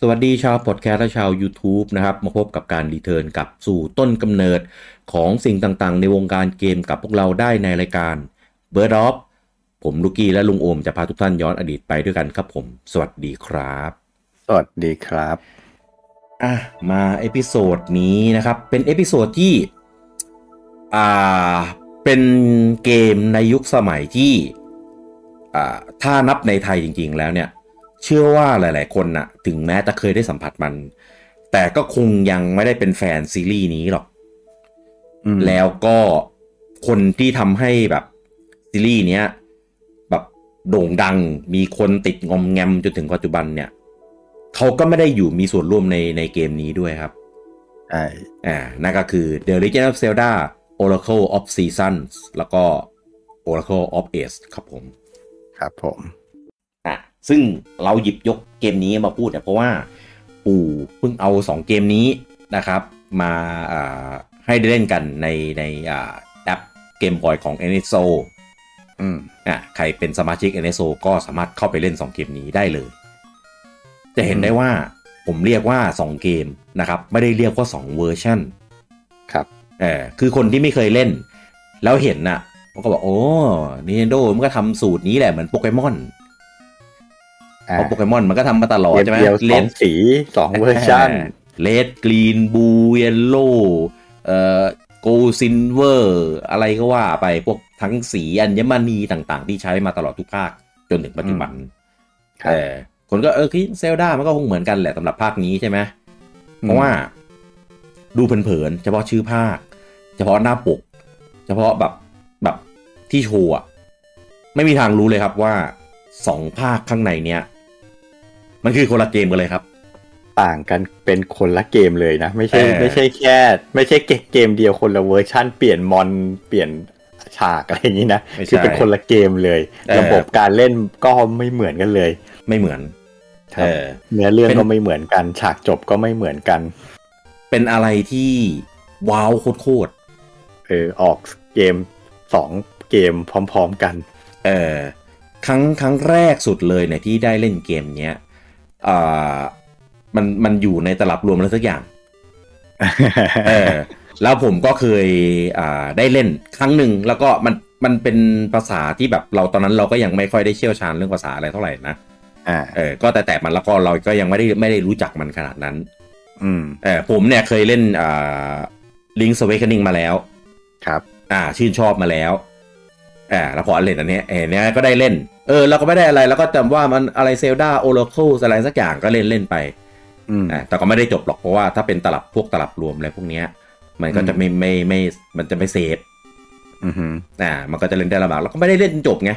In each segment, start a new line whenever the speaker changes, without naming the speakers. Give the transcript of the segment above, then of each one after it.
สวัสดีชาวพอดแคสต์และชาว YouTube นะครับมาพบกับการรีเทิร์นกลับสู่ต้นกำเนิดของสิ่งต่างๆ ในวงการเกมกับพวกเราได้ในรายการ b i r d o f ผมลูกี้และลุงโอมจะพาทุกท่านย้อนอดีตไปด้วยกันครับผม สวัสดีครับ
สวัสดีครับ
อ่ะมาเอพิโซดนี้นะครับ เป็นเอพิโซดที่ อ่า เป็นเกมในยุคสมัยที่ อ่า ถ้านับในไทยจริงๆแล้วเนี่ย เชื่อว่าหลายๆคนน่ะ ถึงแม้จะเคยได้สัมผัสมัน แต่ก็คงยังไม่ได้เป็นแฟนซีรีส์นี้หรอก
อืม
แล้วก็คนที่ทำให้แบบซีรีส์เนี้ยแบบโด่งดังมีคนติดงอมแงมจนถึงปัจจุบันเนี่ยเขาก็ไม่ได้อยู่มีส่วนร่วมในในเกมนี้ด้วยครับ
ใช่
อ่า นั่นก็คือ The Legend of Zelda Oracle of Seasons แล้วก็ Oracle of Age ครับผม
ครับผม
อ่ะซึ่งเราหยิบยกเกมนี้มาพูดเนี่ยเพราะว่าปู่เพิ่งเอา 2 เกมนี้นะครับ มาอ่าให้ได้เล่นกันในในอ่าแอปเกมบอยของ n s o
อืม
อ่ะใครเป็นสมาชิก n s o ก็สามารถเข้าไปเล่น 2 เกมนี้ได้เลย จะเห็นได้ว่าผมเรียกว่า 2 เกมนะครับ ไม่ได้เรียกว่า2เวอร์ชัน
ครับ
เออคือคนที่ไม่เคยเล่น แล้วเห็นน่ะมันก็บอกโอ้ Nintendo มันก็ทำสูตรนี้แหละเหมือนโปเกมอน
อ่า
เพราะโปเกมอนมันก็ทำมาตลอด
เกม
ใช่ไหม
เดียวส
เล
อง
น
สีสองเวอร์ชัน
เลดกรีนบูเยลโลเอ่อโกซินเวอร์อะไรก็ว่าไปพวกทั้งสีอัญมณีต่างๆ ที่ใช้มาตลอดทุกภาค จนถึงปัจจุบัน
ครับ
เออคนก็เออคิดเซลดามันก็คงเหมือนกันแหละสำหรับภาคนี้ใช่ไหมเพราะว่าดูเผินๆเฉพาะชื่อภาค เฉพาะหน้าปก เฉพาะแบบแบบที่โชว์อะไม่มีทางรู้เลยครับว่าสองภาคข้างในเนี้ยมันคือคนละเกมกันเลยครับ
ต่างกันเป็นคนละเกมเลยนะ ไม่ใช่
เออ
ไม่ใช่แค่ ไม่ใช่เกมเดียวคนละเวอร์ชันเปลี่ยนมอนเปลี่ยนฉากอะไรอย่างนี้นะ
ไม่ใช่
คือเป็นคนละเกมเลย
เออ
ระบบการเล่นก็ไม่เหมือนกันเลย
ไม่เหมือน
ครับ
เออ
เนื้อเรื่อง
เป็น
ก็ไม่เหมือนกัน ฉากจบก็ไม่เหมือนกัน
เป็นอะไรที่ว้าวโคตรๆ
เออออกเกมสองเกมพร้อม ๆกัน
เอ่อครั้งครั้งแรกสุดเลยเนี่ยที่ได้เล่นเกมเนี้ยอ่ามันมันอยู่ในตลับรวมอะไรสักอย่างเออแล้วผมก็เคยอ่าได้เล่นครั้งหนึ่งแล้วก็มันมันเป็นภาษาที่แบบเราตอนนั้นเราก็ยังไม่ค่อยได้เชี่ยวชาญเรื่องภาษาอะไรเท่าไหร่นะ
อ่า
เออก็แต่แต่มันแล้วก็เราก็ยังไม่ได้ไม่ได้รู้จักมันขนาดนั้น
อืม
เออผมเนี่ยเคยเล่นอ่าลิงสเวกนิ่งมาแล้ว
ครับ
อ่าชื่นชอบมาแล้วอ่าแล้วพอเล่นอันเนี้ยเออเนี้ยก็ได้เล่น เออเราก็ไม่ได้อะไรแล้วก็จำว่ามันอะไรเซลดาโอโลโคอะไรสักอย่างก็เล่นเล่นไป
อืม
อ่าแต่ก็ไม่ได้จบหรอกเพราะว่าถ้าเป็นตลับพวกตลับรวมอะไรพวกเนี้ย มันก็จะไม่ไม่ไม่มันจะไม่เซฟ
อือหือ
อ่ามันก็จะเล่นได้ลำบากแล้วก็ไม่ได้เล่นจนจบไง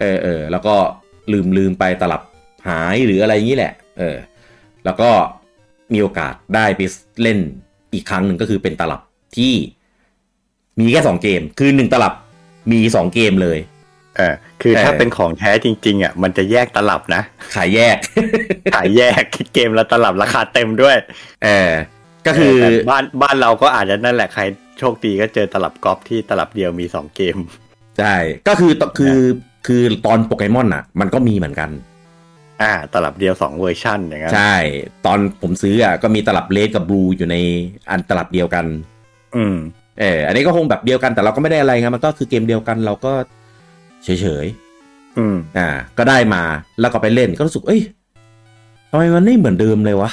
เออเออแล้วก็ลืมลืมไปตลับหายหรืออะไรอย่างนี้แหละ เออ แล้วก็มีโอกาสได้ไปเล่นอีกครั้งหนึ่งก็คือเป็นตลับที่มีแค่สองเกม คือหนึ่งตลับมีสองเกมเลย
เออคือ
เออ
ถ้าเป็นของแท้จริง ๆอ่ะมันจะแยกตลับนะ
ขายแยก
ขายแยก เกมละตลับราคาเต็มด้วย
เออก็คือ
แต่บ้านบ้านเราก็อาจจะนั่นแหละใครโชคดีก็เจอตลับกอล์ฟที่ตลับเดียวมีสองเกม
ใช่ก็คือตคือคือตอนโปเกมอนอ่ะ มันก็มีเหมือนกัน
อ่า ตลับเดียวสองเวอร์ชันอย่างนั้น
ใช่ ตอนผมซื้ออ่ะก็มีตลับเลดกับบลูอยู่ในอันตลับเดียวกัน
อืม
เอออันนี้ก็คงแบบเดียวกันแต่เราก็ไม่ได้อะไรไงมันก็คือเกมเดียวกันเราก็เฉย
อืม
ๆอ่า ก็ได้มาแล้วก็ไปเล่นก็รู้สึกเอ้ยทำไมมันไม่เหมือนเดิมเลยวะ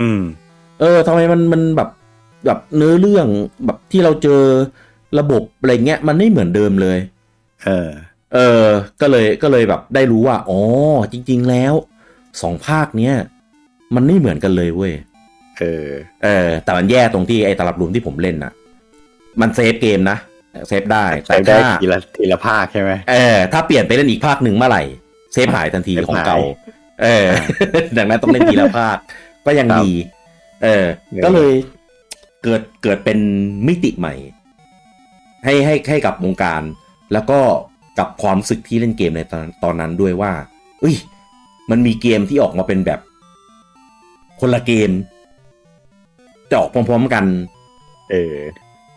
อืม
เออทำไมมันมันแบบแบบเนื้อเรื่องแบบที่เราเจอระบบอะไรเงี้ยมันไม่เหมือนเดิมเลย
เออ
เออ ก็เลย ก็เลยแบบได้รู้ว่า อ๋อ จริง ๆ แล้วสองภาคเนี้ยมันไม่เหมือนกันเลยเว้ย
เออ
เออ แต่มันแย่ตรงที่ไอ้ตลับรวมที่ผมเล่นน่ะ มันเซฟเกมนะ เซฟได้
ใช้
แต่
ได้
ถ้า
ทีละทีละภาคใช่ไหม
เออ ถ้าเปลี่ยนไปเล่นอีกภาคหนึ่งเมื่อไหร่ เซฟหายทันที
เซฟหาย
ของเก่า เออ ดังนั้นต้องเล่นทีละภาค ก็ยัง
ครับ
ดี เออ
เนี่ย
ก็เลยเกิดเกิดเป็นมิติใหม่ ให้ให้ให้กับวงการ แล้วก็กับความรู้สึกที่เล่นเกมในตอนตอนนั้นด้วยว่าเอ้ย มันมีเกมที่ออกมาเป็นแบบ คนละเกม จะออกพร้อมๆกัน
เออ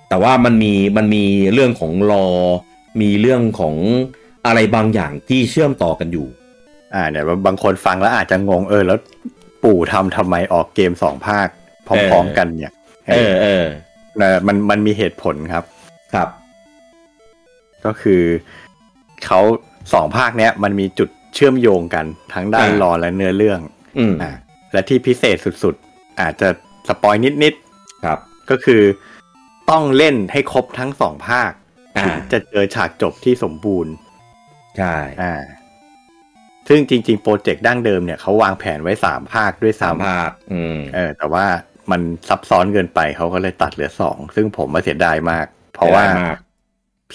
แต่ว่ามันมีมันมีเรื่องของรอ มีเรื่องของอะไรบางอย่างที่เชื่อมต่อกันอยู่
อ่าเนี่ยบางคนฟังแล้วอาจจะงงเออ แล้ว ปู่ทำทำไมออกเกมสองภาค พร้อม ๆ กันเนี่ย
เออเออ
เออมันมันมีเหตุผลครับ
ครับ
ก็คือเขาสองภาคเนี้ยมันมีจุดเชื่อมโยงกันทั้งด้าน
อ่า
ลอและเนื้อเรื่อง
อืม
อ่าและที่พิเศษสุดๆ อาจจะสปอยนิด
ครับ
ๆ ก็คือต้องเล่นให้ครบทั้งสองภาค
อ่า
ถึงจะเจอฉากจบที่สมบูรณ์
ใช่
อ่า ซึ่งจริงๆ โปรเจกต์ดั้งเดิมเนี่ยเขาวางแผนไว้สามภาคด้วย
สาม
ซ้ำ
ภาคอืม
เออ แต่ว่ามันซับซ้อนเกินไปเขาก็เลยตัดเหลือสองซึ่งผมมาเสียดายมาก เพราะว่า
ได้มก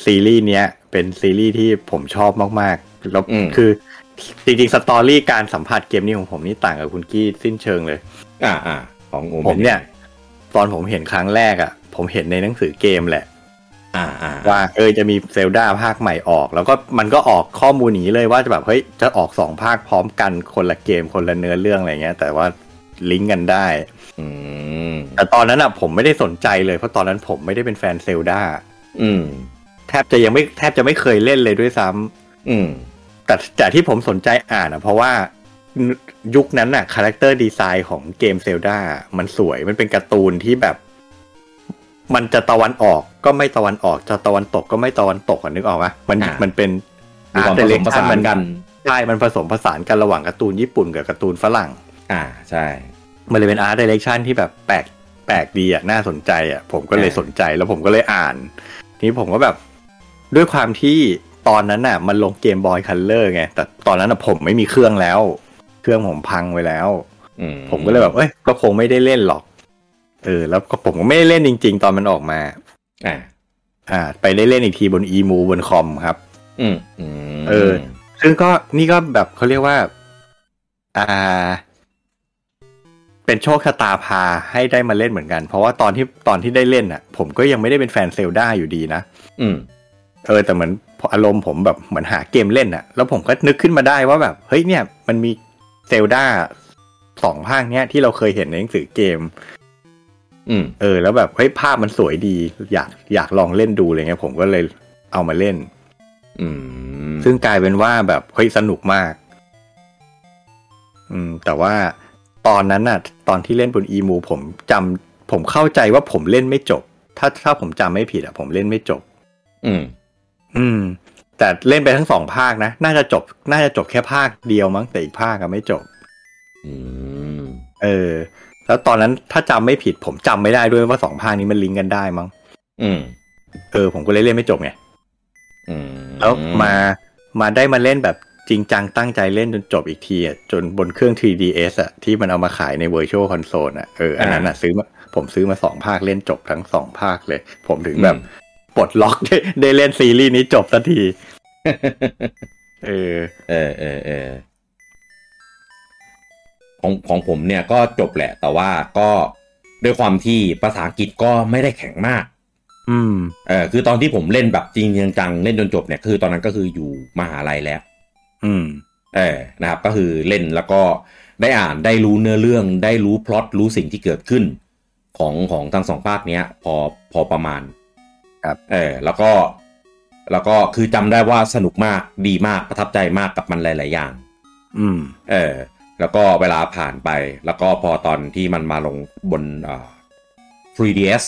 ซีรีส์เนี้ยเป็นซีรีส์ที่ผมชอบมากๆ แล้ว
อืม
คือจริงๆ สตอรี่การสัมผัสเกมนี้ของผมนี่ต่างกับคุณกี้สิ้นเชิงเลย
อ่าอ่าของโอ
ผมเนี่ย ตอนผมเห็นครั้งแรกอะ่ะ ผมเห็นในหนังสือเกมแหละ
อ่าอ่า
ว่าเออจะมีเซลดาภาคใหม่ออก แล้วก็มันก็ออกข้อมูลอย่างนี้เลยว่าจะแบบเฮ้ยจะออกสองภาคพร้อมกันคนละเกมคนละเนื้อเรื่องอะไรเงี้ย แต่ว่าลิงก์กันได้
อืม
แต่ตอนนั้นอ่ะผมไม่ได้สนใจเลยเพราะตอนนั้นผมไม่ได้เป็นแฟนเซลดา
อืม
แทบจะยังไม่แทบจะไม่เคยเล่นเลยด้วยซ้ำ
อืม
แต่แต่ที่ผมสนใจอ่านอ่ะ เพราะว่ายุยุคนั้นน่ะคาแรคเตอร์ดีไซน์ของเกมเซลดามันสวยมันเป็นการ์ตูนที่แบบ มันจะตะวันออกก็ไม่ตะวันออก จะตะวันตกก็ไม่ตะวันตกอ่ะนึกออกไหมมันมันเป็น
มีความผสมผสานกัน
ใช่มันผสมผสานกันระหว่างการ์ตูนญี่ปุ่นกับการ์ตูนฝรั่ง
อ่าใช่
มันเลยเป็นอาร์ตเดเรคชันที่แบบแปลกแปลกดีอ่ะน่าสนใจอ่ะผมก็เลย
อ่า
สนใจแล้วผมก็เลยอ่าน ทีนี้ผมก็แบบด้วยความที่ตอนนั้นน่ะ มันลงเกมบอยคัลเลอร์ไงแต่ตอนนั้นน่ะผมไม่มีเครื่องแล้ว เครื่องผมพังไปแล้ว
อืม
ผมก็เลยแบบเอ้ยก็คงไม่ได้เล่นหรอกเออแล้วก็ผมก็ไม่ได้เล่นจริง ๆ ตอนมันออกมา
อ่า
อ่า ไปได้เล่นอีกทีบนอีมูบนคอมครับ
อืมอืม
เออ ซึ่งก็นี่ก็แบบเขาเรียกว่า อ่า เป็นโชคชะตาพาให้ได้มาเล่นเหมือนกัน เพราะว่าตอนที่ตอนที่ได้เล่นอ่ะ ผมก็ยังไม่ได้เป็นแฟนเซลดาอยู่ดีนะ
อืม
เออแต่เหมือนอารมณ์ผมแบบเหมือนหาเกมเล่นอ่ะ แล้วผมก็นึกขึ้นมาได้ว่าแบบ เฮ้ยเนี่ย มันมีเซลดาสองภาคเนี้ยที่เราเคยเห็นในหนังสือเกม
อืม
เออ แล้วแบบเฮ้ยภาพมันสวยดี อยากอยากลองเล่นดูอะไรเงี้ย ผมก็เลยเอามาเล่น
อืม
ซึ่งกลายเป็นว่าแบบเฮ้ยสนุกมาก อืม แต่ว่าตอนนั้นน่ะ ตอนที่เล่นบนอีมูผมจำผมเข้าใจว่าผมเล่นไม่จบ ถ้าถ้าผมจำไม่ผิดอะผมเล่นไม่จบ
อืม
อืม แต่เล่นไปทั้งสองภาคนะน่าจะจบ น่าจะจบแค่ภาคเดียวมั้งแต่อีกภาคก็ไม่จบ
อืม
เออ แล้วตอนนั้นถ้าจำไม่ผิด ผมจำไม่ได้ด้วยว่าสองภาคนี้มันลิงก์กันได้มั้ง
อืม
เออผมก็เลยเล่นไม่จบไง
อืม
แล้วมามาได้มาเล่นแบบจริงจังตั้งใจเล่นจนจบอีกทีอ่ะจนบนเครื่อง 3ds อ่ะที่มันเอามาขายใน virtual console อ่ะเอออันนั้นอ่ะซื้อมาผมซื้อมาสองภาคเล่นจบทั้งสองภาคเลย ผมถึงแบบปลดล็อก ได้ได้เล่นซีรีส์นี้จบสักทีเออ
เออเออเออของของผมเนี่ยก็จบแหละ แต่ว่าก็ด้วยความที่ภาษาอังกฤษก็ไม่ได้แข็งมาก
อืม
เออคือตอนที่ผมเล่นแบบจริงๆจังๆเล่นจนจบเนี่ยคือตอนนั้นก็คืออยู่มหาลัยแล้ว
อืม
เออนะครับก็คือเล่นแล้วก็ได้อ่านได้รู้เนื้อเรื่องได้รู้พล็อตรู้สิ่งที่เกิดขึ้น ของของทั้งสองภาคเนี้ย พอพอประมาณ
ครับ
เออแล้วก็แล้วก็คือจำได้ว่าสนุกมากดีมากประทับใจมากกับมันหลาย ๆ อย่าง
อืม
เออแล้วก็เวลาผ่านไป แล้วก็พอตอนที่มันมาลงบนเอ่อ 3ds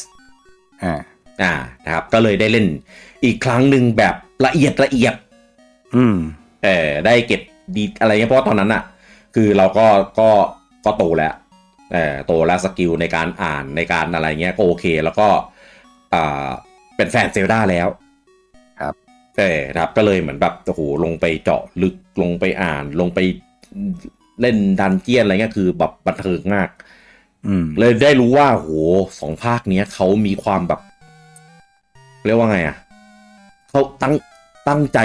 อ่า
อ่านะครับก็เลยได้เล่นอีกครั้งหนึ่งแบบละเอียดละเอียด
อืม
เออได้เก็บดีอะไรเงี้ยเพราะว่าตอนนั้นอะคือเราก็ก็ก็โตแล้วเออโตแล้วสกิลในการอ่านในการอะไรเงี้ยก็โอเค แล้วก็อ่าเป็นแฟนเซลดาแล้ว
ครับ
เออครับก็เลยเหมือนแบบโอ้โหลงไปเจาะลึกลงไปอ่าน ลงไปเล่นดันเจียนอะไรเงี้ยคือแบบบันเทิงมาก
อืม
เลยได้รู้ว่าโหสองภาคเนี้ยเขามีความแบบ เรียกว่าไงอะ่ะเขาตั้งตั้งใจ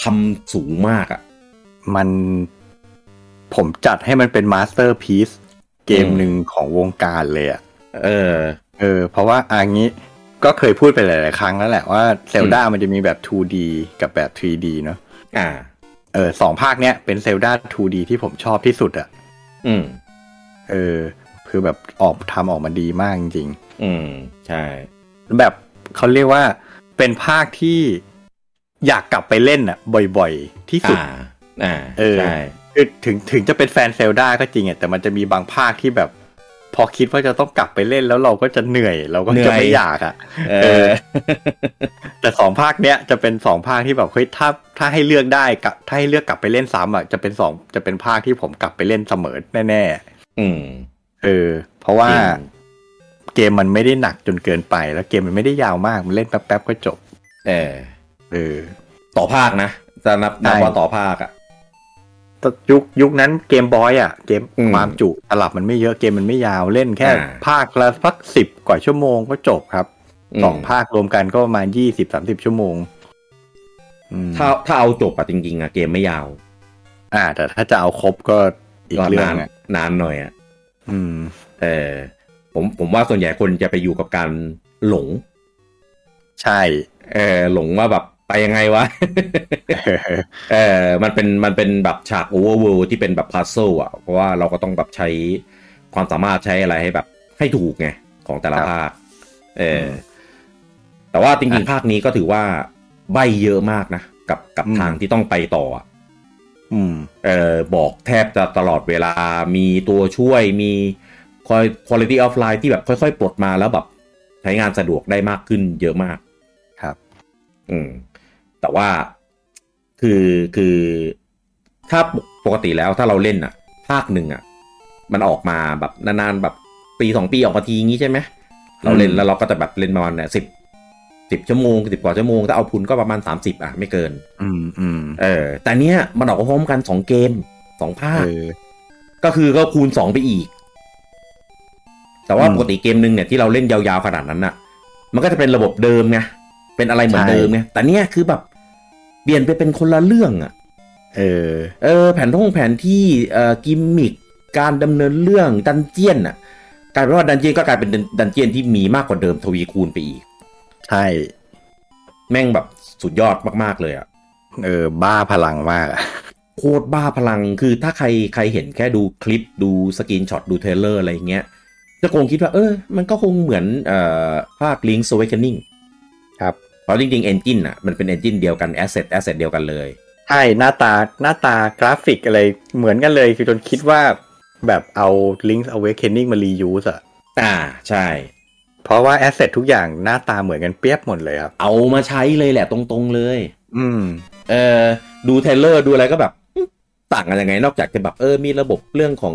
ทำสูงมากอ่ะ
มันผมจัดให้มันเป็นมาสเตอร์พีซเกมหนึ่งของวงการเลยอ่ะ
เออ
เออเพราะว่าอันนี้ก็เคยพูดไปหลาย ๆ ครั้งแล้วแหละว่าเซลดามันจะมีแบบ 2D กับแบบ 3D เนอะ
อ่า
เออสองภาคเนี้ยเป็นเซลดา 2D ที่ผมชอบที่สุดอะ
อืม
เออคือแบบออกทำออกมาดีมากจริง
อืม ใช่
ๆ แบบเขาเรียกว่าเป็นภาคที่อยากกลับไปเล่นอะบ่อย ๆ ที่สุด
อ่า อ่า
เออ
ใช่
คือถึงถึงจะเป็นแฟนเซลดาก็จริงอะแต่มันจะมีบางภาคที่แบบ พอคิดว่าจะต้องกลับไปเล่นแล้วเราก็จะเหนื่อย เราก็
เหนื่
จะ
อย
ไม่อยากอะ
เอ
เอ
อ
อ แต่สองภาคเนี้ยจะเป็นสองภาคที่แบบเฮ้ยถ้าถ้าให้เลือกได้กับถ้าให้เลือกกลับไปเล่นซ้ำอ่ะจะเป็นสองจะเป็นภาคที่ผมกลับไปเล่นเสมอแน่
อืม
ๆเออ เพราะว่า
จริง
เกมมันไม่ได้หนักจนเกินไป แล้วเกมมันไม่ได้ยาวมากมันเล่นแป๊บๆก็จบ
เออ
เออ
ต่อภาคนะจะนับนับว่าต่อภาคอ่ะ
แต่ยุคยุคนั้นเกมบอยอ่ะเกม
อืม
ความจุตลับมันไม่เยอะเกมมันไม่ยาวเล่นแค่
อ่า
ภาคละสักสิบกว่าชั่วโมงก็จบครับ
ม
สองภาครวมกันก็ประมาณยี่สิบสามสิบชั่วโมงอืม
ถ้าถ้าเอาจบอะจริงๆอะเกมไม่ยาว
อ่า แต่ถ้าจะเอาครบก็อีกเรื่อง
นาน
อ่ะ
นานหน่อยอ่ะ
อืม
เออ ผมผมว่าส่วนใหญ่คนจะไปอยู่กับการหลง
ใช่
เออหลงว่าแบบไปยังไงวะ
เออ
เออมันเป็นมันเป็นแบบฉากโอเวอร์เวลที่เป็นแบบพ u z z l e อ่ะ เพราะว่าเราก็ต้องแบบใช้ความสามารถใช้อะไรให้แบบให้ถูกไง ของแต่ละภาค เอออแต่ว่าจริงๆ ภาคนี้ก็ถือว่าใบเยอะมากนะ กับกับทางที่ต้องไปต่ออะ
อืม
เออบอกแทบจะตลอดเวลามีตัวช่วยมีคอย quality of life ที่แบบค่อยๆ ปลดมาแล้วแบบใช้งานสะดวกได้มากขึ้นเยอะมาก
ครับ
อืมแต่ว่าคือคือถ้าปกติแล้วถ้าเราเล่นอะภาคหนึ่งอะมันออกมาแบบนานๆแบบปีสองปีออกมาทีงี้ใช่ไหมเราเล่น
อืม
แล้วเราก็จะแบบเล่นประมาณเนี่ยสิบสิบชั่วโมงสิบกว่าชั่วโมงถ้าเอาพุนก็ประมาณสามสิบอะไม่เกิน
อืมอืม
เออ แต่เนี้ยมันออกมาพร้อมกันสองเกมสองภา
เอ
ค
อ
ก็คือก็คูณสองไปอีก แต่ว่า
อืม
ปกติเกมหนึ่งเนี่ยที่เราเล่นยาวๆขนาดนั้นน่ะ มันก็จะเป็นระบบเดิมไง เป็นอะไรเหมือน
ใช่
เดิมไง แต่เนี่ยคือแบบเปลี่ยนไปเป็นคนละเรื่องอะ่ะ
เออ
เออแผนท่องแผนที่เอ่อกิมมิคการดำเนินเรื่องดันเจียนอ่ะกลายเป็นว่าดันเจียนก็กลายเป็นดันเจียนที่มีมากกว่าเดิมทวีคูณไปอีก
ใช่
แม่งแบบสุดยอดมากๆเลยอ่ะ
เออ บ้าพลังมากอะ
โคตรบ้าพลังคือถ้าใครใครเห็นแค่ดูคลิปดูสกรีนช็อตดูเทรลเลอร์อะไรอย่างเงี้ยจะคงคิดว่าเออ มันก็คงเหมือนเอ่อภาค Link's Awakening
ครับ
เพราะจริงๆ Engine อ่ะมันเป็น Engine เดียวกัน Asset Asset เดียวกันเลย
ใช่หน้าตาหน้าตากราฟิกอะไรเหมือนกันเลยคือจนคิดว่าแบบเอา Link's Awakening มา reuse อะ
อ่าใช่
เพราะว่าแอสเซททุกอย่างหน้าตาเหมือนกันเปรียบหมดเลยครับ
เอามาใช้เลยแหละตรงๆเลย
อืม
เออดูเทรลเลอร์ดูอะไรก็แบบอื้อต่างกันยังไงนอกจากจะแบบเออมีระบบเรื่องของ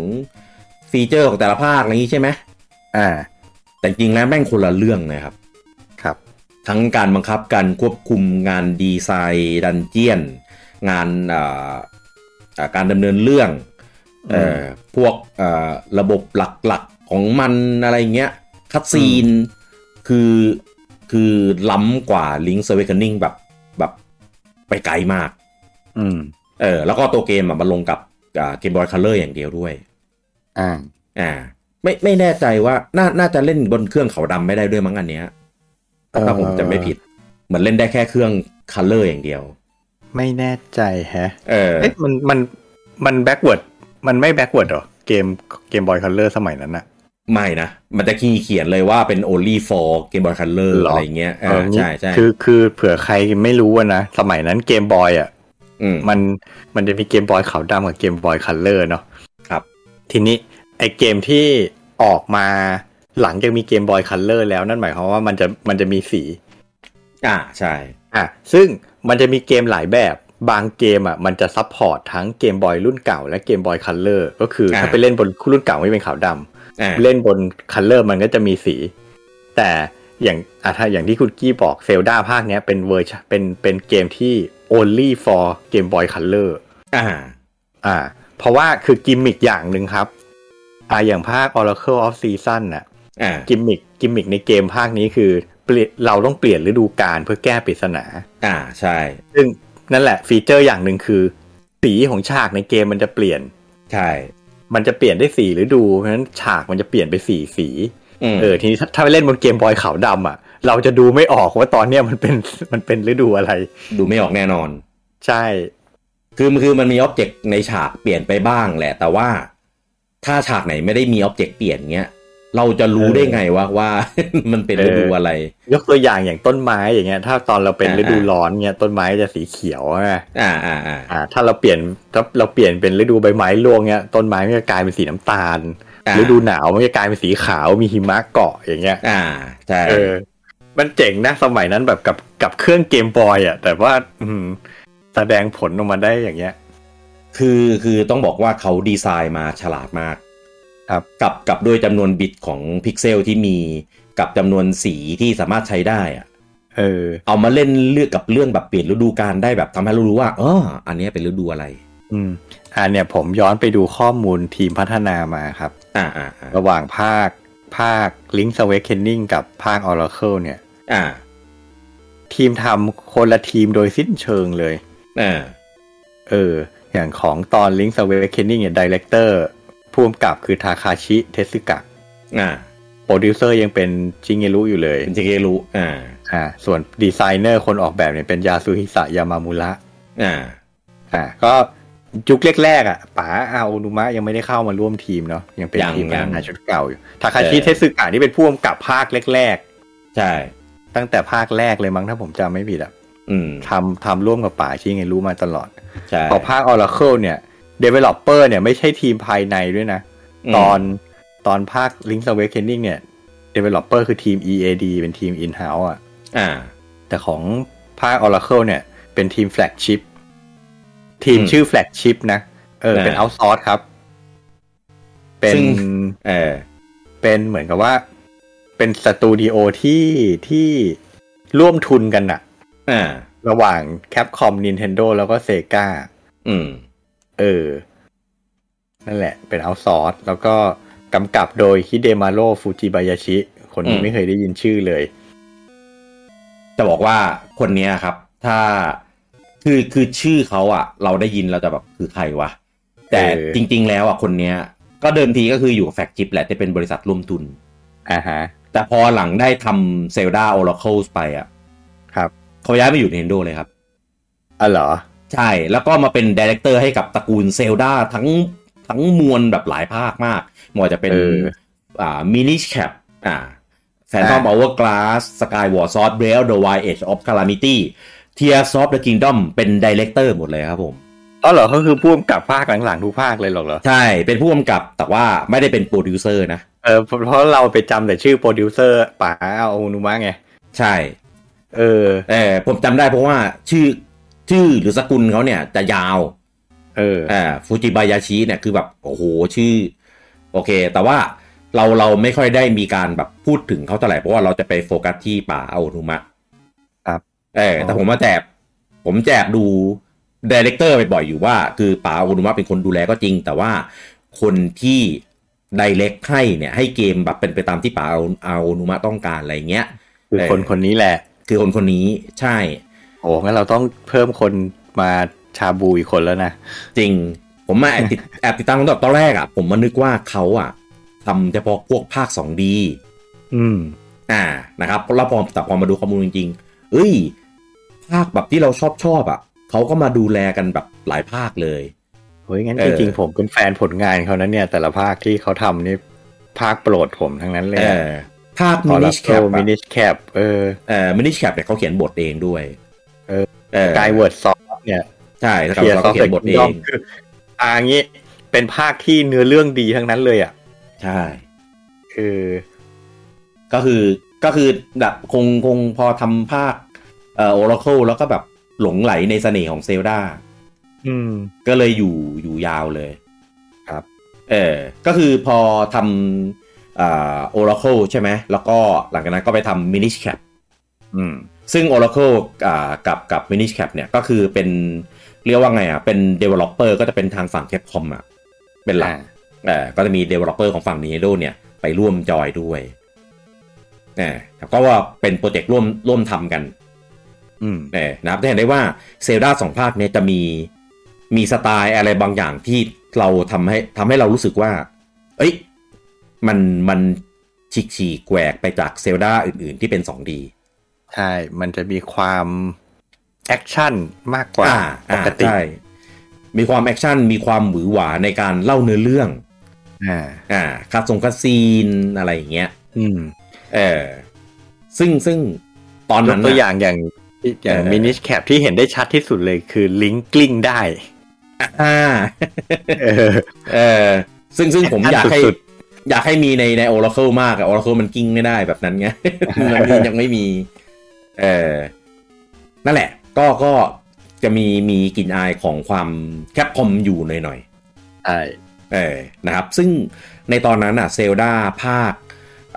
ฟีเจอร์ของแต่ละภาคอะไรอย่างงี้ใช่ไหม
อ่า
แต่จริงๆแล้วแม่งคนละเรื่องนะครับ
ครับ
ทั้งการบังคับการควบคุมงานดีไซน์ดันเจียน งานเอ่อเอ่อการดำเนินเรื่องเอ่อพวกเอ่อระบบหลักๆของมันอะไรเงี้ยคัดซีนคือคือล้ำกว่า Link's Awakening แบบแบบไปไกลมาก
อืม
เออแล้วก็ตัวเกมอะมันลงกับเกมบอยคัลเลอร์อย่างเดียวด้วย
อ่า
อ่าไม่ไม่แน่ใจว่าน่าน่าจะเล่นบนเครื่องขาวดำไม่ได้ด้วยมั้งอันเนี้ย ถ้าผมจำไม่ผิด เหมือนเล่นได้แค่เครื่องคัลเลอร์อย่างเดียว
ไม่แน่ใจแฮะ
เออ
เอ๊ะมันมันมันแบ็กเวิร์ดมันไม่แบ็กเวิร์ดหรอ เกมเกมบอยคัลเลอร์สมัยนั้นอะ
ไม่นะ มันจะขีเขียนเลยว่าเป็น only for Game Boy Color อะไรเงี้ยเออ
เอางี้
ใช่ใช่
คือคือเผื่อใครไม่รู้อะนะ สมัยนั้นเกมบอยอะ
ม
มันมันจะมีเกมบอยขาวดำกับเกมบอยคัลเลอร์เนาะ
ครับ
ทีนี้ไอเกมที่ออกมาหลังจากมีเกมบอยคัลเลอร์แล้วนั่นหมายความว่ามันจะมันจะมีสี
อ่าใช่
อ่ะซึ่งมันจะมีเกมหลายแบบบางเกมอ่ะมันจะซัพพอร์ตทั้งเกมบอยรุ่นเก่าและเกมบอยคัลเลอร์ก็คือถ้า
อ่า
ไปเล่นบนรุ่นเก่าไม่เป็นขาวดำ
อ่า
เล่นบนคัลเลอร์มันก็จะมีสี แต่อย่างอะถ้าอย่างที่คุณกี้บอกเซลดาภาคเนี้ยเป็นเวอร์ชเป็นเป็นเกมที่ only for Game Boy Color
อ่า
อ่า เพราะว่าคือกิมมิกอย่างหนึ่งครับ อ่าอย่างภาค Oracle of Season น่ะ
อ่า
กิมมิกกิมมิกในเกมภาคนี้คือเปลี่ยนเราต้องเปลี่ยนฤดูกาลเพื่อแก้ปริศนา
อ่าใช่
ซึ่งนั่นแหละฟีเจอร์อย่างหนึ่งคือ สีของฉากในเกมมันจะเปลี่ยน
ใช่
มันจะเปลี่ยนได้สีฤดูเพราะฉะนั้นฉากมันจะเปลี่ยนไปสีสี
อืม
เออทีนี้ถ้าถ้าไปเล่นบนเกมบอยขาวดำอ่ะ เราจะดูไม่ออกว่าตอนเนี้ยมันเป็น มันเป็นฤดูอะไร
ดูไม่ออกแน่นอน
ใช่
คือคือมันมีอ็อบเจกต์ในฉากเปลี่ยนไปบ้างแหละ แต่ว่าถ้าฉากไหนไม่ได้มีอ็อบเจกต์เปลี่ยนเงี้ย เราจะรู้ได้ไงว่าว่า มันเป็นฤดูอะไร
ยกตัวอย่างอย่างต้นไม้อย่างเงี้ย ถ้าตอนเราเป็น
อ่า
ฤดูร้อนเงี้ยต้นไม้จะสีเขียวใช่ไหม
อ่าอ่าอ่า
อ่า ถ้าเราเปลี่ยนถ้าเราเปลี่ยนเป็นฤดูใบไม้ร่วงเงี้ยต้นไม้มันจะกลายเป็นสีน้ำตาล
อ่า
ฤดูหนาวมันจะกลายเป็นสีขาวมีหิมะเกาะอย่างเงี้ย
อ่าใช่
เออ มันเจ๋งนะสมัยนั้นแบบกับกับเครื่องเกมบอยอ่ะ แต่ว่า อืมแสดงผลออกมาได้อย่างเงี้ย
คือคือต้องบอกว่าเขาดีไซน์มาฉลาดมาก
ครับ
กับกับด้วยจำนวนบิตของพิกเซลที่มีกับจำนวนสีที่สามารถใช้ได้อะ
เออ
เอามาเล่นเลือกกับเรื่องแบบเปลี่ยนฤดูกาลได้แบบทำให้เรารู้ว่าอ๋ออันเนี้ยเป็นฤดูอะไร
อืมอ่าเนี่ยผมย้อนไปดูข้อมูลทีมพัฒนามาครับ
อ่าอ่าอ่า
ระหว่างภาคภาค Link's Awakening กับภาค Oracle เนี่ย
อ่า
ทีมทำคนละทีมโดยสิ้นเชิงเลย
อ่า
เออ อย่างของตอน Link's Awakening เนี่ยดีเลกเตอร์ผู้กำกับคือทาคาชิเทสึกะ
อ่า
โปรดิวเซอร์ยังเป็นจิงเงรุอยู่เลย
เป็นเจเกรู้อ่า
อ่าส่วนดีไซเนอร์คนออกแบบเนี่ยเป็นยาซูฮิสะยามามุระ
อ่า
อ่าก็ยุคแรกๆอ่ะป๋าอาโอนุมะยังไม่ได้เข้ามาร่วมทีมเนาะยังเป็นทีมงานชุดเก่าอยู่ทาคาชิเทสึกะนี่เป็นผู้กำกับภาคแรก
ใช่
ๆ ตั้งแต่ภาคแรกเลยมั้งถ้าผมจำไม่ผิดอ่ะ
อืม
ทำทำร่วมกับป๋าชิเงรู้มาตลอด
ใช่
พอภาค Oracle เนี่ย Developer เนี่ยไม่ใช่ทีมภายในด้วยนะ
ม
ตอนตอนภาค Link's Awakening เนี่ย Developer คือทีม EAD เป็นทีม In-house อ่ะ
อ่า
แต่ของภาค Oracle เนี่ย เป็นทีมแฟลกชิพทีม
อืม
ชื่อแฟลกชิพนะ เออ
อ่า
เป็นเอาซอร์สครับ เป็น
ซึ่ง เออ
เป็นเหมือนกับว่า เป็นสตูดิโอที่ที่ร่วมทุนกันอะ
อ่า
ระหว่าง Capcom Nintendo แล้วก็ Sega
อืม
เออ นั่นแหละ เป็นเอาซอร์สแล้วก็กำกับโดยฮิเดมาโรฟูจิบายาชิ คนนี้ไม่เคยได้ยินชื่อเลย
จะบอกว่าคนเนี้ยครับ ถ้าคือคือชื่อเขาอ่ะ เราได้ยินเราจะแบบคือใครวะ แต่
เออ
จริง ๆ แล้วอ่ะคนเนี้ย ก็เดิมทีก็คืออยู่กับแฟกจิบแหละแต่เป็นบริษัทร่วมทุน
อ่าฮะ
แต่พอหลังได้ทำเซลดาโอราเคิลไปอ่ะ
ครับ
เขาย้ายไปอยู่ Nintendo เลยครับ
อ๋อเหรอ
ใช่ แล้วก็มาเป็นดีเลกเตอร์ให้กับตระกูลเซลดาทั้งทั้งมวลแบบหลายภาคมากไมว่าจะเป็น
เออ
อ่ามินิแคปอ่าแฟนทอม
อ่า
อเวอร์กลาสสกายวอร์ซอสเบลเดอะไวเอชออฟคารามิตี้เทียซอฟเดอะกิงดอมเป็นดีเลกเตอร์หมดเลยครับผม
อ๋อเหรอเขาคือพ่วงกับภาคหลังๆทุกภาคเลยเหรอเหรอ
ใช่ เป็นผู้กำกับแต่ว่าไม่ได้เป็นโปรดิวเซอร์นะ
เออเพราะเพราะเราไปจำแต่ชื่อโปรดิวเซอร์ป๋าอาโอนุมะไง
ใช่
เออ
เออผมจำได้เพราะว่าชื่อชื่อหรือสกุลเขาเนี่ยจะยาว
เออ
อ่าฟูจิบายาชิเนี่ยคือแบบโอ้โหชื่อ โอเค แต่ว่าเราเราไม่ค่อยได้มีการแบบพูดถึงเขาเท่าไหร่เพราะว่าเราจะไปโฟกัสที่ป่าอาโอนุมะ
ครับ
เออแต่ผมมาแจกผมแจกดูดีเลกเตอร์บ่อยๆอยู่ว่า คือป่าอาโอนุมะเป็นคนดูแลก็จริง แต่ว่าคนที่ดีเลกให้เนี่ยให้เกมแบบเป็นไปตามที่ป่าอาโอนุมะต้องการอะไรเงี้ย
คือ
เออ
คนคนนี้แหละ
คือคนคนนี้ใช่
โอ้งั้นเราต้องเพิ่มคนมาชาบูอีกคนแล้วนะ
จริง ผมมาแอบติด แอบติดตามตั้งแต่ตอนแรกอ่ะ ผมมานึกว่าเขาอ่ะทำเฉพาะพวกภาค 2D
อืม
อ่านะครับแล้วพอแต่พอมาดูข้อมูลจริงๆเอ้ย ภาคแบบที่เราชอบชอบอ่ะเขาก็มาดูแลกันแบบหลายภาคเลย
เฮ้ย งั้น
เอ
จ
อ
ริงๆผมเป็นแฟนผลงานเขานะเนี่ย แต่ละภาคที่เขาทำนี่ภาคโปรดผมทั้งนั้นเลย
เออภาคมิ
มิ
นิ
นิ
ช
แค
แคป
ปมินิแคปเออ
เอ่อมินิชแคปเนี่ยเขาเขียนบทเองด้วย
เออ
เออก
ายเวิร์ดซอฟเนี่ย
ใช่แล้ว
เทียร์
เรา
ซอ
ก็
ฟ
เขียนบทเอง
คืออ่างี้ เป็นภาคที่เนื้อเรื่องดีทั้งนั้นเลยอ่ะ
ใช่
เออ
ก็คือก็คือแบบคงคงพอทำภาคเอ่อโอราเคิลแล้วก็แบบหลงไหลในเสน่ห์ของเซลดา
อืม
ก็เลยอยู่อยู่ยาวเลย
ครับ
เออ ก็คือพอทำอ่า Oracle ใช่ไหม แล้วก็หลังจากนั้นก็ไปทำ Minish Cap
อืม
ซึ่ง Oracle อ่ากับกับ Minish Cap เนี่ยก็คือเป็นเรียกว่าไงอ่ะ เป็น Developer ก็จะเป็นทางฝั่ง Capcom อ่ะ เป็นหลัก
อ่า
เออก็จะมี Developer ของฝั่ง Nintendo เนี่ยไปร่วมจอยด้วยเออแล้วก็ว่าเป็นโปรเจกต์ร่วมร่วมทำกัน
อืม
เออนะครับจะเห็นได้ว่าเซลดาสองภาคเนี้จะมีมีสไตล์อะไรบางอย่างที่เราทำให้ทำให้เรารู้สึกว่า เอ้ย มันมันฉีกฉีกแหวกไปจากเซลดาอื่นๆที่เป็น 2D
ใช่ มันจะมีความแอคชั่นมากกว่า
อ่า
ป
อ่าก
ติ
ใช่มีความแอคชั่น มีความหวือหวาในการเล่าเนื้อเรื่อง
อ่า
อ่าคาสงคาซีนอะไรอย่างเงี้ย
อืม
เออ ซึ่งซึ่งตอน
ย
นั้
ก
น
ตัว
น่ะ
อย่างอย่างอย่าง
เออ
มินิแคปที่เห็นได้ชัดที่สุดเลยคือลิงก์กลิ้งได้
อ่า
เออ
เออซึ่งซึ่งผม
อัน
อยากให้
สุด
อยากให้มีในในโอราเคิลมากอะโอราเคิลมันกิ้งไม่ได้แบบนั้นไง มันยังยังไม่มี เออนั่นแหละ ก็ก็จะมีมีกลิ่นอายของความแคปคอมอยู่หน่อยหน่อย
ใช่
ๆเออนะครับ ซึ่งในตอนนั้นอะเซลดาภาค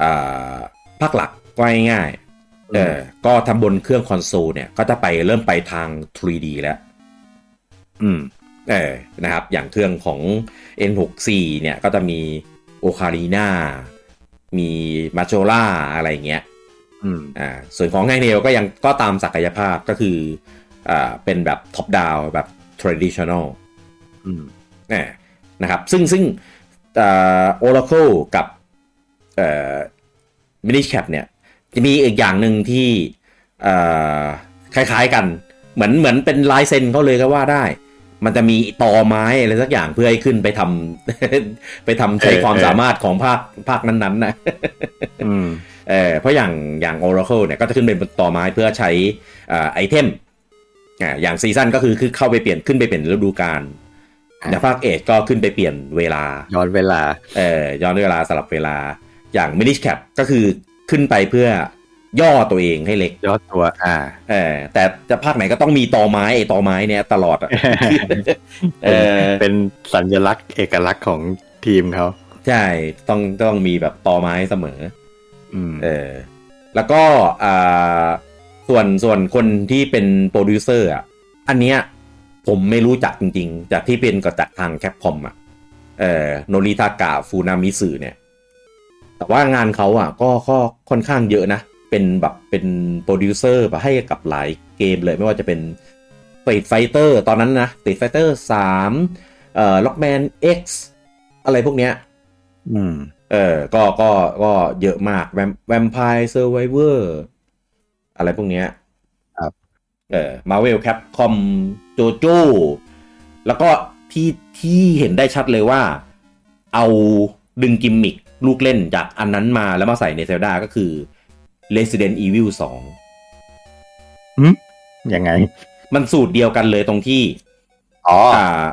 อ่าภาคหลักก็ง่ายๆเออก็ทำบนเครื่องคอนโซลเนี่ย ก็จะไปเริ่มไปทาง 3D แล้ว
อืม
เออ นะครับ อย่างเครื่องของ N64 เนี่ย ก็จะมีโอคา i ีนามีมาโ o ล่าอะไรอย่างเงี้ย
อืม
อ่า ส่วนของไงเนลก็ยังก็ตามศักยภาพก็คือ อ่า เป็นแบบท็อปดาวแบบ traditional
อืม
อ่านะครับ ซึ่งซึ่งโอ r a c l e กับเอ่อ Minish Cap เนี่ย จะมีอีกอย่างหนึ่งที่เอ่อคล้ายๆกัน เหมือนเหมือนเป็นลายเซ็นเขาเลยก็ว่าได้ มันจะมีตอไม้อะไรสักอย่างเพื่อให้ขึ้นไปทำ ไปทำใช้ความ
เออเออ
สามารถของภาคภาคนั้นๆนะ
อืม
เออเพราะอย่างอย่าง Oracle เนี่ยก็จะขึ้นเป็นต่อไม้เพื่อใช้อ่าไอเทมอ่าอย่างซีซันก็คือคือเข้าไปเปลี่ยนขึ้นไปเปลี่ยนฤดูกาล
อ่า
อย่างภาคเอจก็ขึ้นไปเปลี่ยนเวลา
ย้อนเวลา
เออย้อนเวลาสลับเวลาอย่างมินิชแคปก็คือขึ้นไปเพื่อย่อตัวเองให้เล็ก
ย้อนตัว อ่า
เออแต่จะภาคไหนก็ต้องมีต่อไม้ไอต่อไม้เนี่ยตลอด อะ เออ
เป็นสัญลักษณ์เอกลักษณ์ของทีมเขา
ใช่ต้องต้องมีแบบต่อไม้เสมอ
อืม
เออแล้วก็อ่าส่วนส่วนคนที่เป็นโปรดิวเซอร์อ่ะอันเนี้ยผมไม่รู้จักจริงๆ จากที่เป็นก็จากทางแคปคอมอ่ะเออโนริทากะฟูนามิสึเนี่ย แต่ว่างานเขาอ่ะก็ก็ค่อนข้างเยอะนะ เป็นแบบเป็นโปรดิวเซอร์แบบให้กับหลายเกมเลยไม่ว่าจะเป็นติดไฟเตอร์ตอนนั้นนะติดไฟเตอร์สามเอ่อล็อกแมน X อะไรพวกเนี้ย
อืม
เออ ก็ ก็ ก็เยอะมากแวมแวมไพร์เซอร์ไวเวอร์อะไรพวกเนี้ย
ครับ
เออมาเวลแคปคอมโจโจแล้วก็ที่ที่เห็นได้ชัดเลยว่า เอาดึงกิมมิคลูกเล่นจากอันนั้นมาแล้วมาใส่ในเซลดาก็คือ Resident Evil
ยังไง
2 มันสูตรเดียวกันเลยตรงที่
อ๋อ
อ่า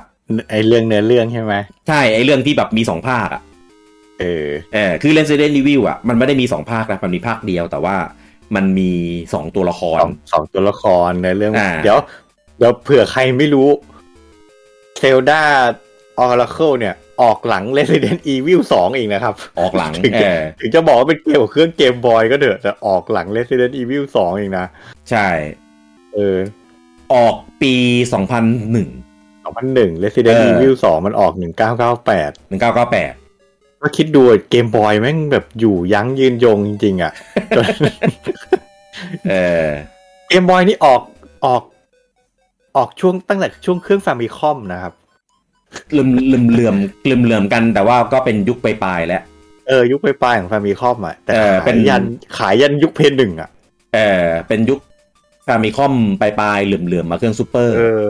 ไอเรื่องเนื้อเรื่องใช่ไหม
ใช่ ไอเรื่องที่แบบมี 2 ภาคอะ
เออ
เออคือ Resident Evil อ่ะ มันไม่ได้มี 2 ภาคนะ มันมีภาคเดียว แต่ว่ามันมี 2 ตัวละค
ส
ร
องสองตัวละครเนื้อเรื่อง
อ่า
เดี๋ยว เดี๋ยวเผื่อใครไม่รู้ เซลดาออร์เคิลเนี่ย ออกหลัง Resident Evil 2อีกนะครับ
ออกหลัง
ถึง
เอ
จะ
อ
ถึงจะบอกว่าเป็นเกมของเครื่องเกมบอยก็เถอะแต่ออกหลัง Resident Evil 2อีกนะ
ใช่
เออ
ออกปี 2001
2001 Resident
เออ
Evil 2 มันออก 1998
1998
ก็คิดดูเกมบอยแม่งแบบอยู่ยั้งยืนยงจริงๆอะ่ะ จน
เออ
เกมบอยนี่ออกออก ออกช่วงตั้งแต่ช่วงเครื่องฟามิคอมนะครับ
ลืมลืมเหลื่อมลืมเหลื่อมกันแต่ว่าก็เป็นยุคปลายๆแล้ว
เออ ยุคปลายๆของฟามิคอมอ่ะ แต่
เออเป็
ขาน ยยันขายยันยุคเพนหนึ่งอ่ะ
เออ เป็นยุคฟามิคอมปลายๆเหลื่อมๆมาเครื่องซูเปอร์
เออ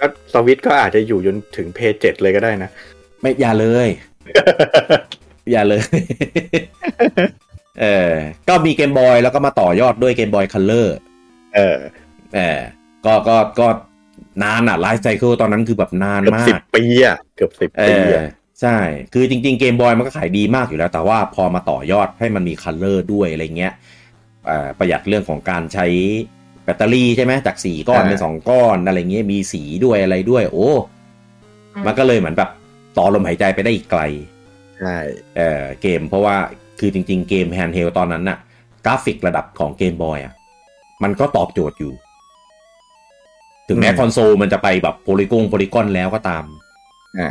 ก็สวิตก็อาจจะอยู่จนถึงเพย์เจ็ดเลยก็ได้นะ
ไม่อย่าเลย อย่าเลย เออ ก็มีเกมบอยแล้วก็มาต่อยอดด้วยเกมบอยคัลเลอร์
เออ
เออก็ก็ก็นานอะไลฟ์ไซเคิลตอนนั้นคือแบบนาน
เกือบ
มา
สิบ
ก
ปีอ่ะเกือบสิบ
เอ
ปี
อ
อ่ะ
ใช่ คือจริง ๆ เกมบอยมันก็ขายดีมากอยู่แล้ว แต่ว่าพอมาต่อยอดให้มันมีคัลเลอร์ด้วยอะไรเงี้ยเอ่อประหยัดเรื่องของการใช้แบตเตอรี่ใช่ไหมจากสี่ก้อนเป็นสองก้อนอะไรเงี้ยมีสีด้วยอะไรด้วย โอ้ มันก็เลยเหมือนแบบต่อลมหายใจไปได้อีกไกล
ใช่
เออเกมเพราะว่าคือจริง ๆ เกมแฮนด์เฮลตอนนั้นน่ะ กราฟิกระดับของเกมบอยอ่ะ มันก็ตอบโจทย์อยู่ ถึงแม้คอนโซลมันจะไปแบบโพลิกงโพลิกอนแล้วก็ตาม
อ่า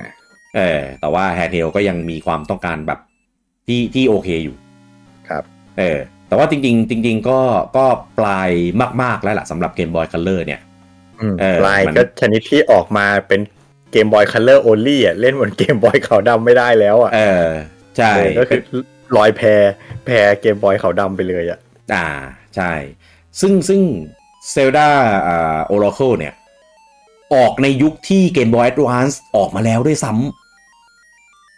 เออแต่ว่าแฮนด์เฮลก็ยังมีความต้องการแบบที่ที่โอเคอยู่
ครับ
เออแต่ว่าจริง ๆ จริง ๆ ก็ก็ปลายมาก ๆ แล้วล่ะสำหรับเกมบอยคัลเลอร์เนี่ย
อืม
เออ
ลาย
มัน
ก็ชนิดที่ออกมาเป็นเกมบอยคัลเลอร์โอลี่อ่ะ เล่นบนเกมบอยขาวดำไม่ได้แล้วอ่ะ
เออใช่
เออก็คือลอยแพรแพรเกมบอยขาวดำไปเลยอ่ะ
อ่าใช่ ซึ่งซึ่งเซลดาอ่าโอราเคิลเนี่ย ออกในยุคที่เกมบอยแอดวานซ์ออกมาแล้วด้วยซ้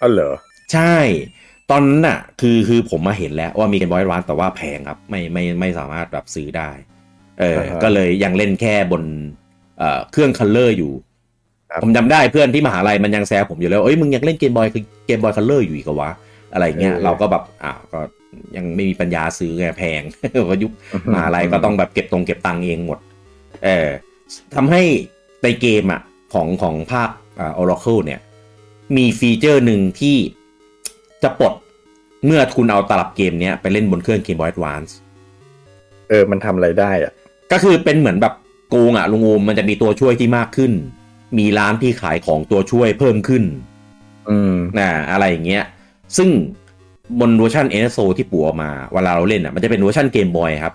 อ๋อเหรอ
ำ ใช่ ตอนนั้นน่ะ คือคือผมมาเห็นแล้วว่ามีกันบอยร้านแต่ว่าแพงครับ ไม่ไม่ไม่สามารถแบบซื้อได้ เออ
อ่าฮะ
ก็เลยยังเล่นแค่บนเอ่อเครื่องคัลเลอร์อยู่
ครับ
ผมจำได้เพื่อนที่มหาลัยมันยังแซวผมอยู่แล้วเอ้ยมึงยังเล่นเกมบอยคือเกมบอยคัลเลอร์อยู่อีกเหรอวะอะไรเงี้ยเราก็แบบอ้าวก็ยังไม่มีปัญญาซื้อไงแพง ก็ยุค มหาลัยก็ต้องแบบเก็บตรงเก็บตังค์เองหมด เออทำให้ในเกมอ่ะของของภาคอ่า Oracle เนี่ย มีฟีเจอร์หนึ่งที่จะปลดเมื่อคุณเอาตลับเกมเนี้ยไปเล่นบนเครื่อง Game Boy Advance
เออ มันทำอะไรได้อ่ะ
ก็คือเป็นเหมือนแบบโกงอ่ะลุงโอมมันจะมีตัวช่วยที่มากขึ้น มีร้านที่ขายของตัวช่วยเพิ่มขึ้น
อืม
นะอะไรอย่างเงี้ย ซึ่งบนเวอร์ชัน NSO ที่ปู่ออกมาเวลาเราเล่นอ่ะมันจะเป็นเวอร์ชันเกมบอยครับ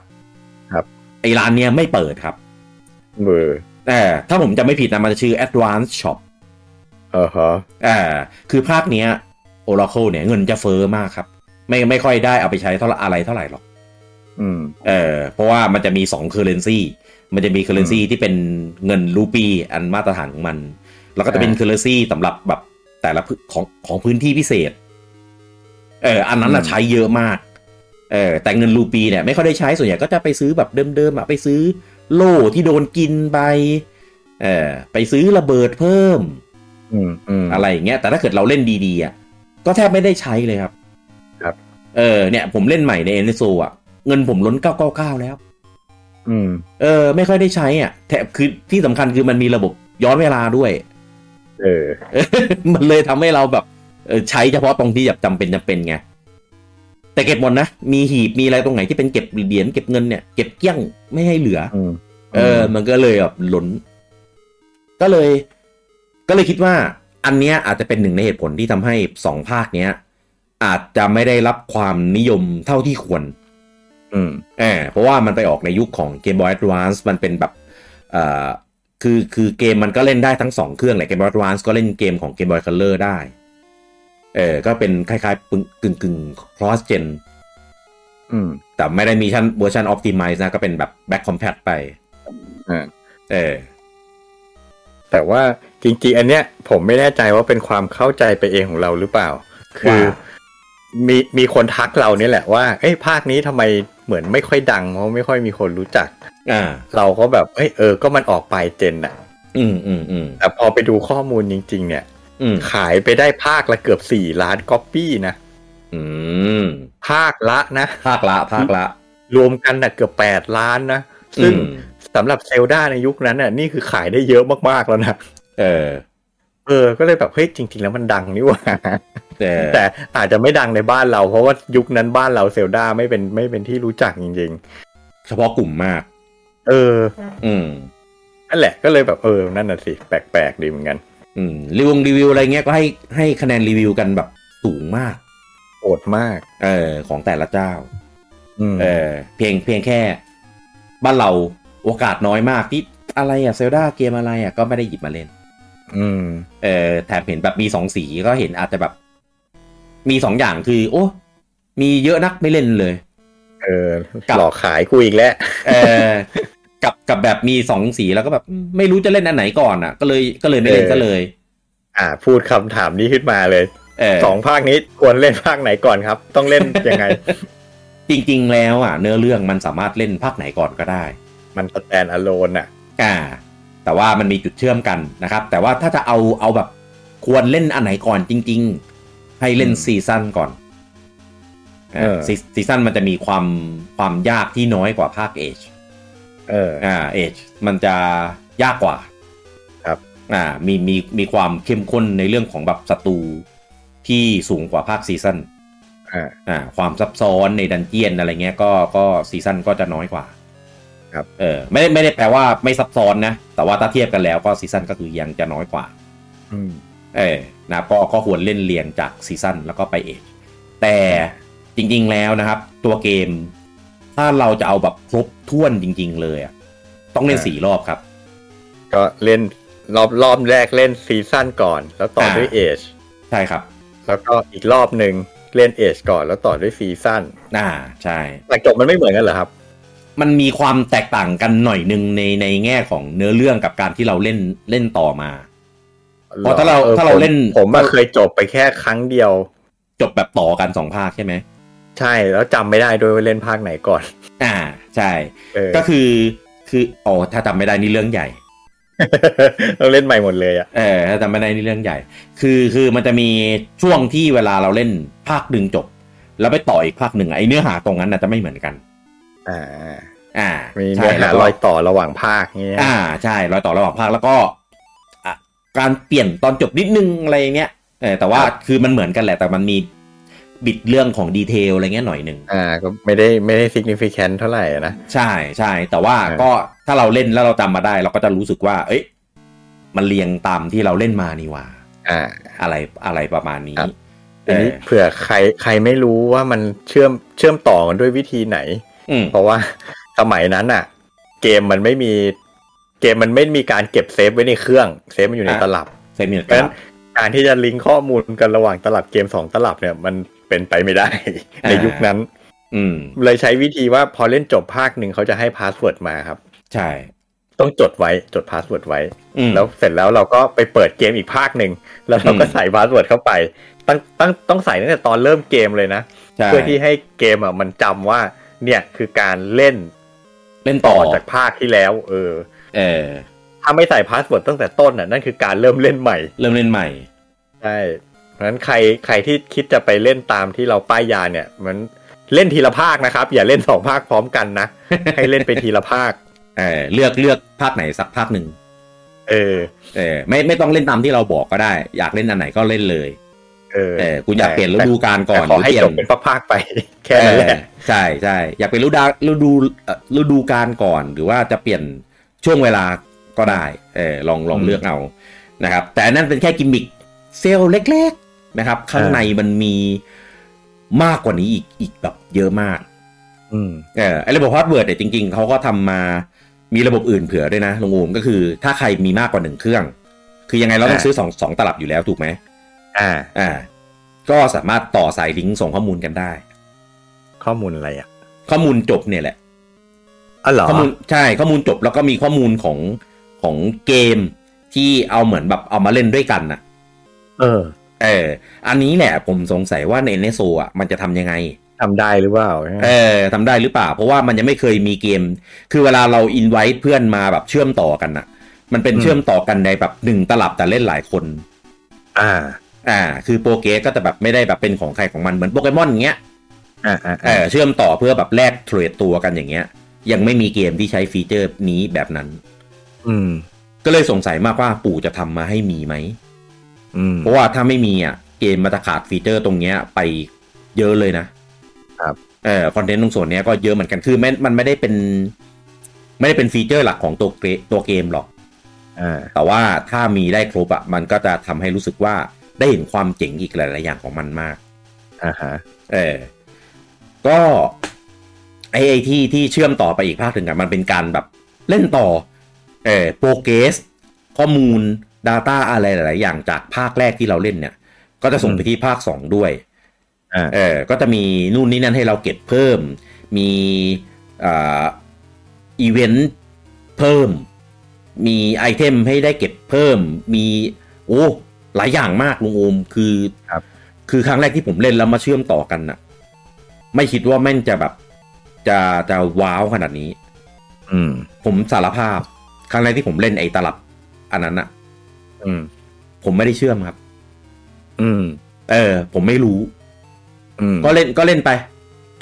ครับ
ไอร้านเนี้ยไม่เปิดครับ
เออ
แต่ถ้าผมจำไม่ผิดนะมันจะชื่อ Advanced Shop
เออฮะ
อ่าคือภาคเนี้ย Oracle เนี่ยเงินจะเฟ้อมากครับ ไม่ไม่ค่อยได้เอาไปใช้เท่าไหร่อะไรเท่าไหร่หรอก
อืม
เออเพราะว่ามันจะมี2 currency มันจะมี currency ที่เป็นเงินรูปีอันมาตรฐานของมัน แล้วก็จะเป็น
อ่า
currency สำหรับแบบแต่ละพื้นของของพื้นที่พิเศษ เอออันนั้นน่ะ
อืม
ใช้เยอะมาก เออแต่เงินรูปีเนี่ยไม่ค่อยได้ใช้ส่วนใหญ่ก็จะไปซื้อแบบเดิมๆอะไปซื้อโล่ที่โดนกินไป เออไปซื้อระเบิดเพิ่ม
อืมอืม
อะไรอย่างเงี้ยแต่ถ้าเกิดเราเล่นดีๆอ่ะก็แทบไม่ได้ใช้เลยครับ
ครับ
เออเนี่ยผมเล่นใหม่ในเอเนโซอ่ะเงินผมล้น 999 แล้ว
อืม
เออไม่ค่อยได้ใช้อ่ะแถมคือที่สำคัญคือมันมีระบบย้อนเวลาด้วย
เออ
มันเลยทำให้เราแบบเออใช้เฉพาะตรงที่แบบจำเป็นจำเป็นไงแต่เก็บหมดนะมีหีบมีอะไรตรงไหนที่เป็นเก็บเหรียญเก็บเงินเนี่ยเก็บเกลี้ยงไม่ให้เหลือ
อืม
เออ มันก็เลยแบบหลน ก็เลย ก็เลยคิดว่า อันเนี้ยอาจจะเป็นหนึ่งในเหตุผลที่ทำให้สองภาคเนี้ย อาจจะไม่ได้รับความนิยมเท่าที่ควร
อืม
เออเพราะว่ามันไปออกในยุคของ Game Boy Advance มันเป็นแบบเอ่อคือคือเกมมันก็เล่นได้ทั้งสองเครื่องแหละ Game Boy Advance ก็เล่นเกมของ Game Boy Color ได้ เออก็เป็นคล้ายๆปึ้งกึ่งกึ่ง cross gen
อืม
แต่ไม่ได้มีชั้นเวอร์ชัน optimize นะ ก็เป็นแบบ back compat ไป
อ่า
เออ
แต่ว่าจริงๆ อันเนี้ยผมไม่แน่ใจว่าเป็นความเข้าใจไปเองของเราหรือเปล่า คือ
ว่า
มีมีคนทักเราเนี่ยแหละว่า เอ้ยภาคนี้ทำไมเหมือนไม่ค่อยดังเพราะไม่ค่อยมีคนรู้จัก
อ่า
เราก็แบบเอ้ยเออก็มันออกปลายเจนอะ
อืมอืมอืม
แต่พอไปดูข้อมูลจริง ๆ เนี่ย
อืม
ขายไปได้ภาคละเกือบสี่ล้านก๊อปปี้นะ
อืม
ภาคละนะ
ภาคละภาคละ
รวมกันนะเกือบแปดล้านนะ ซึ่ง
อืม
สำหรับเซลดาในยุคนั้นน่ะนี่คือขายได้เยอะมากๆแล้วนะ
เออ
เออก็เลยแบบเฮ้ยจริง ๆ แล้วมันดังนี่หว่า
แต่
แต่อาจจะไม่ดังในบ้านเรา เพราะว่ายุคนั้นบ้านเราเซลดาไม่เป็นไม่เป็นที่รู้จักจริง
เฉพาะกลุ่มมาก
ๆ เออ
อืม
นั่นแหละก็เลยแบบเออนั่นน่ะสิแปลกๆดีเหมือนกัน
อืมรีวิวรีวิวอะไรเงี้ยก็ให้ให้คะแนนรีวิวกันแบบสูงมาก
โอดมาก
เออของแต่ละเจ้า
อืม
เออเพียงเพียงแค่ บ้านเราโอกาสน้อยมากที่อะไรอะเซลดาเกมอะไรอะก็ไม่ได้หยิบมาเล่น
อืม
เออแถมเห็นแบบมีสองสีก็เห็นอาจจะแบบ มีสองอย่างคือ โอ้ มีเยอะนักไม่เล่นเลย
เออ
กับ
หลอกขายกูอีกแล้ว
เออ กับกับแบบมีสองสีแล้วก็แบบไม่รู้จะเล่นอันไหนก่อนอ่ะ ก็เลยก็เลยไม่เล่นก็เลย
อ่า พูดคำถามนี้ขึ้นมาเลย
เออ
สองภาคนี้ควรเล่นภาคไหนก่อนครับ ต้องเล่นยังไง
จริงๆ แล้วอ่ะเนื้อเรื่องมันสามารถเล่นภาคไหนก่อนก็ได้
มันสแตนอะโลนอ่ะ
อ่าแต่ว่ามันมีจุดเชื่อมกันนะครับ แต่ว่าถ้าจะเอาเอาแบบควรเล่นอันไหนก่อนจริง ๆ ให้เล่น
อืม
ซีซั่นก่อน
เออ
ซีซีซั่นมันจะมีความความยากที่น้อยกว่าภาคเอช
เออ
อ่าเอชมันจะยากกว่า
ครับ
อ่ามีมีมีความเข้มข้นในเรื่องของแบบศัตรูที่สูงกว่าภาคซีซั่น
อ่า
อ่าความซับซ้อนในดันเจียนอะไรเงี้ยก็ก็ซีซั่นก็จะน้อยกว่า
ครับ
เออไม่ได้ไม่ได้แปลว่าไม่ซับซ้อนนะ แต่ว่าถ้าเทียบกันแล้วก็ซีซั่นก็คือยังจะน้อยกว่า
อืม
เออนะครับก็ก็ควรเล่นเรียงจากซีซั่นแล้วก็ไปเอกแต่จริงๆแล้วนะครับ ตัวเกม ถ้าเราจะเอาแบบครบถ้วนจริง ๆ เลยอะต้องเล่นสี่รอบครับ
ก็เล่นรอบรอบแรกเล่นซีซั่นก่อน แล้วต่อด้วย
อ่า
เอช
ใช่ครับ
แล้วก็อีกรอบหนึ่งเล่นเอชก่อนแล้วต่อด้วยซีซั่น
อ่าใช่
แต่จบมันไม่เหมือนกันเหรอครับ
มันมีความแตกต่างกันหน่อยหนึงในในแง่ของเนื้อเรื่องกับการที่เราเล่นเล่นต่อมา เพราะถ้าเรา
ออ
ถ้าเรา
ผม
เล่น
ผมมาเคยจบไปแค่ครั้งเดียว
จบแบบต่อกันสองภาคใช่ไหม
ใช่แล้วจำไม่ได้ด้วยว่าเล่นภาคไหนก่อน
อ่า ใช่
เออ
ก็คือคืออ๋อถ้าจำไม่ได้นี่เรื่องใหญ่
เราเล่นใหม่หมดเลยอ่ะ
เออถ้าจำไม่ได้นี่เรื่องใหญ่ คือคือมันจะมีช่วงที่เวลาเราเล่นภาคหนึ่งจบ แล้วไปต่ออีกภาคหนึ่งอะไอเนื้อหาตรงนั้นน่ะจะไม่เหมือนกัน
อ่า
อ่า
มี
ใช่
เนื้อ
แล้
หาว
ก็
รอยต่อระหว่างภาคเงี้ย
อ่าใช่รอยต่อระหว่างภาคแล้วก็อ่ะการเปลี่ยนตอนจบนิดนึงอะไรอย่างเงี้ยเออแต่ว่าคือมันเหมือนกันแหละ แต่มันมีบิดเรื่องของดีเทลอะไรเงี้ยหน่อยหนึ่ง
อ่า ก็ไม่ได้ไม่ได้ significant เท่าไหร่นะ
ใช่ใช่แต่ว่า
อ่า
ก็ถ้าเราเล่นแล้วเราจำมาได้ เราก็จะรู้สึกว่า เอ้ยมันเรียงตามที่เราเล่นมานี่หว่า
อ่า
อะไรอะไรประมาณนี้
ครับ
เอ
อันนี้
อ
เผื่อใครใครไม่รู้ว่ามันเชื่อมเชื่อมต่อกันด้วยวิธีไหน
อืม
เพราะว่า สมัยนั้นอ่ะ เกมมันไม่มี เกมมันไม่มีการเก็บเซฟไว้ในเครื่อง เซฟมันอยู่ในตลับ
เซมิ
เพราะฉะนั้นการที่จะลิงก์ข้อมูลกันระหว่างตลับเกมสองตลับเนี่ยมันเป็นไปไม่ได้ ในยุคนั้น
อืม
เลยใช้วิธีว่าพอเล่นจบภาคหนึ่งเขาจะให้พาสเวิร์ดมาครับ
ใช่
ต้องจดไว้จดพาสเวิร์ดไว้
อืม
แล้วเสร็จแล้วเราก็ไปเปิดเกมอีกภาคหนึ่งแล้วเราก็
อืม
ใส่พาสเวิร์ดเข้าไปตั้งตั้งต้องใส่ตั้งแต่ตอนเริ่มเกมเลยนะ
ใช่
เพื่อที่ให้เกมอ่ะมันจำว่า เนี่ยคือการเล่น
เล่น
ต่
ต่
อ
อ
จากภาคที่แล้ว เออ
เออ
ถ้าไม่ใส่พาสเวิร์ดตั้งแต่ต้นน่ะนั่นคือการเริ่มเล่นใหม่
เริ่มเล่นใหม่
ใช่เพราะฉะนั้นใครใครที่คิดจะไปเล่นตามที่เราป้ายยาเนี่ยเหมันเล่นทีละภาคนะครับ อย่าเล่นสองภาคพร้อมกันนะ ให้เล่นไปทีละภาค
เออเลือกเลือกภาคไหนสักภาคหนึ่ง
เออ
เออไม่ไม่ต้องเล่นตามที่เราบอกก็ได้ อยากเล่นอันไหนก็เล่นเลย
เออ
เออคุณอยากเปลี่ยนฤดูกาลก่
แต่
อน
ขอให้
เปลี่ย
จบเป็นภาคๆไป แค่นั้นแหละ
เออใช่ใช่อยากเป็นฤดูฤดูเอ่อฤดูกาลก่อนหรือว่าจะเปลี่ยนช่วงเวลาก็ได้เออลองลอง
อืม
เลือกเอานะครับ แต่อันนั่นเป็นแค่กิมมิคเซลล์เล็กๆนะครับ ข้าง
เออ
ในมันมีมากกว่านี้อีกอีกแบบเยอะมาก
อืม
เออไอ้ระบบพาสเวิร์ดเนี่ยจริง ๆ เขาก็ทำมามีระบบอื่นเผื่อด้วยนะลุงอูมก็คือถ้าใครมีมากกว่าหนึ่งเครื่อง คือยังไงเราต้อง
อ่า
ซื้อสองสองตลับอยู่แล้วถูกไหม
อ่า
อ่า ก็สามารถต่อสายลิงก์ส่งข้อมูลกันได้
ข้อมูลอะไรอ่ะ
ข้อมูลจบเนี่ยแหละ
อ๋อเหรอ
ข้อมูลใช่ข้อมูลจบแล้วก็มีข้อมูลของของเกมที่เอาเหมือนแบบเอามาเล่นด้วยกันน่ะ
เออ
เออ อันนี้แหละผมสงสัยว่าใน NSO อ่ะมันจะทำยังไง
ทำได้หรือเปล่า
เออทำได้หรือเปล่า เพราะว่ามันยังไม่เคยมีเกม คือเวลาเราอินไว้เพื่อนมาแบบเชื่อมต่อกันน่ะ มันเป็นเชื่อมต่อกันในแบบหนึ่งตลับแต่เล่นหลายคน
อ่า
อ่า คือโปรเกสก็จะแบบไม่ได้แบบเป็นของใครของมันเหมือนโปเกมอนอย่างเงี้ย
อ่าอ่า
เออเชื่อมต่อเพื่อแบบแลกเทรดตัวกันอย่างเงี้ย ยังไม่มีเกมที่ใช้ฟีเจอร์นี้แบบนั้น
อืม
ก็เลยสงสัยมากว่าปู่จะทำมาให้มีไหม
อืม
เพราะว่าถ้าไม่มีอ่ะเกมมันจะขาดฟีเจอร์ตรงเนี้ยไปเยอะเลยนะครับ เออคอนเทนต์ตรงส่วนเนี้ยก็เยอะเหมือนกันคือไม่มันไม่ได้เป็น ไม่ได้เป็นฟีเจอร์หลักของตัวเกมตัวเกมหรอก
อ่า
แต่ว่าถ้ามีได้ครบอ่ะมันก็จะทำให้รู้สึกว่าได้เห็นความเจ๋งอีกหลาย ๆ อย่างของมันมาก
อ่าฮะ
เออก็ไอ้ไอ้ที่ที่เชื่อมต่อไปอีกภาคหนึ่งอะมันเป็นการแบบเล่นต่อเออโปรเกสข้อมูล Data อะไรหลาย ๆ อย่างจากภาคแรกที่เราเล่นเนี่ย ก็จะส่งไปที่ภาค 2 ด้วย
อ่า
เออก็จะมีนู่นนี่นั่นให้เราเก็บเพิ่ม มีอ่าอีเวนต์เพิ่ม มีไอเทมให้ได้เก็บเพิ่ม มีโอ้หลายอย่างมากลุงโอมคือ
ครับ
คือครั้งแรกที่ผมเล่นแล้วมาเชื่อมต่อกันน่ะ ไม่คิดว่าแม่งจะแบบจะจะว้าวขนาดนี้
อืม
ผมสารภาพ ครั้งแรกที่ผมเล่นไอ้ตลับ อันนั้นน่ะ
อืม
ผมไม่ได้เชื่อมครับ
อืม
เออ ผมไม่รู้
อืม
ก็เล่นก็เล่นไป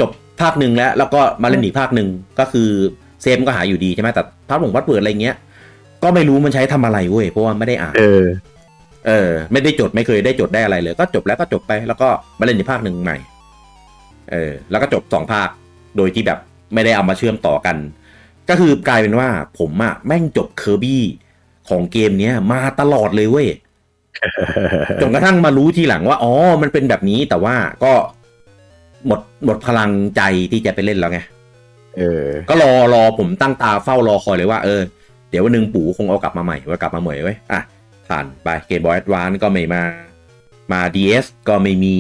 จบภาคหนึ่งแล้ว แล้วก็มาเล่นอีกภาคหนึ่งก็คือเซฟมนก็หาอยู่ดีใช่ไหมแต่ภาพหลงวัดเปิดอะไรเงี้ย ก็ไม่รู้มันใช้ทำอะไรเว้ยเพราะว่าไม่ได้อ่าน
เออ
เออ ไม่ได้จดไม่เคยได้จดได้อะไรเลย ก็จบแล้วก็จบไป แล้วก็มาเล่นอีกภาคหนึ่งใหม่ เออ แล้วก็จบสองภาคโดยที่แบบไม่ได้เอามาเชื่อมต่อกัน ก็คือกลายเป็นว่าผมอะแม่งจบเคอร์บี้ของเกมเนี้ยมาตลอดเลยเว้ย จนกระทั่งมารู้ทีหลังว่า อ๋อ มันเป็นแบบนี้แต่ว่าก็หมดหมดพลังใจที่จะไปเล่นแล้วไง
เออ
ก็รอรอผมตั้งตาเฝ้ารอคอยเลยว่า เออ เดี๋ยววันหนึ่งปู่คงเอากลับมาใหม่ว่ากลับมาเหมยไว้ยอ่ะ ผ่านไปเกมบอยแอดวานก็ไม่มา มา DS ก็ไม่มี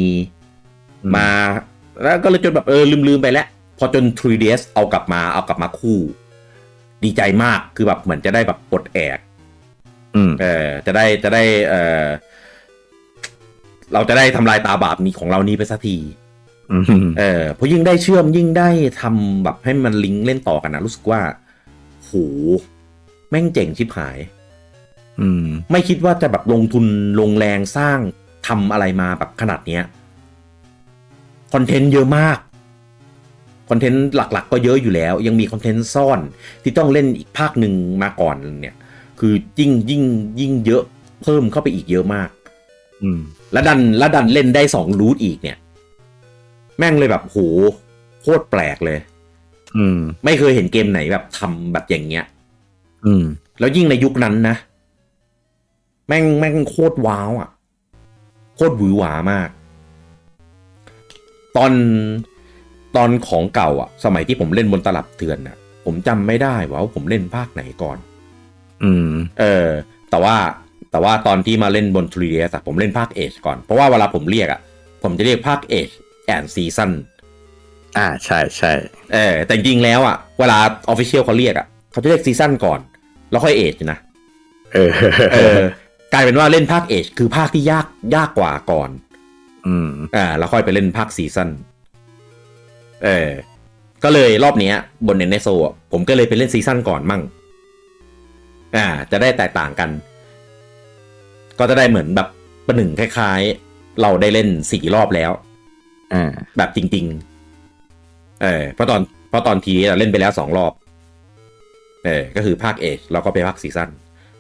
อืม
มา แล้วก็เลยจนแบบเออลืมลืมไปแล้ว พอจน 3DS เอากลับมาเอากลับมาคู่ ดีใจมากคือแบบเหมือนจะได้แบบปลดแอก
อืม
เออจะได้จะได้เออ เราจะได้ทำลายตาบาปนี้ของเรานี้ไปสักที
อืม
เออเพราะยิ่งได้เชื่อมยิ่งได้ทำแบบให้มันลิงก์เล่นต่อกันนะรู้สึกว่าโหแม่งเจ๋งชิบหาย
อืม
ไม่คิดว่าจะแบบลงทุนลงแรงสร้างทำอะไรมาแบบขนาดเนี้ยคอนเทนต์เยอะมากคอนเทนต์หลักๆ ก็เยอะอยู่แล้ว ยังมีคอนเทนต์ซ่อนที่ต้องเล่นอีกภาคหนึ่งมาก่อนเนี่ย คือยิ่งยิ่งยิ่งเยอะเพิ่มเข้าไปอีกเยอะมาก
อืม
แล้วดันแล้วดันเล่นได้สองรูทอีกเนี่ย แม่งเลยแบบโหโคตรแปลกเลย
อืม
ไม่เคยเห็นเกมไหนแบบทำแบบอย่างเงี้ย
อืม
แล้วยิ่งในยุคนั้นนะ แม่งแม่งโคตรว้าวอะ่ะ โคตรหวือหวามาก ตอนตอนของเก่าอะ่ะ สมัยที่ผมเล่นบนตลับเถือนน่ะ ผมจำไม่ได้ว่าผมเล่นภาคไหนก่อน
อืม
เออ แต่ว่าแต่ว่าตอนที่มาเล่นบน 3DS อะผมเล่นภาคเอชก่อน เพราะว่าเวลาผมเรียกอะผมจะเรียกภาคเอชแอนซีซัน
อ่าใช่ใช่
เออแต่จริงๆแล้วอะเวลาออฟฟิเชียลเขาเรียกอะเขาจะเรียกซีซันก่อน แล้วค่อยเอชนะ
เออ
เออกลายเป็นว่าเล่นภาคเอชคือภาคที่ยากยากกว่าก่อน
อืม
อ่า แล้วค่อยไปเล่นภาคซีซั่นเออ ก็เลยรอบเนี้ย บนเนเนโซผมก็เลยไปเล่นซีซั่นก่อนมั่ง อ่า จะได้แตกต่างกัน ก็จะได้เหมือนแบบประหนึ่งคล้ายๆ เราได้เล่นสี่รอบแล้ว
อ่า
แบบจริง ๆ เออเพราะตอนเพราะตอนทีเราเล่นไปแล้วสองรอบ เออ ก็คือภาคเอชแล้วก็ไปภาคซีซั่น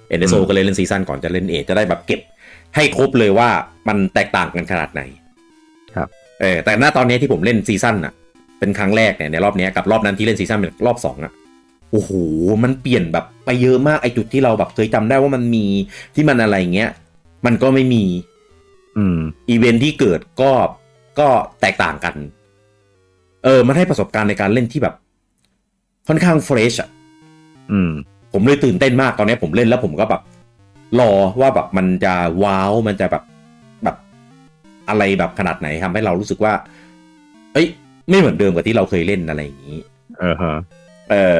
เอเนโซก็เลยเล่นซีซั่นก่อนจะเล่นเอชจะได้แบบเก็บ ให้ครบเลยว่ามันแตกต่างกันขนาดไหน
ครับ
เออแต่ณตอนนี้ที่ผมเล่นซีซั่นอะเป็นครั้งแรกเนี่ยในรอบเนี้ยกับรอบนั้นที่เล่นซีซั่นเป็นรอบสองอะโอ้โหมันเปลี่ยนแบบไปเยอะมากไอจุดที่เราแบบเคยจำได้ว่ามันมีที่มันอะไรเงี้ยมันก็ไม่มี
อืม
อีเวนท์ที่เกิดก็ก็แตกต่างกัน เออมันให้ประสบการณ์ในการเล่นที่แบบ ค่อนข้างเฟรชอะ
อืม
ผมเลยตื่นเต้นมากตอนนี้ผมเล่นแล้วผมก็แบบรอว่าแบบมันจะว้าวมันจะแบบแบบอะไรแบบขนาดไหนทำให้เรารู้สึกว่า เอ้ย ไม่เหมือนเดิมกับที่เราเคยเล่นอะไรอย่างนี้
เออฮะ
เออ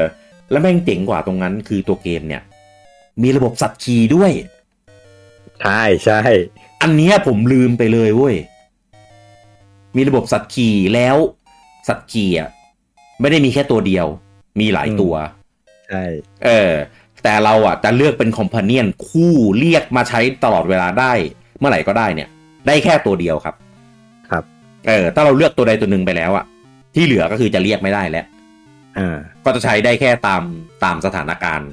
แล้วแม่งเจ๋งกว่าตรงนั้นคือตัวเกมเนี่ย มีระบบสัตว์ขี่ด้วย
ใช่ใช่
อันเนี้ยผมลืมไปเลยเว้ย มีระบบสัตว์ขี่แล้ว สัตว์ขี่อ่ะไม่ได้มีแค่ตัวเดียว มีหลายตัว
ใช่
เออ แต่เราอ่ะจะเลือกเป็นคอมพาเนียนคู่เรียกมาใช้ตลอดเวลาได้ เมื่อไหร่ก็ได้เนี่ย ได้แค่ตัวเดียวครับ
ครับ
เออ ถ้าเราเลือกตัวใดตัวหนึ่งไปแล้วอ่ะ ที่เหลือก็คือจะเรียกไม่ได้แล้ว
อ่า
ก็จะใช้ได้แค่ตามตามสถานการณ์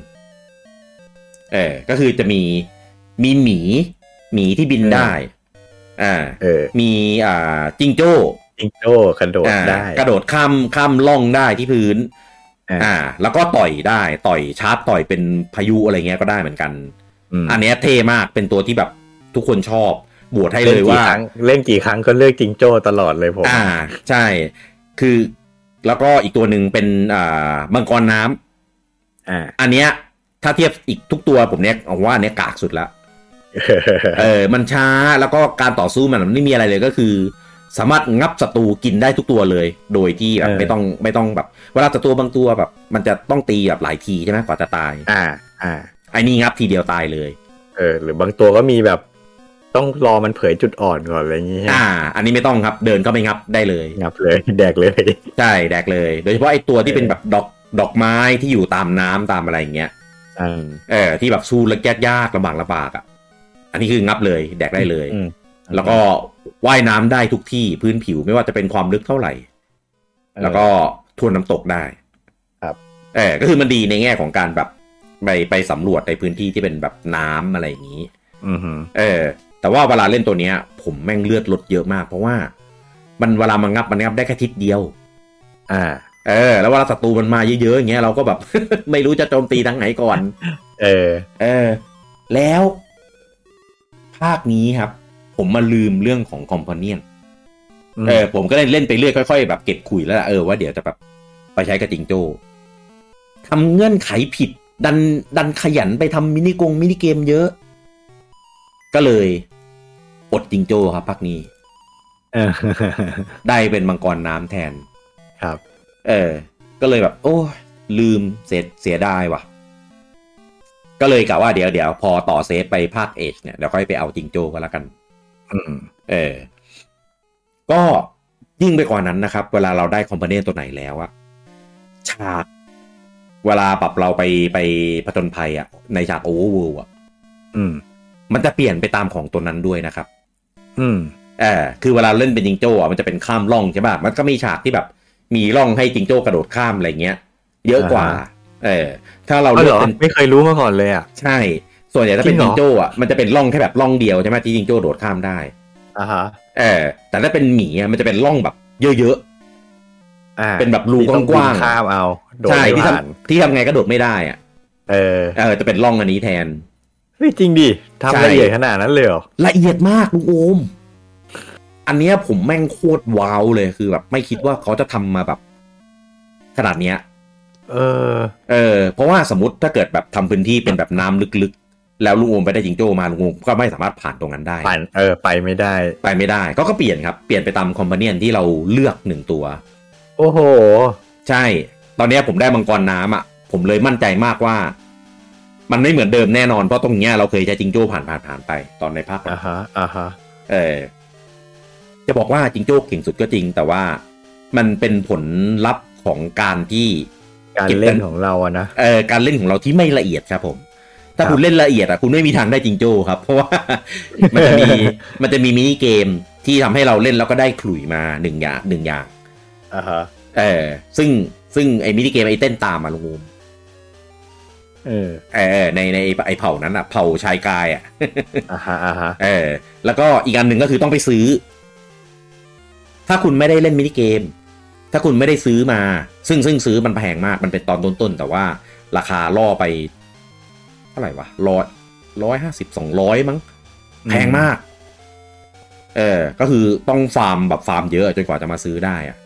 เออ ก็คือจะมีมีหมี หมีที่บินได้ อ่า
เออ
มีอ่าจิงโจ้
จิงโจ้กระโดด
อ่า
ได้
กระโดดข้ามข้ามล่องได้ที่พื้น
อ่า
อ่า แล้วก็ต่อยได้ ต่อยชาร์จต่อยเป็นพายุอะไรเงี้ยก็ได้เหมือนกัน
ม
อันเนี้ยเท่มากเป็นตัวที่แบบทุกคนชอบบวชให้เลย
นกี่
ว่า
ครั้งเล่นกี่ครั้งก็เลือกจิงโจ้ตลอดเลยผม
อ่า ใช่ คือแล้วก็อีกตัวหนึ่งเป็นอ่ามังกรน้ำ
อ่า
อันเนี้ยถ้าเทียบอีกทุกตัวผมเนี้ยผมว่าอันเนี้ยกากสุดละ เออ มันช้าแล้วก็การต่อสู้มันไม่มีอะไรเลยก็คือ สามารถงับศัตรูกินได้ทุกตัวเลย โดยที่แบบ
เออ
ไม่ต้องไม่ต้องแบบเวลาศัตรูบางตัวแบบ มันจะต้องตีแบบหลายทีใช่ไหมกว่าจะตาย
อ่า อ่า
ไอ้นี่งับทีเดียวตายเลย
เออ หรือบางตัวก็มีแบบต้องรอมันเผยจุดอ่อนก่อนอะไรอย่างเงี้ย
อ่า อันนี้ไม่ต้องครับ เดินก็ไปงับได้เลย
งับเลย แดกเลย
ใช่แดกเลย โดยเฉพาะไอ้ตัวที่
เออ
เป็นแบบดอกดอกไม้ที่อยู่ตามน้ำตามอะไรอย่างเงี้ย
อ่า
เออที่แบบสู้แล้วยากๆลำบากลำบากอ่ะอันนี้คืองับเลย แดกได้เลย
อืม
แล้วก็ว่ายน้ำได้ทุกที่พื้นผิวไม่ว่าจะเป็นความลึกเท่าไหร่
เออ
แล้วก็ทวนน้ำตกได้
ครับ
เออก็คือมันดีในแง่ของการแบบไปไปสำรวจในพื้นที่ที่เป็นแบบน้ำอะไรอย่างนี้
อือหือ
เออ แต่ว่าเวลาเล่นตัวเนี้ย ผมแม่งเลือดลดเยอะมาก เพราะว่า มันเวลามันงับมันงับได้แค่ทิศเดียว
อ่า
เออ แล้วเวลาศัตรูมันมาเยอะๆอย่างเงี้ยเราก็แบบ ไม่รู้จะโจมตีทางไหนก่อน
เออ
เออ แล้วภาคนี้ครับ ผมมาลืมเรื่องของคอมพาเนียน เออผมก็เล่นเล่นไปเรื่อยค่อยๆแบบเก็บขุยแล้วล่ะเออว่าเดี๋ยวจะแบบไปใช้กับจิงโจ้ทำเงื่อนไขผิด ดันดันขยันไปทำมินิกงมินิเกมเยอะ ก็เลย อดจิงโจ้ครับพักนี้
เออ
ได้เป็นมังกรน้ำแทน
ครับ
เออ ก็เลยแบบ โอ้ยลืมเสียเสียดายว่ะ ก็เลยกะว่าเดี๋ยวเดี๋ยวพอต่อเซฟไปภาคเอชเนี่ยเดี๋ยวค่อยไปเอาจิงโจ้ก็แล้วกัน
อืม
เออ ก็ยิ่งไปกว่านั้นนะครับ เวลาเราได้คอมพ n นีตัวไหนแล้วอะฉากเวลาปรับเราไปไปผจญภัยอะในฉากโอเวอร์เวิลด์อะ
อืม
มันจะเปลี่ยนไปตามของตัวนั้นด้วยนะครับ
อืม
เออคือเวลาเล่นเป็นจิงโจ้อะมันจะเป็นข้ามร่องใช่ป่ะ มันก็มีฉากที่แบบ มีร่องให้จิงโจ้กระโดดข้ามอะไรเงี้ย เยอะกว่า
อ่าฮะ
เออ ถ้าเรา
เอา
เลื
เห
อก
รอ
เป็น
ไม่เคยรู้มาก่อนเลยอ่ะ
ใช่ ส่วนใหญ่ถ้าเป็น
จริ
จิ
ง
ง
เหรอ
โจ้อะมันจะเป็นร่องแค่แบบร่องเดียวใช่ไหมที่จิงโจ้โดดข้ามได้
อ่าฮะ
เออ แต่ถ้าเป็นหมีอะมันจะเป็นร่องแบบ เยอะ
อ่า
เป็นแบบรู
ที่ต้อง
กว้างๆ
บินข้ามเอาโด
ๆ
ด
ใช่
ไม่
ที่
ผ่าน
ทำที่ทำไงก็โดดไม่ได้อะ
เออ
เออจะเป็นร่องอันนี้แทน
เฮ้ยจริงดิ
ใช่
ทำละเอียดขนาดนั้นเลยเหรอ
ละเอียดมากลุงโอม อันเนี้ยผมแม่งโคตรว้าวเลยคือแบบไม่คิดว่าเขาจะทำมาแบบ ขนาดเนี้ย
เออ
เออเพราะว่าสมมติถ้าเกิดแบบทำพื้นที่เป็นแบบน้ำลึกๆ แล้วลุงโอมไปได้จิงโจ้มาลุงโอมก็ไม่สามารถผ่านตรงนั้นได้
ผ่านเออไปไม่ได้
ไปไม่ได้ก็ก็เปลี่ยนครับ เปลี่ยนไปตามคอมพานียนที่เราเลือกหนึ่งตัว
โอ้โห
ใช่ ตอนเนี้ยผมได้มังกรน้ำอ่ะ ผมเลยมั่นใจมากว่า มันไม่เหมือนเดิมแน่นอน เพราะตรงเนี้ยเราเคยใช้จิงโจ้ผ่านผ่านผ่านไปตอนในภาคหลั
อ่าง ฮะ อ่าฮะ
เออจะบอกว่าจิงโจ้เก่งสุดก็จริง แต่ว่ามันเป็นผลลัพธ์ของการที่
การ
เก็บ
เล่น
กัน
ของเราอะนะ
เอ่อการเล่นของเราที่ไม่ละเอียดครับผม ถ้า
ครับ
คุณเล่นละเอียดอ่ะคุณไม่มีทางได้จิงโจ้ครับ เพราะว่า มัน จะมีมันจะมีมินิเกมที่ทำให้เราเล่นแล้วก็ได้ขลุ่ยมาหนึ่งอย่างหนึ่งอย่าง
อ่าฮะ
เออซึ่งซึ่งไอ้มินิเกมไอ้เต้นตามมาลุงอูม
เออ
เออในในไอ้ไอ้เผ่านั้นอ่ะเผ่าชายกายอ่ะ
อ่าฮะ อ่าฮะ
เออแล้วก็อีกอันหนึ่งก็คือต้องไปซื้อ ถ้าคุณไม่ได้เล่นมินิเกม ถ้าคุณไม่ได้ซื้อมา ซึ่งซึ่งซื้อมันแพงมากมันเป็นตอนต้นๆ แต่ว่าราคาล่อไปเท่าไหร่วะร้อยร้อยห้าสิบสองร้อยมั้งแพงมาก เออ ก็คือต้องฟาร์มแบบฟาร์มเยอะจนกว่าจะมาซื้อได้อะ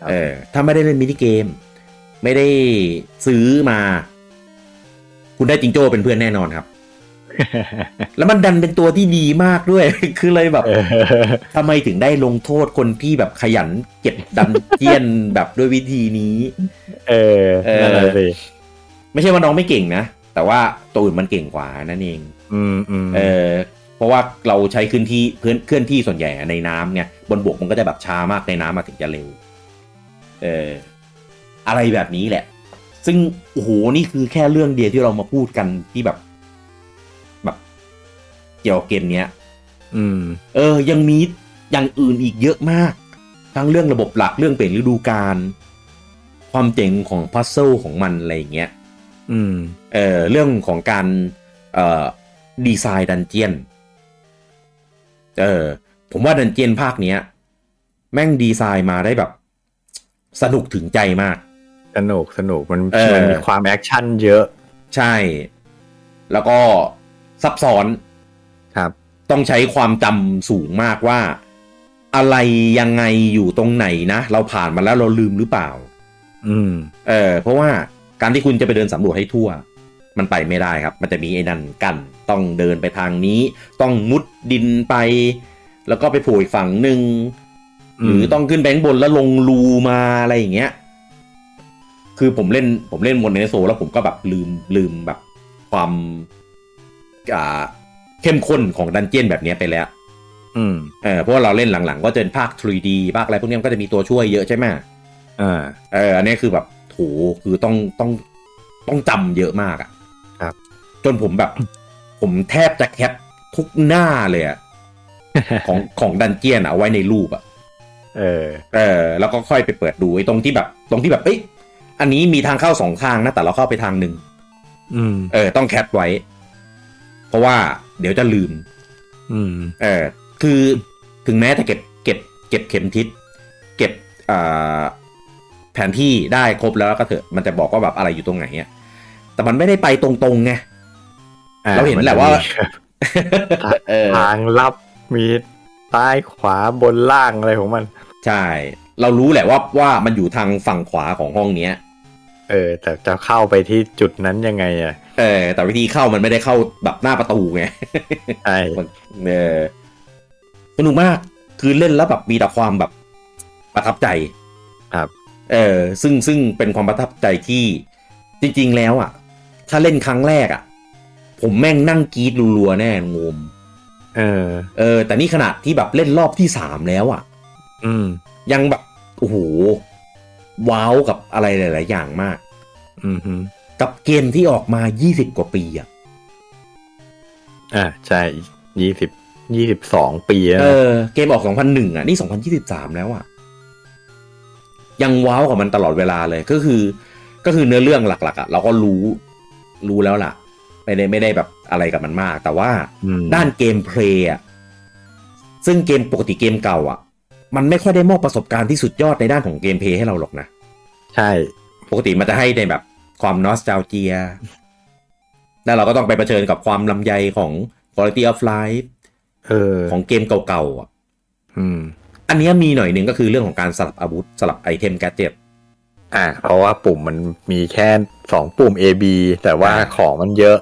ครับ
เออ ถ้าไม่ได้เล่นมินิเกม ไม่ได้ซื้อมา คุณได้จิงโจ้เป็นเพื่อนแน่นอน ครับ แล้วมันดันเป็นตัวที่ดีมากด้วย คือเลยแบบ
เออ
ทำไมถึงได้ลงโทษคนที่แบบขยันเก็บดันเจียนแบบด้วยวิธีนี้
เออนั่นแหละสิ
ไม่ใช่ว่าน้องไม่เก่งนะ แต่ว่าตัวอื่นมันเก่งกว่านั่นเอง
อืมอืม
เออ เพราะว่าเราใช้เคลื่อนที่เพื่อนเคลื่อนที่ส่วนใหญ่ในน้ำไงบนบกมันก็จะแบบช้ามากในน้ำมาถึงจะเร็ว เออ อะไรแบบนี้แหละ ซึ่งโอ้โหนี่คือแค่เรื่องเดียวที่เรามาพูดกันที่แบบ แบบเกี่ยวกับเกมเนี้ย
อืม
เออ ยังมีอย่างอื่นอีกเยอะมาก ทั้งเรื่องระบบหลักเรื่องเปลี่ยนฤดูกาลความเจ๋งของพัซเซิลของมันอะไรอย่างเงี้ย
อืม
เออเรื่องของการเอ่อดีไซน์ดันเจียนเออผมว่าดันเจียนภาคเนี้ย แม่งดีไซน์มาได้แบบ สนุกถึงใจมาก
สนุก สนุก มัน
เออ
มันมีความแอคชั่นเยอะ
ใช่ แล้วก็ซับซ้อน
ครับ
ต้องใช้ความจำสูงมากว่า อะไรยังไงอยู่ตรงไหนนะ เราผ่านมาแล้วเราลืมหรือเปล่า
อืม
เออเพราะว่าการที่คุณจะไปเดินสำรวจให้ทั่ว มันไปไม่ได้ครับ มันจะมีไอ้นั่นกันต้องเดินไปทางนี้ ต้องมุดดินไป แล้วก็ไปโผล่อีกฝั่งหนึ่ง
อืม
หรือต้องขึ้นแบงบนแล้วลงรูมาอะไรอย่างเงี้ย คือผมเล่นผมเล่นบนเนโซแล้วผมก็แบบลืมลืมแบบความอ่าเข้มข้นของดันเจียนแบบเนี้ยไปแล้ว
อืม
เออเพราะว่าเราเล่นหลังๆ ก็จะเป็นภาค 3D ภาคอะไรพวกเนี้ยมันก็จะมีตัวช่วยเยอะใช่ไหม
อ่า
เอออันนี้คือแบบโหคือต้องต้องต้องจำเยอะมากอะ่ะ
ครับ
จนผมแบบ ผมแทบจะแคปทุกหน้าเลยอะของของดันเจียนอะเอาไว้ในรูปอะ่ะ
เออ
เออแล้วก็ค่อยไปเปิดดูไอ้ตรงที่แบบ ตรงที่แบบเอ้ยอันนี้มีทางเข้าสองทางนะแต่เราเข้าไปทางหนึ่ง
อืม
เออต้องแคปไว้ เพราะว่าเดี๋ยวจะลืม
อืม
เออคือถึงแม้จะเก็บเก็บเก็บเข็มทิศเก็บอ่าแผนที่ได้ครบแล้วก็เถอะมันจะบอกว่าแบบอะไรอยู่ตรงไหนอะแต่มันไม่ได้ไปตรงๆไง
อ่
เราเห็นแหละว่า เออ
ทางลับมีซ้ายขวาบนล่างอะไรของมัน
ใช่ เรารู้แหละว่าว่ามันอยู่ทางฝั่งขวาของห้องเนี้ย
เออ แต่จะเข้าไปที่จุดนั้นยังไงอ่ะ
เออ แต่วิธีเข้ามันไม่ได้เข้าแบบหน้าประตูไง
ใช่
เออสนุกมากคือเล่นแล้วแบบมีแต่ความแบบประทับใจ
ครับ
เออซึ่งซึ่งเป็นความประทับใจที่จริง ๆ แล้วอ่ะ ถ้าเล่นครั้งแรกอ่ะ ผมแม่งนั่งกรีดรัวๆแน่งม
เออ
เออแต่นี่ขนาดที่แบบเล่นรอบที่สามแล้วอ่ะ
อืม
ยังแบบโอ้โหว้าวกับอะไรหลาย ๆ อย่างมาก
อืมฮึ
กับเกมที่ออกมา 20 กว่าปีอ่ะ
อ่าใช่ยี่สิบยี่สิบสองปีแล้ว
เอ
นะ
อเกมออก 2001 อ่ะ นี่ 2023 แล้วอ่ะ ยังว้าวกับมันตลอดเวลาเลยก็คือ ก็คือเนื้อเรื่องหลัก ๆ อ่ะ เราก็รู้รู้แล้วล่ะ ไม่ได้ไม่ได้แบบอะไรกับมันมาก แต่ว่า
ม
ด้านเกมเพลย์อะซึ่งเกมปกติเกมเก่าอ่ะ มันไม่ค่อยได้มอบประสบการณ์ที่สุดยอดในด้านของเกมเพลย์ให้เราหรอกนะ
ใช่
ปกติมันจะให้ในแบบความนอสจ a เจีย แล้วเราก็ต้องไปเผชิญกับความลำไยของ quality of life
เออ
ของเกมเก่าๆอ่ะ
อืม
อันเนี้ยมีหน่อยหนึ่งก็คือเรื่องของการสลับอาวุธ สลับไอเทมแกดเจ็ต
อ่า เพราะว่าปุ่มมันมีแค่สองปุ่ม A B แต่ว่า
อ่า
ของมันเยอะ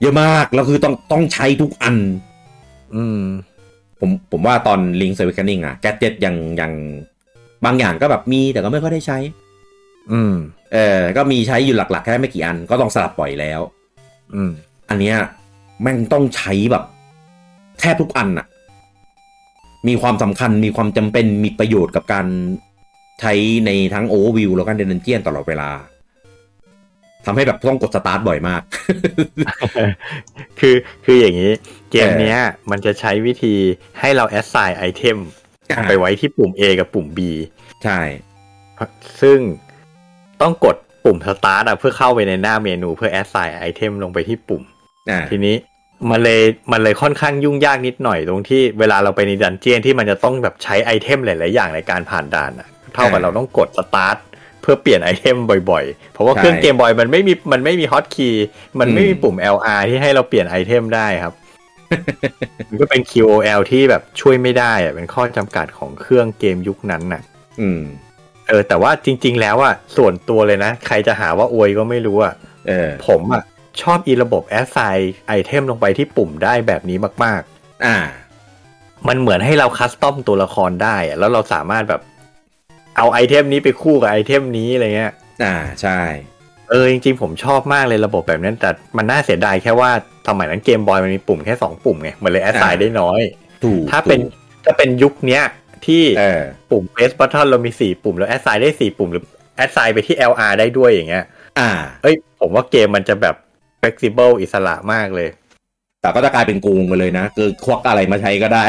เยอะมาก แล้วคือต้องต้องใช้ทุกอัน
อืม
ผมผมว่าตอน Link s a w a k e n i n g อ่ะแกดเจ็ตยังยังบางอย่างก็แบบมีแต่ก็ไม่ค่อยได้ใช้
อืม
เออ ก็มีใช้อยู่หลักๆ แค่ไม่กี่อัน ก็ต้องสลับบ่อยแล้ว
อืม
อันเนี้ยแม่งต้องใช้แบบ แทบทุกอันน่ะ มีความสำคัญมีความจำเป็นมีประโยชน์กับการใช้ในทั้ง Overview แล้วก็เดนเจียนตลอดเวลาทำให้แบบต้องกดสตาร์ทบ่อยมาก
คือคืออย่างนี้ เกมเนี้ย มันจะใช้วิธีให้เรา assign item ไปไว้ที่ปุ่ม A กับปุ่ม B
ใช่
ซึ่งต้องกดปุ่ม start อะเพื่อเข้าไปในหน้าเมนูเพื่อ assign item ลงไปที่ปุ่ม
อ่า
ทีนี้มันเลยมันเลยค่อนข้างยุ่งยากนิดหน่อยตรงที่เวลาเราไปในดันเจียนที่มันจะต้องแบบใช้ไอเทมหลาย ๆ อย่างในการผ่านด่านอะเท่ากับเราต้องกดสตาร์ทเพื่อเปลี่ยนไอเทมบ่อย ๆ เพราะว่าเครื่องเกมบอยมันไม่มีมันไม่มีฮอตคีย์มันไม่มีปุ่ม LR ที่ให้เราเปลี่ยนไอเทมได้ ครับ มันก็เป็น QOL ที่แบบช่วยไม่ได้อะเป็นข้อจำกัดของเครื่องเกมยุคนั้นน่ะ
อืม
เออแต่ว่าจริง ๆ แล้วอะส่วนตัวเลยนะ ใครจะหาว่าอวยก็ไม่รู้อะ
เออ
ผมอ่ะ ชอบอีระบบแอสไซไอเทมลงไปที่ปุ่มได้แบบนี้มาก
อ่า
ๆ มันเหมือนให้เราคัสตอมตัวละครได้อะแล้วเราสามารถแบบ เอาไอเทมนี้ไปคู่กับไอเทมนี้อะไรเงี้ย
อ่าใช่
เออจริง ๆ ผมชอบมากเลยระบบแบบนั้น แต่มันน่าเสียดายแค่ว่าสมัยนั้นเกมบอยมันมีปุ่มแค่ 2 ปุ่มไง มันเลยแอสไซ
อ่า
ได้น้อย
ถูก
ถ้าเป็น
ถูก
ถ้าเป็นยุคเนี้ยที่
เออ
ปุ่มเ s สบัต t ท n เรามี 4 ปุ่มแล้วแอสไซได้สี่ปุ่มหรือแอสไซไปที่ LR ได้ด้วยอย่างเงี้ย
อ่า
เอ้ยผมว่าเกมมันจะแบบ flexible อิสระมากเลย
แต่ก็จะกลายเป็นโกงไปเลยนะคือควักอะไรมาใช้ก็ ได้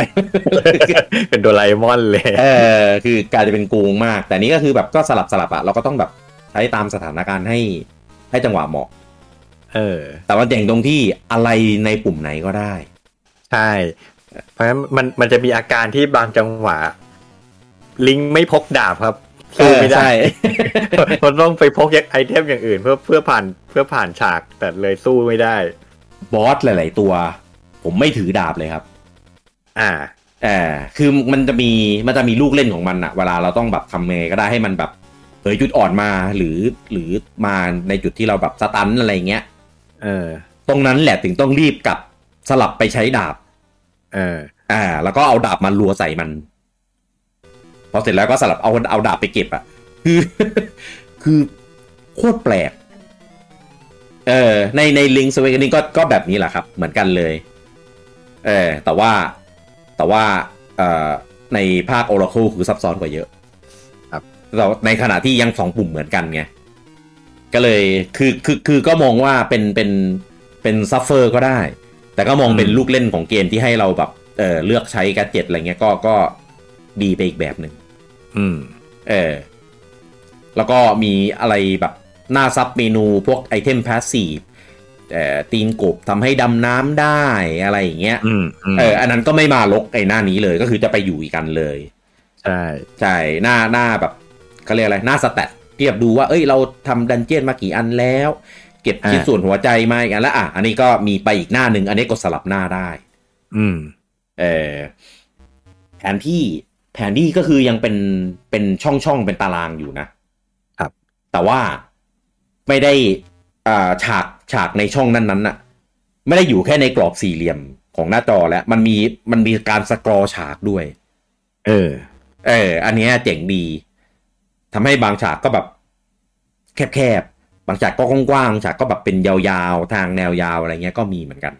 เป็นโดราเอมอนเลย
เออคือกลารจะเป็นโกงมาก แต่นี่ก็คือแบบก็สลับสลับอะเราก็ต้องแบบใช้ตามสถานการณ์ให้ให้จังหวะเหมาะ
เออ
แต่ว่าเด่งตรงที่อะไรในปุ่มไหนก็ได้
ใช่ เพราะฉะนั้นมันมันจะมีอาการที่บางจังหวะ ลิงไม่พกดาบครับสู้ไม่ได้ มันต้องไปพกไอเทมอย่างอื่น เพื่อเพื่อผ่านเพื่อผ่านฉากแต่เลยสู้ไม่ได้
บอสหลาย ๆ ตัว ผมไม่ถือดาบเลยครับ
อ่า
เออคือมันจะมีมันจะมีลูกเล่นของมันอะเวลาเราต้องแบบทำไงก็ได้ให้มันแบบเผยจุดอ่อนมาหรือหรือมาในจุดที่เราแบบสตันอะไรเงี้ย
เออ
ตรงนั้นแหละถึงต้องรีบกลับสลับไปใช้ดาบ
เออ
อ่า แล้วก็เอาดาบมารัวใส่มัน พอเสร็จแล้วก็สลับเอาเอาดาบไปเก็บอะ่ะ คือ คือโคตรแปลก เออในในลิงสเวกันนี่ก็ก็แบบนี้แหละครับ เหมือนกันเลย เออแต่ว่าแต่ว่าเอ่อในภาค Oracle คือซับซ้อนกว่าเยอะ
ครับ
แต่ว่าในขณะที่ยังสองปุ่มเหมือนกันไง ก็เลยคือคือคือก็มองว่าเป็นเป็นเป็นซัฟเฟอร์ก็ได้ แต่ก็มองเป็นลูกเล่นของเกมที่ให้เราแบบเออเลือกใช้แกดเจ็ตอะไรเงี้ยก็ก็ดีไปอีกแบบหนึ่ง
อืม
เออแล้วก็มีอะไรแบบหน้าซับเมนูพวกไอเทมพาสซีฟเอ่อตีนกบทำให้ดำน้ำได้อะไรอย่างเงี้ย
อืมอืม
เอออันนั้นก็ไม่มาลกไอหน้านี้เลยก็คือจะไปอยู่อีกกันเลย
ใช่
ใช่หน้าหน้าแบบเขาเรียกอะไร หน้าสแตทที่แบบดูว่า เอ้ย เราทำดันเจียนมากี่อันแล้ว เก็บ
อ่า
ชิ้นส่วนหัวใจมาอีกอันแล้วอ่ะ อันนี้ก็มีไปอีกหน้าหนึ่ง อันนี้กดสลับหน้าได้
อืม
เออแผนที่แผนที่ก็คือยังเป็นเป็นช่องช่องๆเป็นตารางอยู่นะครับ แต่ว่าไม่ได้อ่าฉากฉากในช่องนั้นนั้นๆน่ะ ไม่ได้อยู่แค่ในกรอบสี่เหลี่ยมของหน้าจอแล้ว มันมีมันมีการสกรอฉากด้วย
เออ
เออ อันเนี้ยเจ๋งดี ทำให้บางฉากก็แบบ แคบๆ บางฉากก็กว้างๆ ฉากก็แบบเป็นยาวๆ ทางแนวยาวอะไรเงี้ยก็มีเหมือนกัน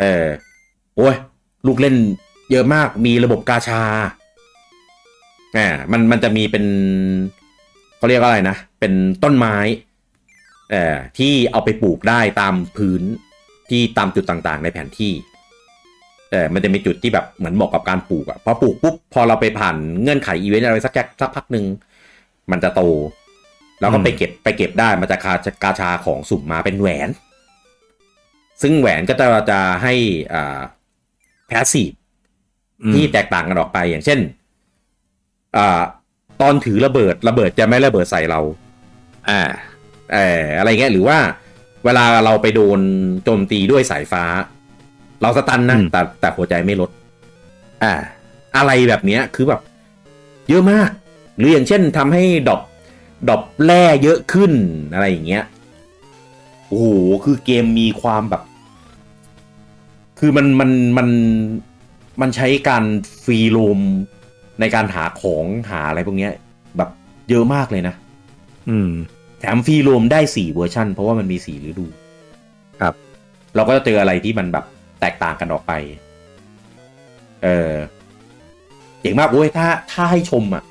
เออ โอ้ย ลูกเล่นเยอะมากมีระบบกาชาอ่ามันมันจะมีเป็นเขาเรียกอะไรนะ เป็นต้นไม้เอ่อที่เอาไปปลูกได้ตามพื้นที่ตามจุดต่างๆ ในแผนที่เออมันจะมีจุดที่แบบเหมือนเหมาะกับการปลูกอะพอปลูกปุ๊บพอเราไปผ่านเงื่อนไขอีเวนต์อะไรสักแค่สักพักหนึ่งมันจะโต แล้วก็ไปเก็บไปเก็บได้มาจากกาชากาชาของสุ่มมาเป็นแหวน ซึ่งแหวนก็จะจะให้อ่าแพสซีฟ
อืม
ที่แตกต่างกันออกไปอย่างเช่นอ่าตอนถือระเบิดระเบิดจะไม่ระเบิดใส่เรา
อ่า
เอออะไรเงี้ยหรือว่าเวลาเราไปโดนโจมตีด้วยสายฟ้า เราสตันนะ
อืม
แต่แต่หัวใจไม่ลด
อ่า
อะไรแบบเนี้ยคือแบบเยอะมาก หรืออย่างเช่นทำให้ดอกดอกแร่เยอะขึ้นอะไรอย่างเงี้ยโอ้โหคือเกมมีความแบบ คือมันมันมันมันใช้การฟรีโรมในการหาของหาอะไรพวกเนี้ย แบบเยอะมากเลยนะ
อืม
แถมฟรีโรมได้สี่เวอร์ชันเพราะว่ามันมีสี่ฤดู
ครับ
เราก็จะเจออะไรที่มันแบบแตกต่างกันออกไป เออเจ๋งมากเว้ยถ้าถ้าให้ชมอ่ะ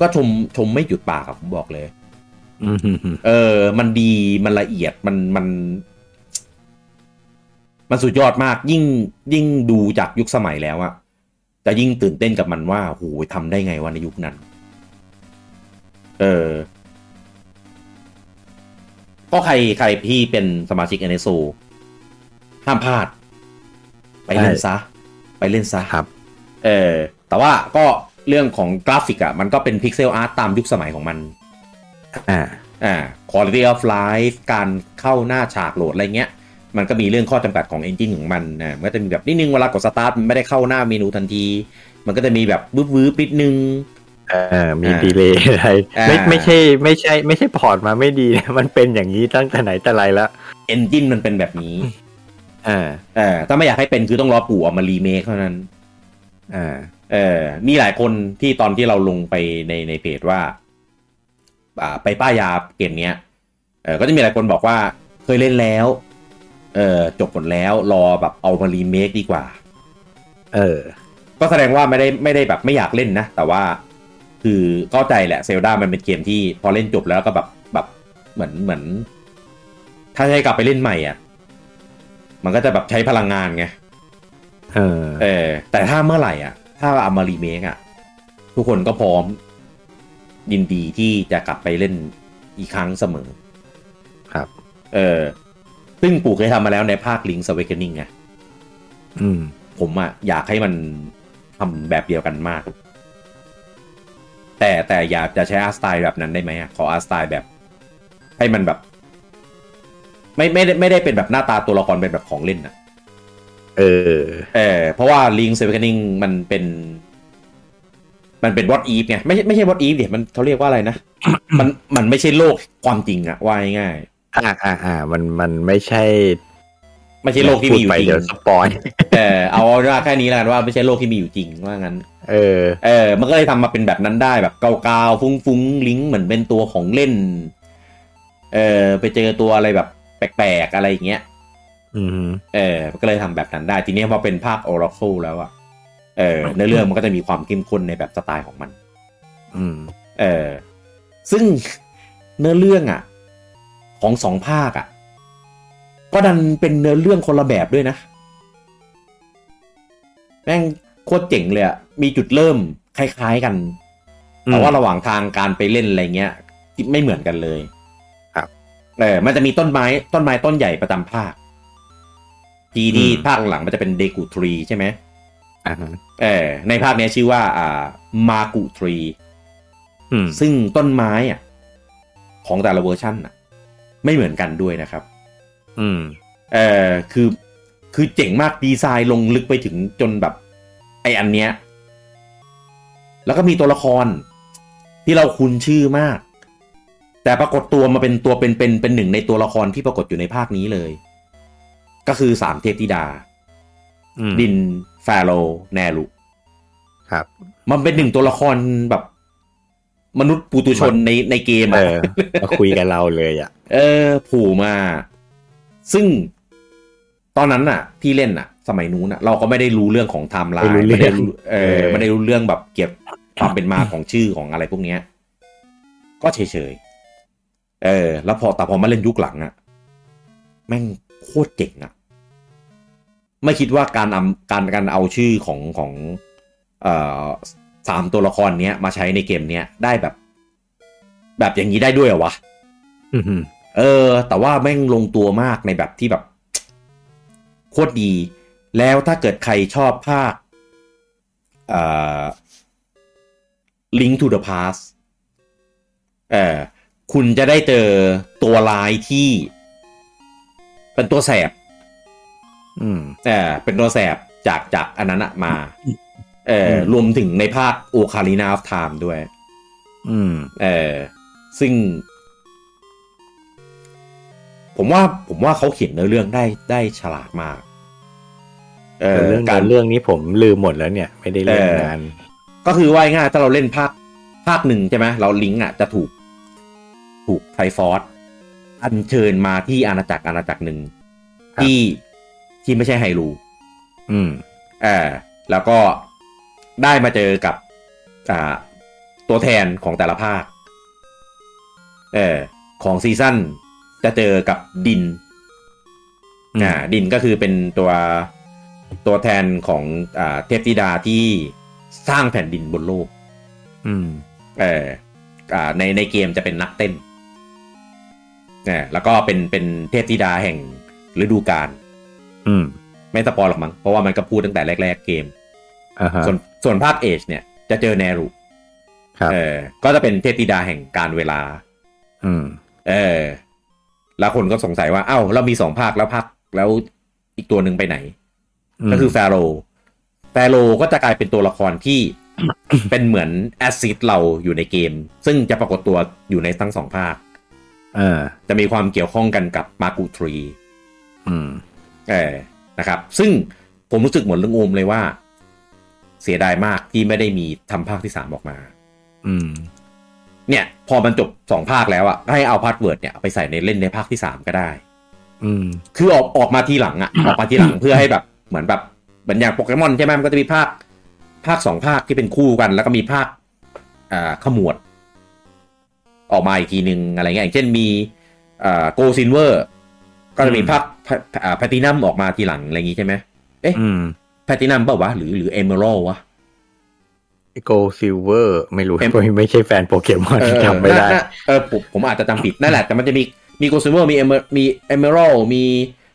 ก็ชมชมไม่หยุดปากอะผมบอกเลย
อืมอืมอืม
เออ มันดีมันละเอียดมันมัน มันสุดยอดมาก ยิ่งยิ่งดูจากยุคสมัยแล้วอะจะยิ่งตื่นเต้นกับมันว่าโหยทำได้ไงวะในยุคนั้น เออ ก็ใครใครที่เป็นสมาชิก n s o ห้ามพลาด ไปเล่นซะ ไปเล่นซะ
ครับ
เออแต่ว่าก็เรื่องของกราฟิกอะมันก็เป็นพิกเซลอาร์ตตามยุคสมัยของมัน
อ่า
อ่า quality of life การเข้าหน้าฉากโหลดอะไรเงี้ย มันก็มีเรื่องข้อจำกัดของ engine ของมันนะมันก็จะมีแบบนิดนึงเวลากด start มันไม่ได้เข้าหน้าเมนูทันที มันก็จะมีแบบวืบวืบๆนิดนึง
เออมี
อ่า
ดีเลย์ อะไร
อ่า
ไม่ไม่ใช่ไม่ใช่ ไม่ใช่พอร์ตมาไม่ดีนะ มันเป็นอย่างนี้ตั้งแต่ไหนแต่ไรละ
engine มันเป็นแบบนี้
อ่า
เออถ้าไม่อยากให้เป็นคือต้องรอปู่เออกมารีเมคเท่านั้น
อ่า
เออมีหลายคนที่ตอนที่เราลงไปในในเพจว่า อ่า ไปป้ายยาเกมเนี้ย เออก็จะมีหลายคนบอกว่าเคยเล่นแล้ว เออจบหมดแล้วรอแบบเอามารีเมคดีกว่า
เออ
ก็แสดงว่าไม่ได้ไม่ได้แบบไม่อยากเล่นนะ แต่ว่าคือเข้าใจแหละเซลดามันเป็นเกมที่พอเล่นจบแล้วก็แบบแบบเหมือนเหมือน ถ้าให้กลับไปเล่นใหม่อ่ะ มันก็จะแบบใช้พลังงานไง
เออ
เออแต่ถ้าเมื่อไหร่อ่ะ ถ้าเอามารีเมคอ่ะ ทุกคนก็พร้อมยินดีที่จะกลับไปเล่นอีกครั้งเสมอ
ครับ
เออ ซึ่งปู่เคยทำมาแล้วในภาค Link's Awakening ไง
อืม
ผมอ่ะอยากให้มันทำแบบเดียวกันมาก แต่แต่อยากจะใช้อาร์ตสไตล์แบบนั้นได้ไหมอะขออาร์ตสไตล์แบบ ให้มันแบบ ไม่ไม่ได้ไม่ได้เป็นแบบหน้าตาตัวละครเป็นแบบของเล่นอ่ะ
เออ
เออเพราะว่า Link's Awakening มันเป็น มันเป็น what if ไงไม่ใช่ไม่ใช่ what if เดี๋ยวมันเขาเรียกว่าอะไรนะ มันมันไม่ใช่โลกความจริงอะว่าง่าย
อ่าอ่าอ่ามันมันไม่ใช่
ๆไม่ใช่โลกที่มีอยู่
พูดไป
จริง
เดี๋ยวสปอย
เออเอาเอาว่าแค่นี้แล้วกันว่าไม่ใช่โลกที่มีอยู่จริงว่างั้น
เออ
เออมันก็เลยทำมาเป็นแบบนั้นได้แบบเกาๆฟุ้งๆลิงก์เหมือนเป็นตัวของเล่นเออไปเจอตัวอะไรแบบแปลกๆอะไรอย่างเงี้ย
อืม
เออมันก็เลยทำแบบนั้นได้ ทีนี้พอเป็นภาค Oracle แล้วอะเออเนื้อเรื่องมันก็จะมีความเข้มข้นในแบบสไตล์ของมัน
อืม
เออซึ่ง เนื้อเรื่องอ่ะ ของสองภาคอ่ะ ก็ดันเป็นเนื้อเรื่องคนละแบบด้วยนะ แม่งโคตรเจ๋งเลยอ่ะ มีจุดเริ่มคล้ายๆกัน
อืม
แต่ว่าระหว่างทางการไปเล่นอะไรเงี้ยไม่เหมือนกันเลย
ครับ
เออมันจะมีต้นไม้ต้นไม้ต้นใหญ่ประจำภาค ทีที่ภาคหลังมันจะเป็นเดกูทรีใช่ไหม
อ่าฮะ
เออในภาคเนี้ยชื่อว่า อ่า มากุทรี
อืม
ซึ่งต้นไม้อะของแต่ละเวอร์ชันอะไม่เหมือนกันด้วยนะครับ
อืม
เออคือคือเจ๋งมากดีไซน์ลงลึกไปถึงจนแบบไออันเนี้ย แล้วก็มีตัวละครที่เราคุ้นชื่อมาก แต่ปรากฏตัวมาเป็นตัวเป็นเป็นเป็นหนึ่งในตัวละครที่ปรากฏอยู่ในภาคนี้เลย ก็คือสามเทพธิดา
อืม
ดินฟาโรห์แนรุ
ครับ
มันเป็นหนึ่งตัวละครแบบ มนุษย์ปุตุชนในในเกม
เอ
อะ
อ มาคุยกับเราเลยอ่ะ
เออโผูมา ซึ่งตอนนั้นน่ะ พี่เล่นน่ะ สมัยนู้นอะเราก็ไม่ได้รู้เรื่องของไทม์ไลน์
ไม่รู้
ไม่
เรื่อง
ได้รู้เอ
เอ
อ
อ
ไม่ได้รู้เรื่องแบบเก็บความเป็นมาของชื่อของอะไรพวกเนี้ย ก็เฉยๆเออ แล้วพอแต่พอมาเล่นยุคหลังอะแม่งโคตรเจ๋งอะไม่คิดว่าการเอาการการเอาชื่อของของ เอ่อสามตัวละครเนี้ยมาใช้ในเกมเนี้ยได้แบบ แบบอย่างนี้ได้ด้วยเหรอวะ
อือหือ
เออ แต่ว่าแม่งลงตัวมากในแบบที่แบบ โคตรดี แล้วถ้าเกิดใครชอบภาคเอ่อ Link to the Past เออคุณจะได้เจอตัวร้ายที่ เป็นตัวแสบ
อืม
เออเป็นตัวแสบจากจากอันนั้นอะมาเอออ
ม
รวมถึงในภาคโอคาลินาฟไทม์ด้วย
อืม
เออซึ่ง ผมว่าผมว่าเขาเขียนเนื้อเรื่องได้ได้ฉลาดมาก เออ
เรื่อง
กา
การ รเรื่องนี้ผมลืมหมดแล้วเนี่ย ไม่ได้เล่น
เออ
นาน
ก็คือว่าง่ายๆถ้าเราเล่นภาคภาคหนึ่งใช่ไหมเราลิงก์อ่ะจะถูก ถูกไทฟอร์สอัญเชิญมาที่อาณาจักรอาณาจักรหนึ่งที่ที่ไม่ใช่ไฮรู
อืม
เออแล้วก็ได้มาเจอกับอ่าตัวแทนของแต่ละภาคเออของซีซั่นจะเจอกับดิน
อืม
อ่าดินก็คือเป็นตัวตัวแทนของอ่าเทพธิดาที่สร้างแผ่นดินบนโลก
อืม
เอออ่าในในเกมจะเป็นนักเต้นเออแล้วก็เป็นเป็นเทพธิดาแห่งฤดูกาล
อืม
ไม่สปอยหรอกมั้งเพราะว่ามันก็พูดตั้งแต่แรก ๆเกม
อ่าฮะ
ส่วนส่วนภาคเอชเนี่ยจะเจอแนรู
ครับ
เออ ก็จะเป็นเทพธิดาแห่งการเวลา
อืม
เออ แล้วคนก็สงสัยว่า เอ้า เรามีสองภาคแล้วภาคแล้วอีกตัวหนึ่งไปไหน
ม
ก็คือแฟโรห์แฟโรห์ก็จะกลายเป็นตัวละครที่ เป็นเหมือนแอสซิดเราอยู่ในเกม ซึ่งจะปรากฏตัวอยู่ในทั้งสองภาค
อ่า
จะมีความเกี่ยวข้องกันกับมากูทรี
อืม
เออนะครับ ซึ่งผมรู้สึกเหมือนเรื่องโอมเลยว่า เสียดายมากที่ไม่ได้มีทำภาคที่สามออกมา
อืม
เนี่ยพอมันจบสองภาคแล้วอะให้เอาพาสเวิร์ดเนี่ยเอาไปใส่ในเล่นในภาคที่สามก็ได้
อืม
คือออกออกมาทีหลังอะ ออกมาทีหลังเพื่อให้แบบเหมือนแบบเหมือนอย่างโปเกมอนใช่ไหมมันก็จะมีภาคภาคสองภาคที่เป็นคู่กัน แล้วก็มีภาคอ่าขมวด ออกมาอีกทีหนึ่งอะไรเงี้ยอย่างเช่นมีอ่าโกซินเวอร์ก็จะมี
อืม
ภาคอ่าแพตินัมออกมาทีหลังอะไรอย่างงี้ใช่ไหมเอ๊ะ
อืม
แพตินัมเปล่าวะหรือหรือเอเมอรัลวะ
โกซิลเวอร์ไม่รู้
เอ็ม
ไม่ใช่แฟนโปเกมอน
เออ
จำไม่ได้
น่าน่าเออผมผมอาจจะจำผิดนั่นแหละ แต่มันจะมีมีโกลซิเวอร์มีเอเมมีเอเมอรัลมี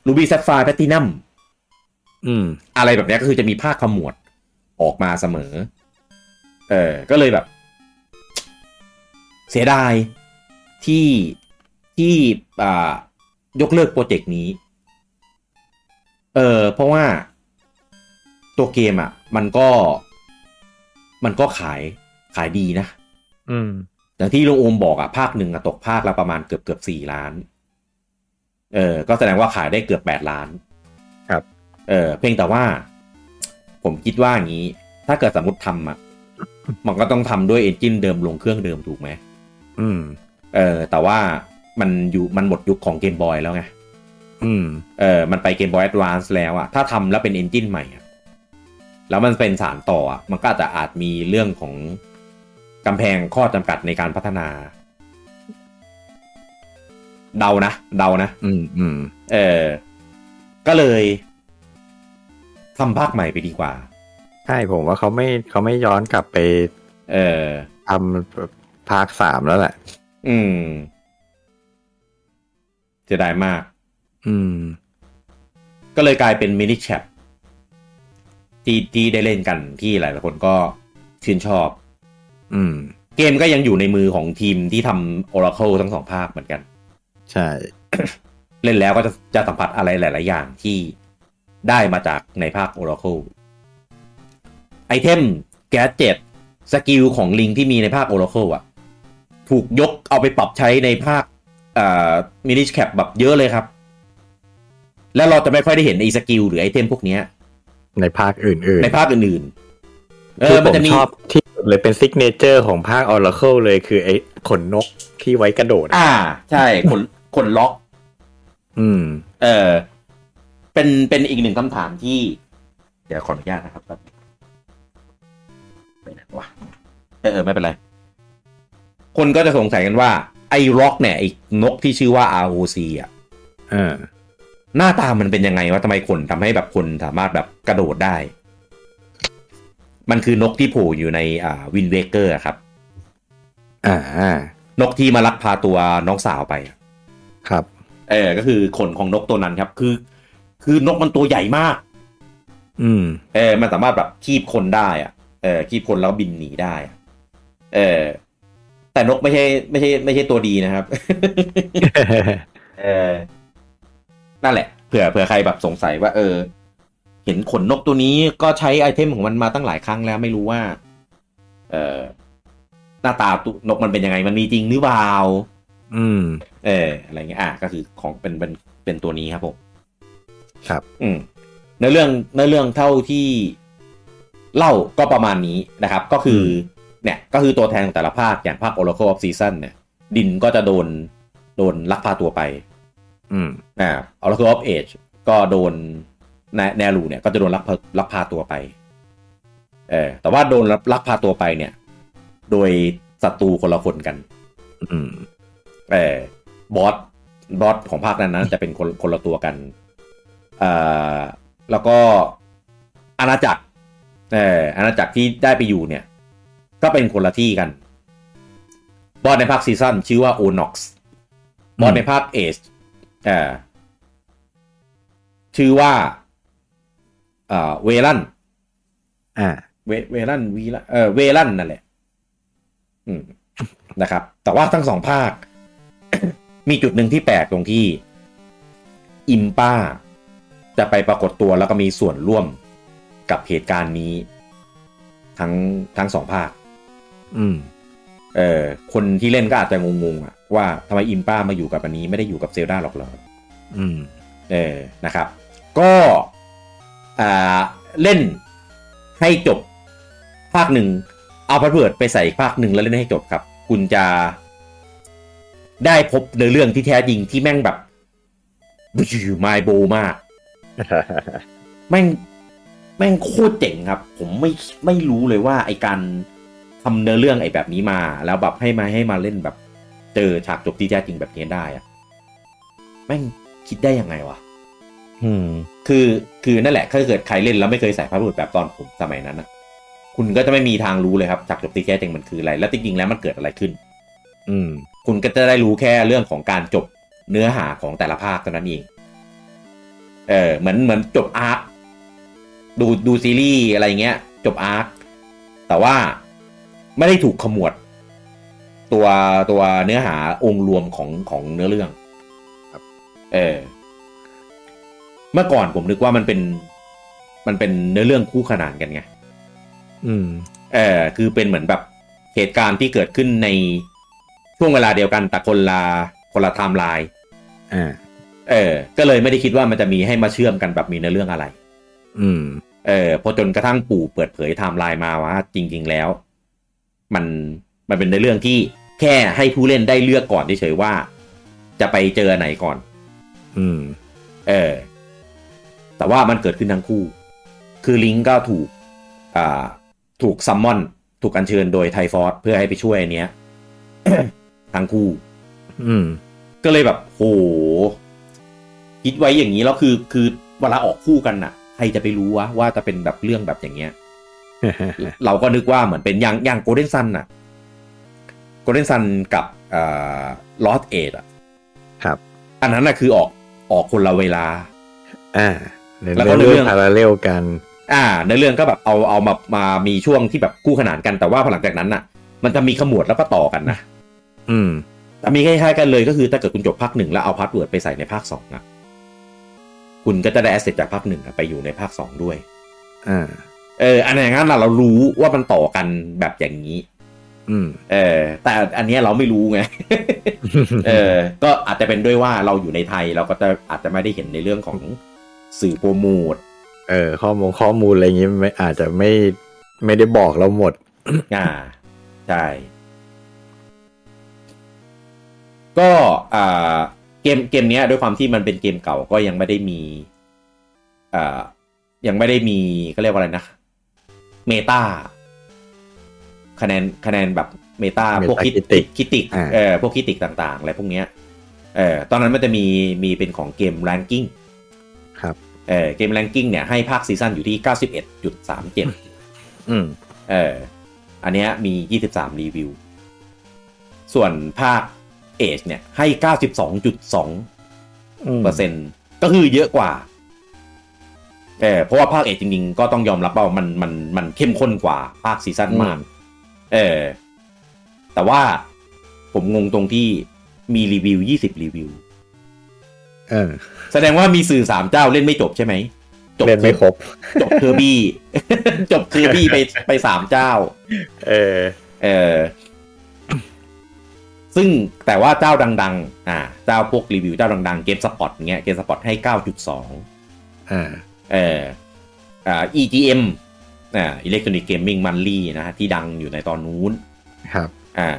รูบี้แซฟไฟร์แพตินัม
อืม
อะไรแบบเนี้ยก็คือจะมีภาคขมวดออกมาเสมอ เออก็เลยแบบ เสียดายที่ที่อ่ายกเลิกโปรเจกต์นี้ เออเพราะว่าตัวเกมอ่ะ มันก็มันก็ขายขายดีนะ
อืม
อย่างที่ลุงโอมบอกอะภาคหนึ่งอะตกภาคละประมาณเกือบเกือบสี่ล้าน เออ ก็แสดงว่าขายได้เกือบแปดล้าน
ครับ
เออ เพียงแต่ว่า ผมคิดว่าอย่างนี้ ถ้าเกิดสมมติทำอะมันก็ต้องทำด้วยเอนจินเดิมลงเครื่องเดิมถูกไหม
อืม
เออ แต่ว่ามันอยู่มันหมดยุคของเกมบอยแล้วไง
อืม
เออ มันไปเกมบอยแอดวานซ์แล้วอะถ้าทำแล้วเป็นเอนจินใหม่อะแล้วมันเป็นสารต่ออะมันก็อาจจะอาจมีเรื่องของกำแพงข้อจำกัดในการพัฒนา เดานะ เดานะ
อืม อืม
เออ ก็เลยทำภาคใหม่ไปดีกว่า
ใช่ผมว่าเขาไม่เขาไม่ย้อนกลับไป
เออ
ทำภาคสามแล้วแหละ
อืมจะได้มาก
อืม
ก็เลยกลายเป็นมินิแชปที่ที่ได้เล่นกันที่หลายๆคนก็ชื่นชอบ
อืม
เกมก็ยังอยู่ในมือของทีมที่ทำ Oracle ทั้งสองภาคเหมือนกัน
ใช่
เล่นแล้วก็จะจะสัมผัสอะไรหลาย ๆ อย่างที่ได้มาจากในภาค Oracle ไอเทมแกเจ็ตสกิลของลิงที่มีในภาค Oracle อะถูกยกเอาไปปรับใช้ในภาคมินิชแคปแบบเยอะเลยครับ แล้วเราจะไม่ค่อยได้เห็นไอสกิลหรือไอเทมพวกเนี้ย
ในภาคอื่น
ใน
ๆ
ภาคอื่นๆ เอ
คือ อผ
มัน
ม
จะมี
ชอบที่สุดเลยเป็นซิกเนเจอร์ของภาคออร์เคิลเลยคือไอ้ขนนกที่ไว้กระโดดอะ
อ่า ใช่ขนขนล็อก
อืม
เออ เป็นเป็นอีกหนึ่งคำถามที่ เดี๋ยวขออนุญาตนะครับแป๊บนึงไปไหนวะเออเออไม่เป็นไร คนก็จะสงสัยกันว่า ไอ้ร็อกเนี่ยไอ้นกที่ชื่อว่า ROC อ่ะ
เออ
หน้าตามันเป็นยังไงว่าทำไมคนทำให้แบบคนสามารถแบบกระโดดได้ มันคือนกที่โผล่อยู่ในอ่าวินเวเกอร์ครับ
อ่า
นกที่มาลักพาตัวน้องสาวไป
ครับ
เออ ก็คือขนของนกตัวนั้นครับ คือ คือนกมันตัวใหญ่มาก
อืม
เออ มันสามารถแบบคีบคนได้อะเออ คีบคนแล้วบินหนีได้อะเออ แต่นกไม่ใช่ไม่ใช่ไม่ใช่ตัวดีนะครับ เออ นั่นแหละ เผื่อเผื่อใครแบบสงสัยว่า เออ เห็นขนนกตัวนี้ก็ใช้ไอเทมของมันมาตั้งหลายครั้งแล้วไม่รู้ว่า เออหน้าตาตัวนกมันเป็นยังไง มันมีจริงหรือเปล่า
อืม
เอออะไรเงี้ยอ่ะก็คือของเป็นเป็นเป็นตัวนี้ครับผม
ครับ
อืมในอเรื่องในอเรื่องเท่าที่เล่าก็ประมาณนี้นะครับ ก็คืออเนี่ยก็คือตัวแทนของแต่ละภาคอย่างภาค Oracle of Season เนี่ย ดินก็จะโดนโดนลักพาตัวไป
อืม
อ่า Oracle of Age ก็โดนแนแนรูเนี่ยก็จะโดนลักพาลักพาตัวไปเออแต่ว่าโดนลักพาตัวไปเนี่ย โดยศัตรูคนละคนกัน
อืม
เอ่อบอสบอสของภาคนั้นนะจะเป็นคนคนละตัวกันเอ่อแล้วก็อาณาจักรเอ่ออาณาจักรที่ได้ไปอยู่เนี่ย ก็เป็นคนละที่กัน บอสในภาคซีซั่นชื่อว่าโอนอกซ์บอสในภาคเอชเอ่อชื่อว่าเอ่อเวลัน
อ่า
เวเวลันวีละเออเวลันนั่นแหละ อืมนะครับ แต่ว่าทั้งสองภาค มีจุดหนึ่งที่แปลกตรงที่ อิมป้า จะไปปรากฏตัวแล้วก็มีส่วนร่วมกับเหตุการณ์นี้ ทั้งทั้งสองภาค
อืม
เออคนที่เล่นก็อาจจะงงๆอะว่าทำไมอิมป้ามาอยู่กับอันนี้ไม่ได้อยู่กับเซลดาหรอกเหรอ
อืม
เออ นะครับ ก็อ่าเล่นให้จบภาคหนึ่ง เอาพาสเวิร์ดไปใส่อีกภาคหนึ่งแล้วเล่นให้จบครับ คุณจะได้พบในเรื่องที่แท้จริงที่แม่งแบบไมโบมาก แม่งแม่งโคตรเจ๋งครับ ผมไม่ไม่รู้เลยว่าไอการทำเนื้อเรื่องไอแบบนี้มา แล้วแบบให้มาให้มาเล่นแบบ เจอฉากจบที่แท้จริงแบบนี้ได้อะแม่งคิดได้ยังไงวะ
อืม
คือคือนั่นแหละถ้าเกิดใครเล่นแล้วไม่เคยใส่พาสเวิร์ดแบบตอนผมสมัยนั้นนะคุณก็จะไม่มีทางรู้เลยครับจากจบที่แท้จริงมันคืออะไร แล้วจริงๆแล้วมันเกิดอะไรขึ้น
อืม
คุณก็จะได้รู้แค่เรื่องของการจบเนื้อหาของแต่ละภาคเท่านั้นเองเออเหมือนเหมือนจบอาร์คดูดูซีรีส์อะไรเงี้ย จบอาร์คแต่ว่าไม่ได้ถูกขมวด ตัวตัวเนื้อหาองค์รวมของของเนื้อเรื่อง
ครับ
เออเมื่อก่อนผมนึกว่ามันเป็นมันเป็นเนื้อเรื่องคู่ขนานกันไง
อืม
เออคือเป็นเหมือนแบบเหตุการณ์ที่เกิดขึ้นในช่วงเวลาเดียวกันแต่คนละคนละไทม์ไลน์
อ่า
เออ ก็เลยไม่ได้คิดว่ามันจะมีให้มาเชื่อมกันแบบมีในอเรื่องอะไร
อืม
เออพอจนกระทั่งปู่เปิดเผยไทม์ไลน์มาว่าจริง ๆ แล้ว มันมันเป็นในเรื่องที่แค่ให้ผู้เล่นได้เลือกก่อนเฉยๆว่า จะไปเจอไหนก่อน
อืม
เออ แต่ว่ามันเกิดขึ้นทั้งคู่ คือลิงก์ก็ถูก อ่า ถูกซัมมอน ถูกอัญเชิญโดยไทฟอสเพื่อให้ไปช่วยอันเนี้ย ทั้งคู่
อืม
ก็เลยแบบ โห คิดไว้อย่างนี้แล้วคือ คือเวลาออกคู่กันน่ะ ใครจะไปรู้วะว่าจะเป็นแบบเรื่องแบบอย่างเงี้ย เราก็นึกว่าเหมือนเป็นอย่างอย่างโกลเด้นซันน่ะ โกลเด้นซันกับอ่าลอสเอดอ่ะ
ครับ
อันนั้นน่ะคือออกออกคนละเวลา
อ่า
แล้วก็
เรื่
เรื่อ
อง
ง
พาราเลลกัน
อ่าในเรื่องก็แบบเอาเอามามามีช่วงที่แบบคู่ขนานกันแต่ว่าพอหลังจากนั้นน่ะ มันจะมีขมวดแล้วก็ต่อกันนะ
อืม
แต่มีคล้ายๆกันเลยก็คือถ้าเกิดคุณจบภาคหนึ่งแล้วเอาพาสเวิร์ดไปใส่ในภาคสองอะคุณก็จะได้แอสเซทจากภาคหนึ่งอะไปอยู่ในภาคสองด้วย
อ่า
เอออันอย่างนั้นน่ะเรารู้ว่ามันต่อกันแบบอย่างนี้
อืม
เออ แต่อันเนี้ยเราไม่รู้ไง เออ ก็อาจจะเป็นด้วยว่าเราอยู่ในไทยเราก็จะอาจจะไม่ได้เห็นในเรื่องของสื่อโปรโมท
เออ ข้อมูลข้อมูลอะไรอย่างงี้ไม่อาจจะไม่ไม่ได้บอกเราหมด
อ่าใช่ ก็อ่าเกมเกมเนี้ยด้วยความที่มันเป็นเกมเก่าก็ยังไม่ได้มี อ่ายังไม่ได้มีก็เรียกว่าอะไรนะเมตาคะแนนคะแนนแบบเมตา
Meta
พวกคิด
Critic
คิติก
อ่า
เออพวกคิติกต่างๆอะไรพวกเนี้ยเออตอนนั้นมันจะมีมีเป็นของเกมแรงกิ้ง
ครับ
เออเกมแรงกิ้งเนี่ยให้ภาคซีซั่นอยู่ที่ 91.37
อืม
เอออันเนี้ยมี 23 รีวิว ส่วนภาคเอชเนี่ยให้ 92.2 เปอร์เซ็นต์ก็คือเยอะกว่าเออเพราะว่าภาคเอกจริงๆ ก็ต้องยอมรับว่ามันมันมันเข้มข้นกว่าภาคซีซั่นมาก เออแต่ว่าผมงงตรงที่มีรีวิว 20 รีวิว
เออ
แสดงว่ามีสื่อ 3 เจ้าเล่นไม่จบใช่ไหมจบ
เล่นไม่ครบ
จบเคอร์บี้ จบเคอร์บี้ไปไปสามเจ้า
เออ
เออ ซึ่งแต่ว่าเจ้าดัง ๆ อ่า เจ้าพวกรีวิวเจ้าดังๆ เกมสปอตเงี้ย เกมสปอตให้ 9.2
อ่า
เอ่ออ่า EGM อ่า Electronic Gaming Monthly นะฮะที่ดังอยู่ในตอนนู้น
ครับ
อ่า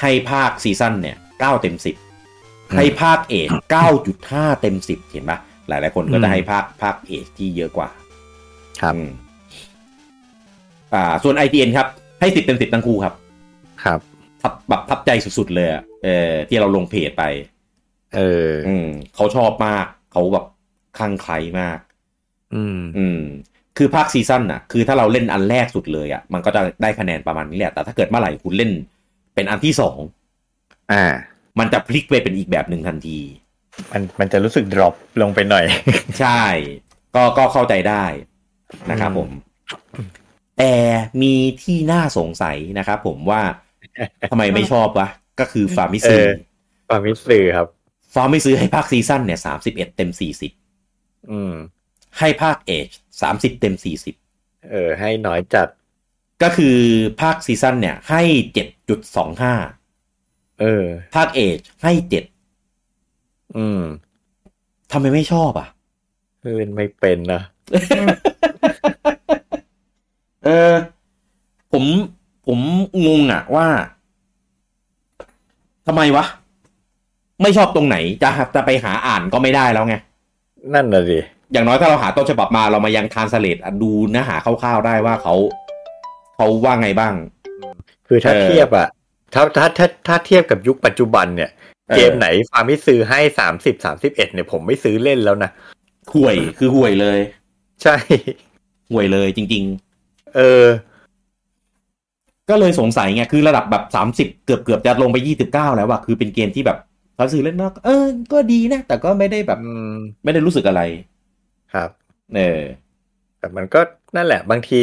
ให้ภาคซีซั่นเนี่ย 9 เต็ม
ม
10 ให้ภาคเอก 9.5 เต็ม 10 เห็นปะหลายหลายๆคนก็
อื
จะ
ม
ให้ภาคภาคเอกที่เยอะกว่า
ครับ
อืมอ่า ส่วน ITN ครับ ให้ 10 เต็ม 10 ทั้งคู่ครับ
ครับ
ทับแบบทับใจสุด ๆ เลยอะเออที่เราลงเพจไป
เออ
อืมเขาชอบมาก เขาแบบคลั่งไคล้มาก
อืม
อืม คือภาคซีซั่นน่ะ คือถ้าเราเล่นอันแรกสุดเลยอ่ะ มันก็จะได้คะแนนประมาณนี้แหละ แต่ถ้าเกิดเมื่อไหร่คุณเล่นเป็นอันที่สอง
อ่า
มันจะพลิกไปเป็นอีกแบบหนึ่งทันที
มันมันจะรู้สึกดรอปลงไปหน่อย
ใช่ ก็ก็เข้าใจได้นะครับผม แต่มีที่น่าสงสัยนะครับผม ว่าทำไมไม่ชอบวะ ก็คือฟาร์มิซื้อ
เออ ความมิตสื่อครับ
ฟาร์มิซื้อให้ภาคซีซั่นเนี่ยสามสิบเอ็ดเต็มสี่สิบ
อืม
ให้ภาคเอชสามสิบเต็มสี่สิบ
เออ ให้น้อยจัด
ก็คือภาคซีซั่นเนี่ย ให้เจ็ดจุดสองห้า
เออ
ภาคเอชให้เจ็ด
อืม
ทำไมไม่ชอบอ่ะ
เล่นไม่เป็นนะ
เออ ผมผมงงอ่ะว่าทำไมวะ ไม่ชอบตรงไหน จะจะไปหาอ่านก็ไม่ได้แล้วไง
นั่นน่ะสิ
อย่างน้อยถ้าเราหาต้นฉบับมาเรามายังทานสเลตดูเนื้อหาคร่าวๆได้ว่าเขาเขาว่าไงบ้าง
คือถ้า
เออ
เทียบอะถ้าถ้าถ้าถ้าเทียบกับยุคปัจจุบันเนี่ย เกมไหนฟาร์มมิตซื้อให้สามสิบสามสิบเอ็ดเนี่ยผมไม่ซื้อเล่นแล้วนะ
ห่วยคือห่วยเลย
ใช่
ห่วยเลยจริง
เออ
ๆ ก็เลยสงสัยไงคือระดับแบบสามสิบเกือบเกือบจะลงไปยี่สิบเก้าแล้วว่ะคือเป็นเกมที่แบบเขาซื้อเล่นนอกเออ ก็ดีนะ แต่ก็ไม่ได้แบบ
อืม
ไม่ได้รู้สึกอะไร
ครับ
เออ
แต่มันก็นั่นแหละ บางที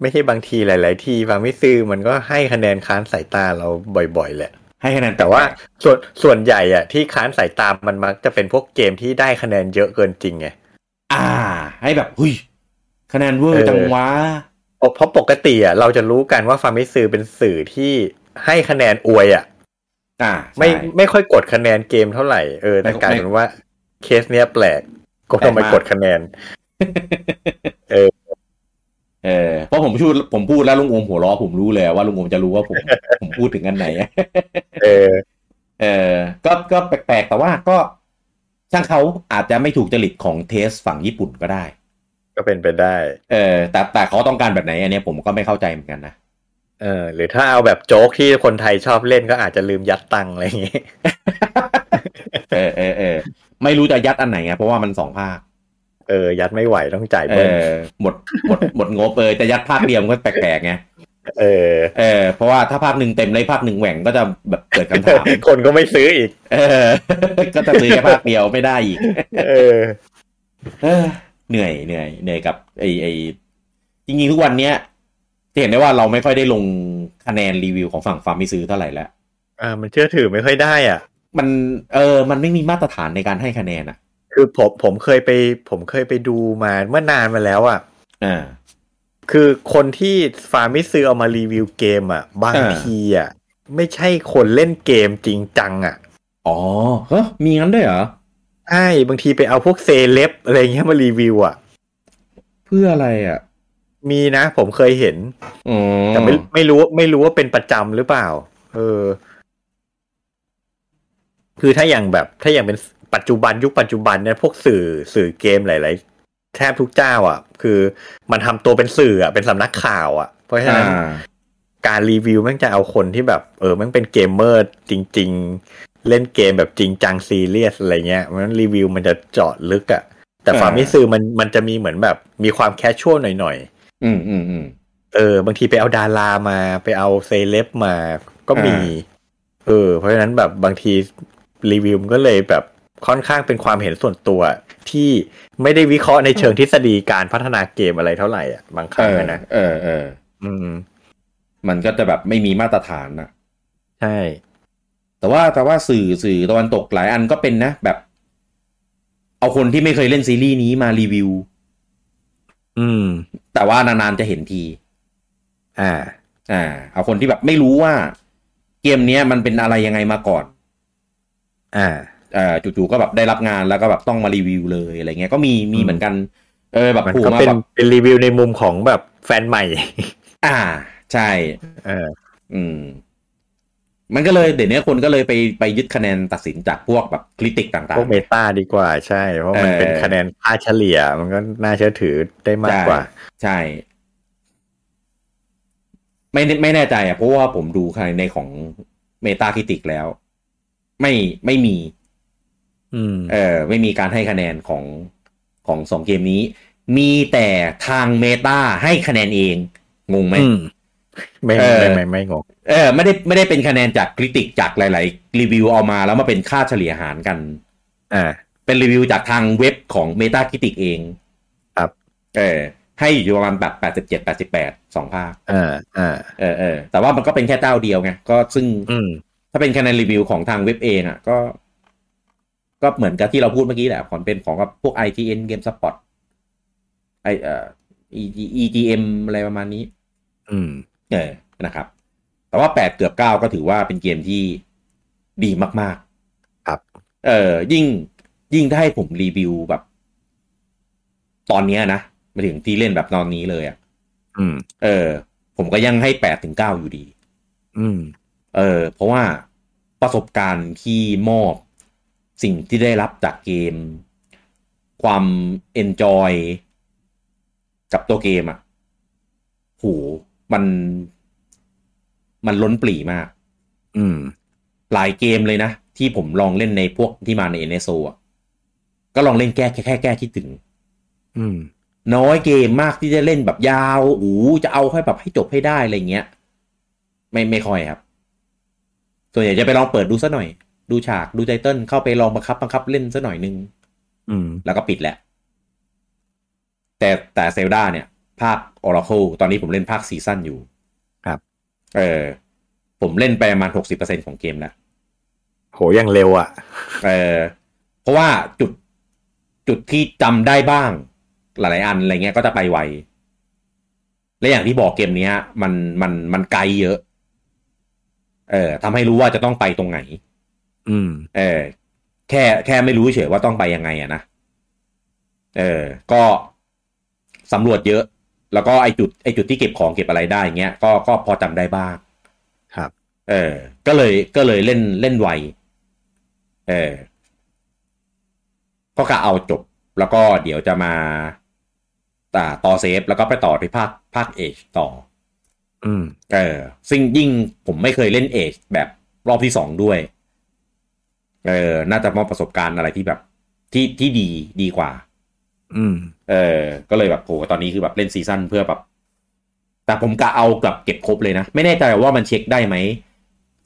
ไม่ใช่บางทีหลาย ๆ ทีฟาร์มมิตซื้อมันก็ให้คะแนนค้านสายตาเราบ่อย ๆ แหละ
ให้คะแนน
แต่ว่าส่วนส่วนใหญ่อะที่ค้านสายตามมันมักจะเป็นพวกเกมที่ได้คะแนนเยอะเกินจริงไง
อ่า ให้แบบเฮ้ยคะแนนเวอ
เอ
ร์
อ
จังวะ
เพราะเพราะปกติอะเราจะรู้กันว่าฟาร์มิซือเป็นสื่อที่ให้คะแนนอวยอะ
อ่าใช่
ไม่ไม่ค่อยกดคะแนนเกมเท่าไหร่เออแต่
ไม่
กลายเป็นว่าเคสเนี้ยแปลกก็ต้องไป
แปลกมาก
กดคะแนน
เออเพราะผมพูดผมพูดแล้วลุงโอมหัวล้อผมรู้เลยว่าลุงโอมจะรู้ว่าผม ผมพูดถึงอันไหนอะ
เออ
เออ ก็ก็แปลกๆ แต่ว่าก็ ช่างเขาอาจจะไม่ถูกจริตของเทสฝั่งญี่ปุ่นก็ได้
ก็เป็นไปได้
เออ แต่แต่เขาต้องการแบบไหนอันเนี้ยผมก็ไม่เข้าใจเหมือนกันนะ
เออ หรือถ้าเอาแบบโจ๊กที่คนไทยชอบเล่นก็อาจจะลืมยัดตังค์อะไรอย่างงี้
เออเออเออไม่รู้จะยัดอันไหนไงเพราะว่ามันสองภาค
เออ ยัดไม่ไหวต้องจ่าย
เอ
เบิ้ล
อหมดหมดหมด งบเออจะยัดภาคเดียวมันก็แปลกๆไง
เอ อ
เออเพราะว่าถ้าภาคหนึ่งเต็มเลยภาคหนึ่งแหว่งก็จะแบบเกิดคำถาม
คนก็ไม่ซื้ออีก
เออ ก็จะซื้อแค่ภาคเดียวไม่ได้อีก
เออ
เออเหนื่อยเหนื่อยเหนื่อยกับไอไอจริงๆทุกวันเนี้ยจะเห็นได้ว่าเราไม่ค่อยได้ลงคะแนนรีวิวของฝั่งฟาร์มมิซื้อเท่าไหร่แล้ว
อ่า มันเชื่อถือไม่ค่อยได้อ่ะ
มันเออมันไม่มีมาตรฐานในการให้คะแนนอ่ะ
คือผมผมเคยไป ผมเคยไปดูมาเมื่อนานมาแล้วอ่ะ
อ่า
คือคนที่ฟาร์มิซือเอามารีวิวเกมอ่ะ บาง
อ่า
ทีอ่ะ ไม่ใช่คนเล่นเกมจริงจังอ่ะ
อ๋อเฮ้ยมีงั้นด้วยเหรอ
ใช่บางทีไปเอาพวกเซเลบอะไรเงี้ยมารีวิวอ่ะ
เพื่ออะไรอ่ะ
มีนะผมเคยเห็น
อ๋อ
แต่ไม่ไม่รู้ไม่รู้ว่าเป็นประจำหรือเปล่า เออ คือถ้าอย่างแบบ ถ้าอย่างเป็นปัจจุบันยุคปัจจุบันเนี่ยพวกสื่อสื่อเกมหลาย แทบทุกเจ้าอ่ะ คือมันทำตัวเป็นสื่ออ่ะเป็นสำนักข่าวอ่ะ เพราะฉะ
อ่า
นั้นการรีวิวแม่งจะเอาคนที่แบบ เออแม่งเป็นเกมเมอร์จริง ๆ เล่นเกมแบบจริงจังซีเรียสอะไรเงี้ยเพราะฉะนั้นรีวิวมันจะเจาะลึกอ่ะ แต่ฟาร์มิซือมันมันจะมีเหมือนแบบมีความแคชชวลหน่อยๆ
อืมอืมอืม
เออบางทีไปเอาดารามาไปเอาเซเลบมาก็มี
อ่า
เออ เพราะฉะนั้นแบบบางทีรีวิวมันก็เลยแบบค่อนข้างเป็นความเห็นส่วนตัว ที่ไม่ได้วิเคราะห์ในเชิงทฤษฎีการพัฒนาเกมอะไรเท่าไหร่อ่ะบางค
เอ
รั้ง
อ
อะนะ
เออเออ
อืม
มันก็จะแบบไม่มีมาตรฐานนะ
ใช่
แต่ว่าแต่ว่าสื่อสื่อตะวันตกหลายอันก็เป็นนะ แบบ เอาคนที่ไม่เคยเล่นซีรีส์นี้มารีวิว
อืม
แต่ว่านานๆจะเห็นที
อ่า
อ่า เอาคนที่แบบไม่รู้ว่าเกมเนี้ยมันเป็นอะไรยังไงมาก่อน
อ่า
เอ่อจู่ๆก็แบบได้รับงานแล้วก็แบบต้องมารีวิวเลยอะไรเงี้ยก็มีมีเหมือนกัน เออแบบ
มัน
ผูก
ก็
มา
เป็น
แบบ
เป็นรีวิวในมุมของแบบแฟนใหม่
อ่า ใช่
เออ
อืม มันก็เลยเดี๋ยวนี้คนก็เลยไปไปยึดคะแนนตัดสินจากพวกแบบคริติกต่าง
พวก
ๆ
เมตาดีกว่าใช่ เพราะมัน
เออ
เป็นคะแนนค่าเฉลี่ย มันก็น่าเชื่อถือได้มากกว่า
ใช่ ไม่ไม่แน่ใจอ่ะ เพราะว่าผมดูในของเมตาคิติกแล้ว ไม่ไม่มี
อืม
เออไม่มีการให้คะแนนของของสองเกมนี้ มีแต่ทางเมตาให้คะแนนเอง งงไหม
อืมไม่
เออ
ไม่ไม่ไม่งง
เออไม่ได้ไม่ได้เป็นคะแนนจากคริติกจากหลาย ๆ รีวิวเอามาแล้วมาเป็นค่าเฉลี่ยหารกัน
อ่า
เป็นรีวิวจากทางเว็บของเมตาคิติกเอง
ครับ
เออ ให้อยู่ประมาณแบบแปดสิบเจ็ดแปดสิบแปดสองภาค
อ่าอ่า
เออเออแต่ว่ามันก็เป็นแค่เจ้าเดียวไงก็ซึ่ง
อืม
ถ้าเป็นคะแนนรีวิวของทางเว็บเองอ่ะก็ ก็เหมือนกับที่เราพูดเมื่อกี้แหละของเป็นของกับพวก IGN Game Spot ไอเอ่อ EG- EGM อะไรประมาณนี้
อืม
เออนะครับ แต่ว่าแปดเกือบเก้าก็ถือว่าเป็นเกมที่ดีมากๆ
ครับ
เออยิ่งยิ่งถ้าให้ผมรีวิวแบบ ตอนเนี้ยนะมาถึงที่เล่นแบบตอนนี้เลยอ่ะ
อืม
เออ ผมก็ยังให้แปดถึงเก้าอยู่ดี
อืม
เออเพราะว่าประสบการณ์ที่มอบสิ่งที่ได้รับจากเกม ความเอนจอยกับตัวเกมอะ่ะโหมันมันล้นปลีมาก
อืม
หลายเกมเลยนะ ที่ผมลองเล่นในพวกที่มาใน NSO อ่ะก็ลองเล่นแก้แค่แค่แก้คิดถึง
อืม
น้อยเกมมากที่จะเล่นแบบยาวโอ้โหจะเอาให้แบบให้จบให้ได้อะไรเงี้ย ไม่ไม่ค่อยครับ ส่วนใหญ่จะไปลองเปิดดูซะหน่อย ดูฉากดูไตเติ้ลเข้าไปลองบังคับบังคับเล่นซะหน่อยนึง
อืม
แล้วก็ปิดแหละ แต่แต่เซลดาเนี่ย ภาค Oracle ตอนนี้ผมเล่นภาคซีซั่นอยู่
ครับ
เออ ผมเล่นไปประมาณหกสิบเปอร์เซ็นของเกมแล้ว
โหยังเร็วอ่ะ
เออเพราะว่าจุดจุดที่จำได้บ้าง หลายๆอันอะไรเงี้ยก็จะไปไว และอย่างที่บอกเกมเนี้ย มันมันมันไกลเยอะ เออทำให้รู้ว่าจะต้องไปตรงไหน
อืม
เออ แค่แค่ไม่รู้เฉยว่าต้องไปยังไงอะนะ เออ ก็สำรวจเยอะ แล้วก็ไอจุดไอจุดที่เก็บของเก็บอะไรได้เงี้ยก็ก็พอจำได้บ้าง
ครับ
เออ ก็เลยก็เลยเล่นเล่นไว เออ ก็กะเอาจบ แล้วก็เดี๋ยวจะมาต่าต่อเซฟ แล้วก็ไปต่อที่ภาคภาคเอชต่อ
อืม
เออ ซึ่งยิ่งผมไม่เคยเล่นเอชแบบรอบที่สองด้วย เออ น่าจะมอบประสบการณ์อะไรที่แบบที่ที่ดีดีกว่า
อืม
เออ ก็เลยแบบโหตอนนี้คือแบบเล่นซีซั่นเพื่อแบบ แต่ผมกะเอากลับเก็บครบเลยนะ ไม่แน่ใจว่ามันเช็คได้ไหม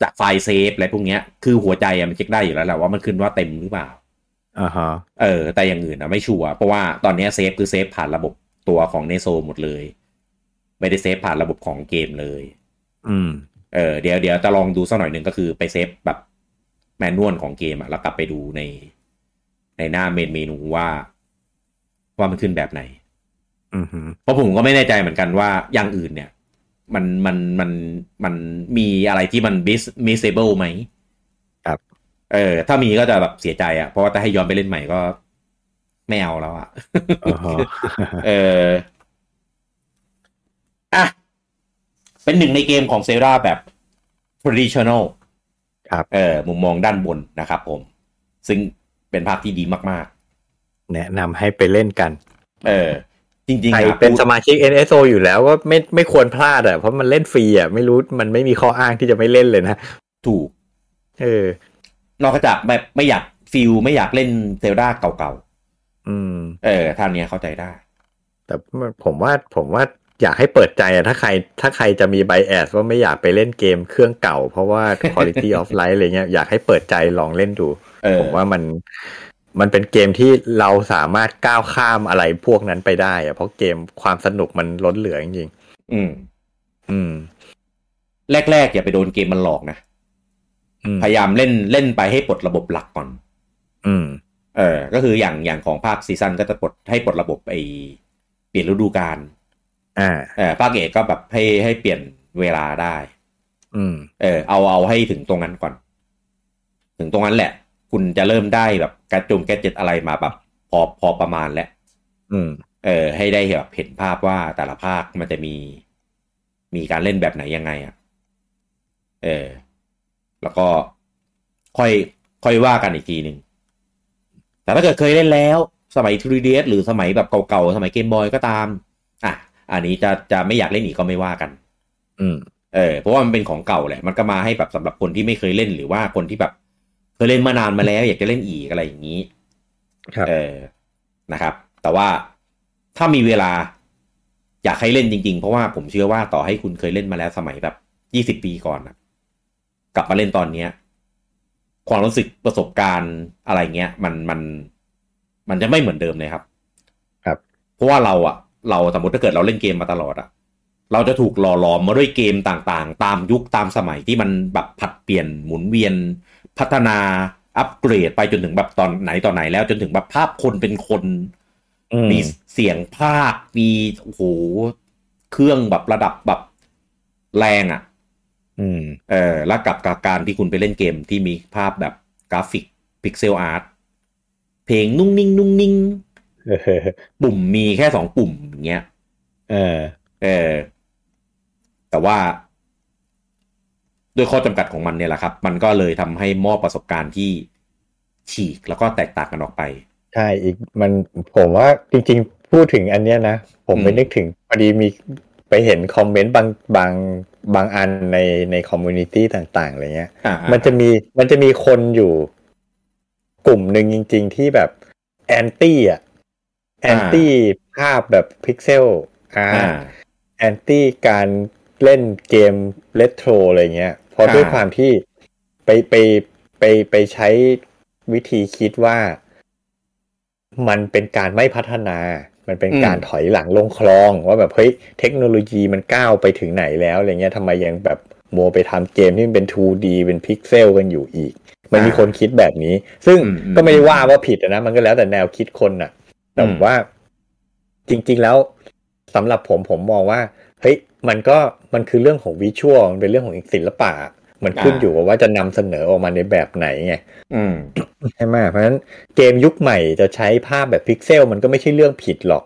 จากไฟล์เซฟอะไรพวกเนี้ย คือหัวใจอะมันเช็คได้อยู่แล้วแหละว่ามันขึ้นว่าเต็มหรือเปล่า
อ่าฮะ
เออ แต่อย่างอื่นอะไม่ชัวร์เพราะว่าตอนเนี้ยเซฟคือเซฟผ่านระบบตัวของเนโซหมดเลย ไม่ได้เซฟผ่านระบบของเกมเลย
อืม
เออเดี๋ยวเดี๋ยวจะลองดูสักหน่อยหนึ่งก็คือไปเซฟแบบแมนนวลของเกมอะแล้วกลับไปดูใน ในหน้าเมนเมนูว่า ว่ามันขึ้นแบบไหน
อืมฮึ
เพราะผมก็ไม่แน่ใจเหมือนกันว่าอย่างอื่นเนี่ย มันมันมันมันมีอะไรที่มัน bis- missable ไหม
ครับ
เออ ถ้ามีก็จะแบบเสียใจอะ่ะ เพราะว่าถ้าให้ย้อนไปเล่นใหม่ก็ไม่เอาแล้วอะ่ะ
อ่าฮะ
เอออ่ะ เป็นหนึ่งในเกมของเซราแบบ traditional
ครับ
เออมุมมองด้านบนนะครับผม ซึ่งเป็นภาคที่ดีมาก
แนะนำให้ไปเล่นกัน
ๆ เออ จริงๆ
ใคร
อ่ะ
เป็น
พูด
สมาชิก NSO อยู่แล้วก็ไม่ไม่ควรพลาดอ่ะเพราะมันเล่นฟรีอ่ะไม่รู้มันไม่มีข้ออ้างที่จะไม่เล่นเลยนะ
ถูก
เออ
นอกจากแบบไม่อยากฟิลไม่อยากเล่นเซลดาเก่า
อืม
ๆ เออทางเนี้ยเข้าใจได้
แต่ผมว่าผมว่าอยากให้เปิดใจอะถ้าใครถ้าใครจะมีไบแอสว่าไม่อยากไปเล่นเกมเครื่องเก่า เพราะว่า quality of life อะไรเงี้ยอยากให้เปิดใจลองเล่นดู
เออ
ผมว่ามันมันเป็นเกมที่เราสามารถก้าวข้ามอะไรพวกนั้นไปได้อะเพราะเกมความสนุกมันล้นเหลือจริง
อืม
ๆอืม
แรกๆ อย่าไปโดนเกมมันหลอกนะ
อืม
พยายามเล่นเล่นไปให้ปลดระบบหลักก่อน
อืม
เออ ก็คืออย่างอย่างของภาคซีซั่นก็จะปลดให้ปลดระบบไอเปลี่ยนฤดูกาล
อ่า
เออภาคเอกก็แบบให้ให้เปลี่ยนเวลาได้
อืม
เออเอาเอาให้ถึงตรงนั้นก่อน ถึงตรงนั้นแหละ คุณจะเริ่มได้แบบการจุมแกจิตอะไรมาแบบพอพอประมาณแล้ว
อืม
เออให้ได้แบบเห็นภาพว่าแต่ละภาคมันจะมีมีการเล่นแบบไหนยังไงอ่ะ เออ แล้วก็ค่อยค่อยว่ากันอีกทีหนึ่ง แต่ถ้าเกิดเคยเล่นแล้ว สมัย 3DS หรือสมัยแบบเก่าๆ สมัยเกมบอยก็ตาม อ่ะ อันนี้จะจะไม่อยากเล่นอีกก็ไม่ว่ากัน
อืม
เออเพราะว่ามันเป็นของเก่าแหละ มันก็มาให้แบบสำหรับคนที่ไม่เคยเล่นหรือว่าคนที่แบบเคยเล่นมานานมาแล้ว อยากจะเล่นอีกอะไรอย่างนี้
ครับ
เออนะครับ แต่ว่าถ้ามีเวลาอยากให้เล่นจริง ๆ เพราะว่าผมเชื่อว่าต่อให้คุณเคยเล่นมาแล้วสมัยแบบยี่สิบปีก่อนนะกลับมาเล่นตอนเนี้ย ความรู้สึกประสบการณ์อะไรเงี้ย มันมันมันจะไม่เหมือนเดิมเลยครับ
ครับ
เพราะว่าเราอะเราสมมติถ้าเกิดเราเล่นเกมมาตลอดอะเราจะถูกหล่อหลอมมาด้วยเกมต่างๆ ตามยุคตามสมัยที่มันแบบผลัดเปลี่ยนหมุนเวียน พัฒนาอัปเกรดไปจนถึงแบบตอนไหนตอนไหนแล้วจนถึงแบบภาพคนเป็นคน
อืม
มีเสียงภาค มีโอ้โหเครื่องแบบระดับแบบแรงอะ่ะ
อืม
เออแล้วกับกับการที่คุณไปเล่นเกมที่มีภาพแบบกราฟิกพิกเซลอาร์ตเพลงนุ่งนิ่งนุ่งนิ่ง
เออ
ปุ่มมีแค่สองปุ่มอย่างเงี้ย
เออ
เออแต่ว่าด้วยข้อจำกัดของมันเนี่ยแหละครับ มันก็เลยทำให้มอบประสบการณ์ที่ฉีกแล้วก็แตกต่างกันออกไป
ใช่อีกมันผมว่าจริงๆ พูดถึงอันเนี้ยนะ ผมไป
อืม
นึกถึงพอดีมีไปเห็นคอมเมนต์บางบางบางอันในในคอมมูนิตี้ต่างๆอะไรเงี้ย
อ่า
มันจะมีมันจะมีคนอยู่กลุ่มหนึ่งจริง ๆ ที่แบบแอนตี้อ่ะแอนตี้ภาพแบบพิกเซลอา
อ่า
แอนตี้การเล่นเกมเลโทรอะไรเงี้ยเพราะ
อ่า
ด้วยความที่ไปไปไปไปใช้วิธีคิดว่า มันเป็นการไม่พัฒนา มันเป็นการถอยหลังลงคลอง ว่าแบบเฮ้ยเทคโนโลยีมันก้าวไปถึงไหนแล้วอะไรเงี้ยทำไมยังแบบมัวไปทำเกมที่มันเป็น 2D เป็นพิกเซลกันอยู่อีก มันมีคนคิดแบบนี้ ซึ่ง
อืมอืม
ก็ไม่ได้ว่าว่าผิดอะนะ มันก็แล้วแต่แนวคิดคนน่ะ แต่
อืม
ว่าจริง ๆแล้วสำหรับผมผมมองว่า เฮ้ยมันก็มันคือเรื่องของวิชวลมันเป็นเรื่องของศิลปะ มันขึ้นอยู่กับว่าจะนำเสนอออกมาในแบบไหนไง
อืม
ใช่ไหมเพราะฉะนั้นเกมยุคใหม่จะใช้ภาพแบบพิกเซลมันก็ไม่ใช่เรื่องผิดหรอก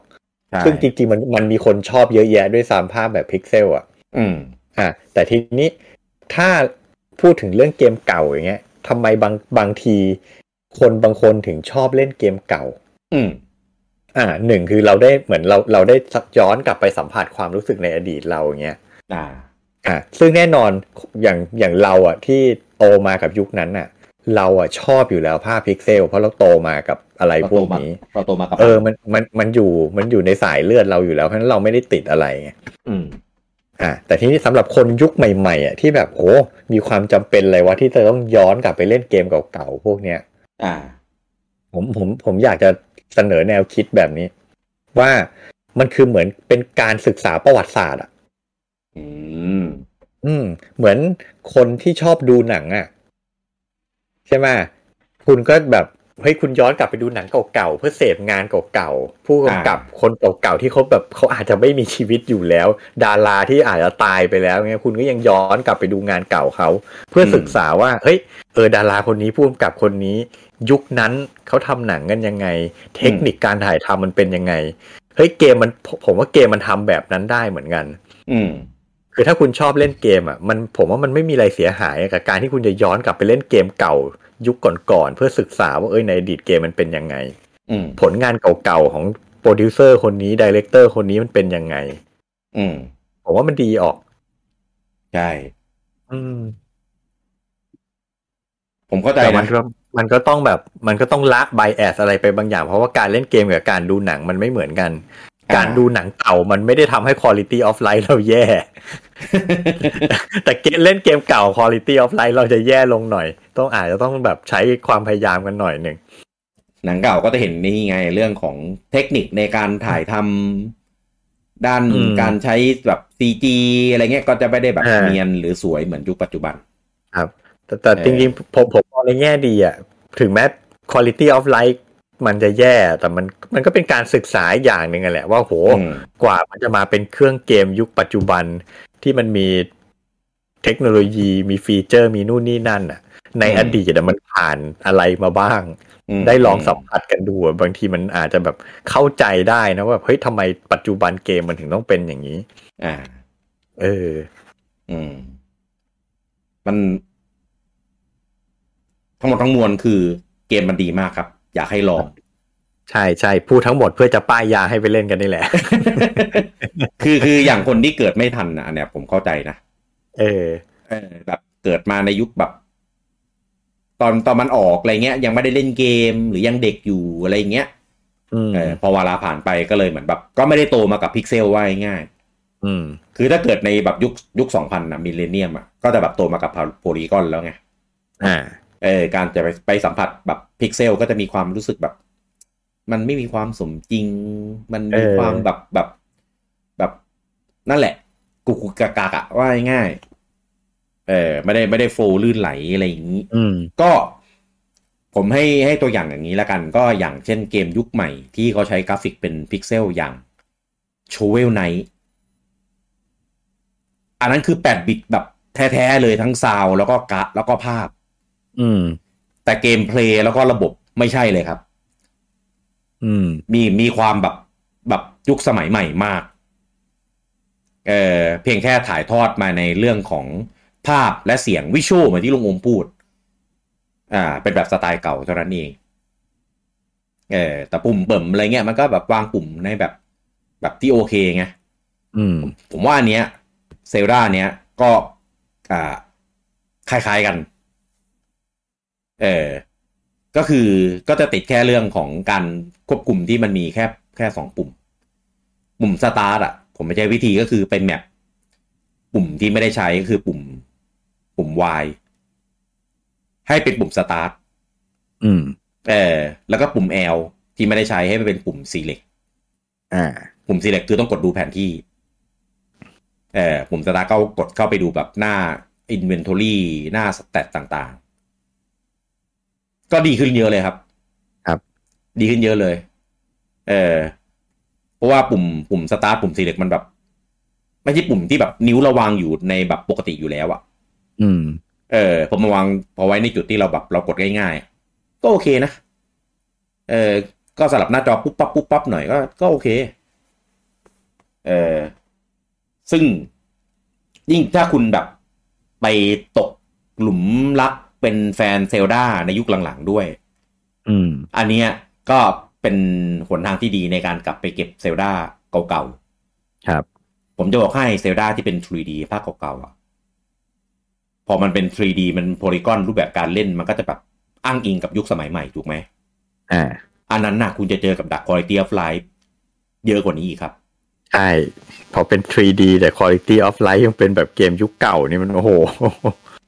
ใช่
ซึ่งจริงๆมันมันมีคนชอบเยอะแยะด้วยซ้ำภาพแบบพิกเซลอ่ะ
อืม
อ่ะแต่ทีนี้ถ้าพูดถึงเรื่องเกมเก่าอย่างเงี้ยทำไมบางบางที คนบางคนถึงชอบเล่นเกมเก่า
อืม
อ่าหนึ่งคือเราได้เหมือนเราเราได้ย้อนกลับไปสัมผัสความรู้สึกในอดีตเราอย่างเงี้ย
อ่า
อ่ะซึ่งแน่นอนอย่างอย่างเราอ่ะที่โตมากับยุคนั้นอ่ะ เราอ่ะชอบอยู่แล้วภาพพิกเซล เพราะเราโตมากับอะไร
เรา
พ
โต
วก
มา
นี้
เราโตมากับ
เออมันมันมันอยู่มันอยู่ในสายเลือดเราอยู่แล้วเพราะฉะนั้นเราไม่ได้ติดอะไรไง
อืม
อ่ะแต่ทีนี้สำหรับคนยุคใหม่ๆอ่ะที่แบบโอ้มีความจำเป็นอะไรวะที่จะต้องย้อนกลับไปเล่นเกมเก่าๆพวกเนี้ย
อ่า
ผมผมผมอยากจะเสนอแนวคิดแบบนี้ ว่ามันคือเหมือนเป็นการศึกษาประวัติศาสตร์อ่ะ
อืม
อืมเหมือนคนที่ชอบดูหนังอ่ะ ใช่ไหมคุณก็แบบเฮ้ยคุณย้อนกลับไปดูหนังเก่าๆเพื่อเสพงานเก่าๆผู้กำกับคนเก่าๆที่เขาแบบเขาอาจจะไม่มีชีวิตอยู่แล้ว ดาราที่อาจจะตายไปแล้วเงี้ยคุณก็ยังย้อนกลับไปดูงานเก่าเขาเพื่ออ
ม
ศึกษาว่าเฮ้ยเออดาราคนนี้ผู้กำกับคนนี้ ยุคนั้นเขาทำหนังกันยังไง เทคนิคการถ่ายทำมันเป็นยังไงเฮ้ยเกมมันผมว่าเกมมันทำแบบนั้นได้เหมือนกัน
อืม
คือถ้าคุณชอบเล่นเกมอ่ะมันผมว่ามันไม่มีอะไรเสียหายกับการที่คุณจะย้อนกลับไปเล่นเกมเก่า ยุคก่อนๆเพื่อศึกษาว่าเอ้ยในอดีตเกมมันเป็นยังไง
อืม
ผลงานเก่าๆของ โปรดิวเซอร์คนนี้ดีเลกเตอร์คนนี้มันเป็นยังไง
อืม
ผมว่ามันดีออก
ใช่
อืม
ผมเข้าใจ
แต่มั
นะ
นก็มันก็ต้องแบบ มันก็ต้องละไบแอสอะไรไปบางอย่าง เพราะว่าการเล่นเกมกับการดูหนังมันไม่เหมือนกัน การดูหนังเก่ามันไม่ได้ทำให้ Quality of Life เราแย่ แต่เกมเล่นเกมเก่า Quality of Life เราจะแย่ลงหน่อย ต้องอาจจะต้องแบบใช้ความพยายามกันหน่อยหนึ่ง
หนังเก่าก็จะเห็นนี่ไงเรื่องของเทคนิคในการถ่ายทำด้าน
อืม
การใช้แบบซีจีอะไรเงี้ยก็จะไม่ได้แบบ
อ่า
เนียนหรือสวยเหมือนยุคปัจจุบัน
แต่แต่
เออ
จริงๆผมผมมองในแง่ดีอะถึงแม้ quality of life มันจะแย่ แต่มันมันก็เป็นการศึกษาอีกอย่างหนึ่งอะแหละว่าโห
อืม
กว่ามันจะมาเป็นเครื่องเกมยุคปัจจุบันที่มันมีเทคโนโลยีมีฟีเจอร์มีนู่นนี่นั่นอะใน
อืม
อดีตอะมันผ่านอะไรมาบ้าง
ม
ได้ลองสัมผัสกันดูอะบางทีมันอาจจะแบบเข้าใจได้นะว่าเฮ้ยทำไมปัจจุบันเกมมันถึงต้องเป็นอย่างนี้
อ่า
เออ
อืม มัน ทั้งหมดทั้งมวลคือเกมมันดีมากครับ อยากให้ลอง
ใช่ใช่พูดทั้งหมดเพื่อจะป้ายยาให้ไปเล่นกันนี่แหละ
คือคืออย่างคนที่เกิดไม่ทันนะอันเนี่ยผมเข้าใจนะ
เออ
เออแบบเกิดมาในยุคแบบ ตอนตอนมันออกอะไรเงี้ย ยังไม่ได้เล่นเกมหรือยังเด็กอยู่อะไรเงี้ย
อืม
เออพอเวลาผ่านไปก็เลยเหมือนแบบ ก็ไม่ได้โตมากับพิกเซลว่าง่าย
อืม
ๆคือถ้าเกิดในแบบยุคยุคสองพันนะมิเลเนียมอ่ะก็จะแบบโตมากับโพลีกอนแล้วไง
อ่า
เออการจะไปไปสัมผัสแบบพิกเซลก็จะมีความรู้สึกแบบ มันไม่มีความสมจริง มันมี
เออ
ความแบบแบบแบบนั่นแหละ กุกกุกกากากอะว่าง่ายๆเออไม่ได้ไม่ได้โฟล์ลื่นไหลอะไรอย่างนี้
อืม
ก็ผมให้ให้ตัวอย่างอย่างนี้ละกัน ก็อย่างเช่นเกมยุคใหม่ที่เขาใช้กราฟิกเป็นพิกเซลอย่างโชเวลไนอันนั้นคือ8บิตแบบแท้ๆเลยทั้งซาวด์แล้วก็กะแล้วก็ภาพ
อืม
แต่เกมเพลย์แล้วก็ระบบไม่ใช่เลยครับ
อืม
มีมีความแบบแบบยุคสมัยใหม่มาก เออเพียงแค่ถ่ายทอดมาในเรื่องของภาพและเสียงวิชวลเหมือนที่ลุงอมพูด อ่า เป็นแบบสไตล์เก่าเท่านั้นเอง เออแต่ปุ่มเบิ่มอะไรเงี้ยมันก็แบบวางปุ่มในแบบแบบที่โอเคไง
อืม
ผมว่าอันเนี้ยเซลดาเนี้ยก็อ่าคล้าย ๆกัน เออก็คือก็จะติดแค่เรื่องของการควบคุมที่มันมีแค่แค่สองปุ่ม ปุ่มสตาร์ทอ่ะ ผมไม่ใช่วิธีก็คือเป็นแมปปุ่มที่ไม่ได้ใช้ก็คือปุ่ม ปุ่ม Y ให้เป็นปุ่มสตาร์ท
อืม
เออแล้วก็ปุ่ม L ที่ไม่ได้ใช้ให้มันเป็นปุ่ม select
อ่า
ปุ่ม select คือต้องกดดูแผนที่ เอ่อปุ่ม start ก็กดเข้าไปดูแบบหน้า inventory หน้า stat ต่างๆ ก็ดีขึ้นเยอะเลยครับ
ครับ
ดีขึ้นเยอะเลย เออเพราะว่าปุ่มปุ่ม start ปุ่ม select มันแบบ ไม่ใช่ปุ่มที่แบบนิ้วเราวางอยู่ในแบบปกติอยู่แล้วอะ
อืม
เออผมมาวางพอไว้ในจุดที่เราแบบเรากดง่ายๆ ก็โอเคนะ เออก็สลับหน้าจอปุ๊บปั๊บปุ๊บปั๊บหน่อยก็ก็โอเค เออซึ่งยิ่งถ้าคุณแบบไปตกหลุมรักเป็นแฟนเซลดาในยุคหลังๆด้วย
อืม
อันเนี้ยก็เป็นหนทางที่ดีในการกลับไปเก็บเซลดาเก่า
ครับ
ๆ ผมจะบอกให้เซลดาที่เป็น 3D ภาคเก่าๆอ่ะ พอมันเป็น 3D มันโพลีกอนรูปแบบการเล่นมันก็จะแบบอ้างอิงกับยุคสมัยใหม่ถูกไหม
อ่า
อันนั้นน่ะคุณจะเจอกับดัก quality of life เยอะกว่านี้อีกครับ
ใช่ พอเป็น 3D แต่ Quality of Life ยังเป็นแบบเกมยุคเก่านี่มันโอ้โห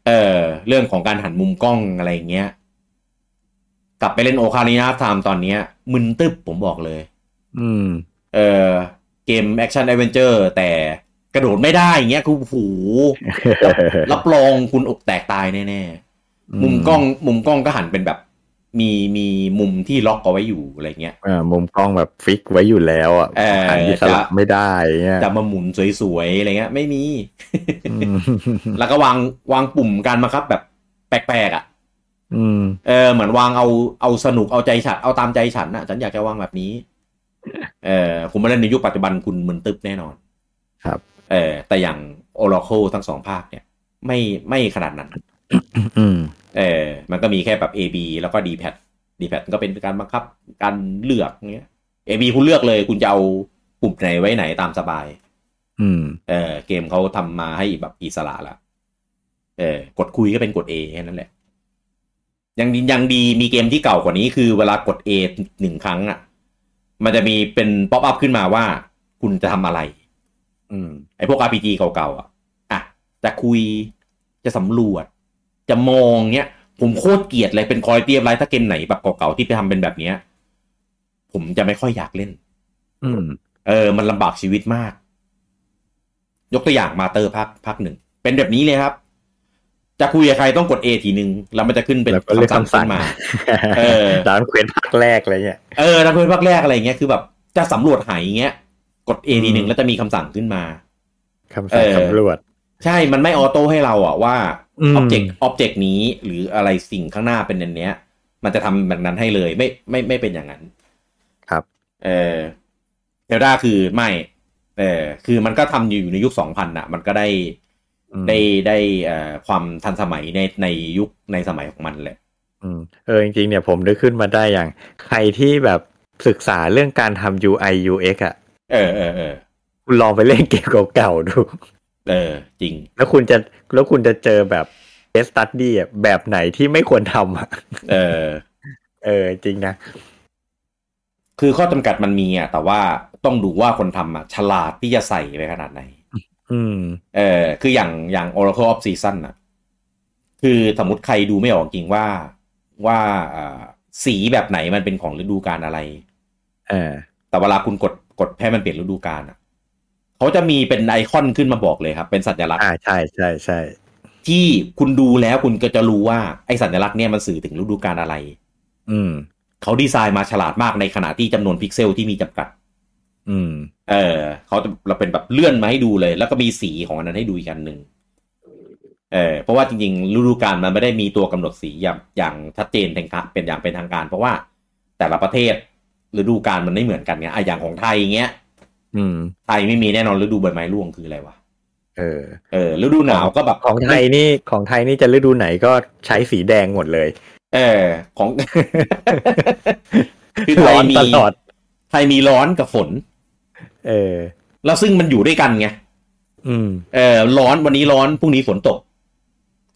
เออเรื่องของการหันมุมกล้องอะไรอย่างเงี้ย กลับไปเล่นโอคา i ินาไทม์ตอนเนี้ย มึนตึ๊บผมบอกเลย
อืม
เออเกมแอคชั่นแอดเวนเจอร์แต่กระโดดไม่ได้อย่างเงี้ยคือ โอ้โหรับรับรองคุณอกแตกตายแน่ๆ มุมกล้องมุมกล้องก็หันเป็นแบบ มีมีมุมที่ล็อกเอาไว้อยู่อะไรเงี้ย
เอ่ามุมกล้องแบบฟิกไว้อยู่แล้วอ่ะ
เออ
หันอิสระ
จะ
ไม่ได้เงี้ย
จะมาหมุนสวยๆอะไรเงี้ย ไม่มี
อืม
แล้วก็วางวางปุ่มการบังคับแบบแปลกๆอ่ะ
อืม
เออเหมือนวางเอาเอาสนุกเอาใจฉันเอาตามใจฉันน่ะ ฉันอยากจะวางแบบนี้ เออคุณมาเล่นในยุคปัจจุบันคุณมึนตึ๊บแน่นอน
ครับ
เออแต่อย่าง Oracle ทั้งสองภาคเนี่ย ไม่ไม่ขนาดนั้น
อืม
เออมันก็มีแค่แบบ A B แล้วก็ D pad D pad ก็เป็นการบังคับการเลือกเงี้ย เอบีคุณเลือกเลย คุณจะเอาปุ่มไหนไว้ไหนตามสบาย
อืม
เออเกมเขาทำมาให้แบบอิสระละเออกดคุยก็เป็นกด A แค่นั้นแหละ ยังดียังดีมีเกมที่เก่ากว่านี้คือเวลากด A หนึ่งครั้งอ่ะ มันจะมีเป็นป๊อปอัพขึ้นมาว่า คุณจะทำอะไร
อืม
ไอ้พวก RPG เก่าๆอ่ะ อ่ะ จะคุย จะสำรวจ จะมองเนี้ย ผมโคตรเกลียดเลย เป็นคอยเตียบไรถ้าเกมไหนแบบเก่าๆที่ไปทำเป็นแบบเนี้ย ผมจะไม่ค่อยอยากเล่น
อืม
เออ มันลำบากชีวิตมาก ยกตัวอย่างมาเตอร์ภาคภาคหนึ่ง เป็นแบบนี้เลยครับ จะคุยกับใครต้องกด A ทีหนึ่งแล้วมันจะขึ้นเป็น
แล้วก็เลือก
คำสั่ง
คำสั่
ขึ้
ง
นมา เออ
ร้านเควนภาคแรกอะไรเงี้ย
เออนักเรียนภาคแรกอะไรเงี้ย คือแบบจะสำรวจหายเงี้ย กด A ทีหนึ่ง
อืม
แล้วจะมีคำสั่งขึ้นมา
คำสั่ง
เออ
สำรวจ
ใช่ มันไม่ออโต้ให้เราอะว่า
อื
อ
ม
อบเจกต์ออบเจกต์นี้หรืออะไรสิ่งข้างหน้าเป็นอันเนี้ย มันจะทำแบบนั้นให้เลยไม่ไม่ไม่เป็นอย่างนั้น
ครับ
เออเดลด้าคือไม่ เออคือมันก็ทำอยู่ในยุคสองพันอะมันก็ได้
อืม
ได้ได้เอ่อความทันสมัยในในยุคในสมัยของมันแหละ
อืมเออจริงๆเนี่ยผมนึกขึ้นมาได้อย่าง ใครที่แบบศึกษาเรื่องการทำ UI UX อ่ะ
เออเออเออ
คุณลองไปเล่นเกมเก่าๆดู
เออ จริง
แล้วคุณจะแล้วคุณจะเจอแบบ case study อะแบบไหนที่ไม่ควรทำอ่ะ
เออ
เออจริงนะ
คือข้อจำกัดมันมีอะแต่ว่าต้องดูว่าคนทำอะฉลาดที่จะใส่ไปขนาดไหน
อืม
เออคืออย่างอย่าง Oracle of Season น่ะ คือสมมติใครดูไม่ออกจริงว่าว่าอ่าสีแบบไหนมันเป็นของฤดูกาลอะไร
เออ
แต่เวลาคุณกดกดให้มันเปลี่ยนฤดูกาลอ่ะเขาจะมีเป็นไอคอนขึ้นมาบอกเลยครับ เป็นสัญลักษณ์
อ่าใช่ใช่ใช่
ที่คุณดูแล้วคุณก็จะรู้ว่าไอสัญลักษณ์เนี่ยมันสื่อถึงฤดูกาลอะไร
อืม
เขาดีไซน์มาฉลาดมากในขณะที่จำนวนพิกเซลที่มีจำกัด
อืม
เออเขาจะเราเป็นแบบเลื่อนมาให้ดูเลย แล้วก็มีสีของอันนั้นให้ดูอีกอันหนึ่งเออเพราะว่าจริงๆฤดูกาลมันไม่ได้มีตัวกำหนดสีอย่างอย่างชัดเจนเป็นทางเป็นอย่างเป็นทางการ เพราะว่าแต่ละประเทศฤดูกาลมันไม่เหมือนกันไงอ่ะอย่างของไทยอย่างเงี้ย
อืม
ไทยไม่มีแน่นอนฤดูใบไม้ร่วงคืออะไรวะ
เออ
เออฤดูหนาวก็แบบ
ของไทยนี่ของไทยนี่จะฤดูไหนก็ใช้สีแดงหมดเลย
เออของ คือไท
ร้
ย
อน
มี
ตลอด
ไทยมีร้อนกับฝน
เออ
แล้วซึ่งมันอยู่ด้วยกันไง
อืม
เออร้อนวันนี้ร้อนพรุ่งนี้ฝนตก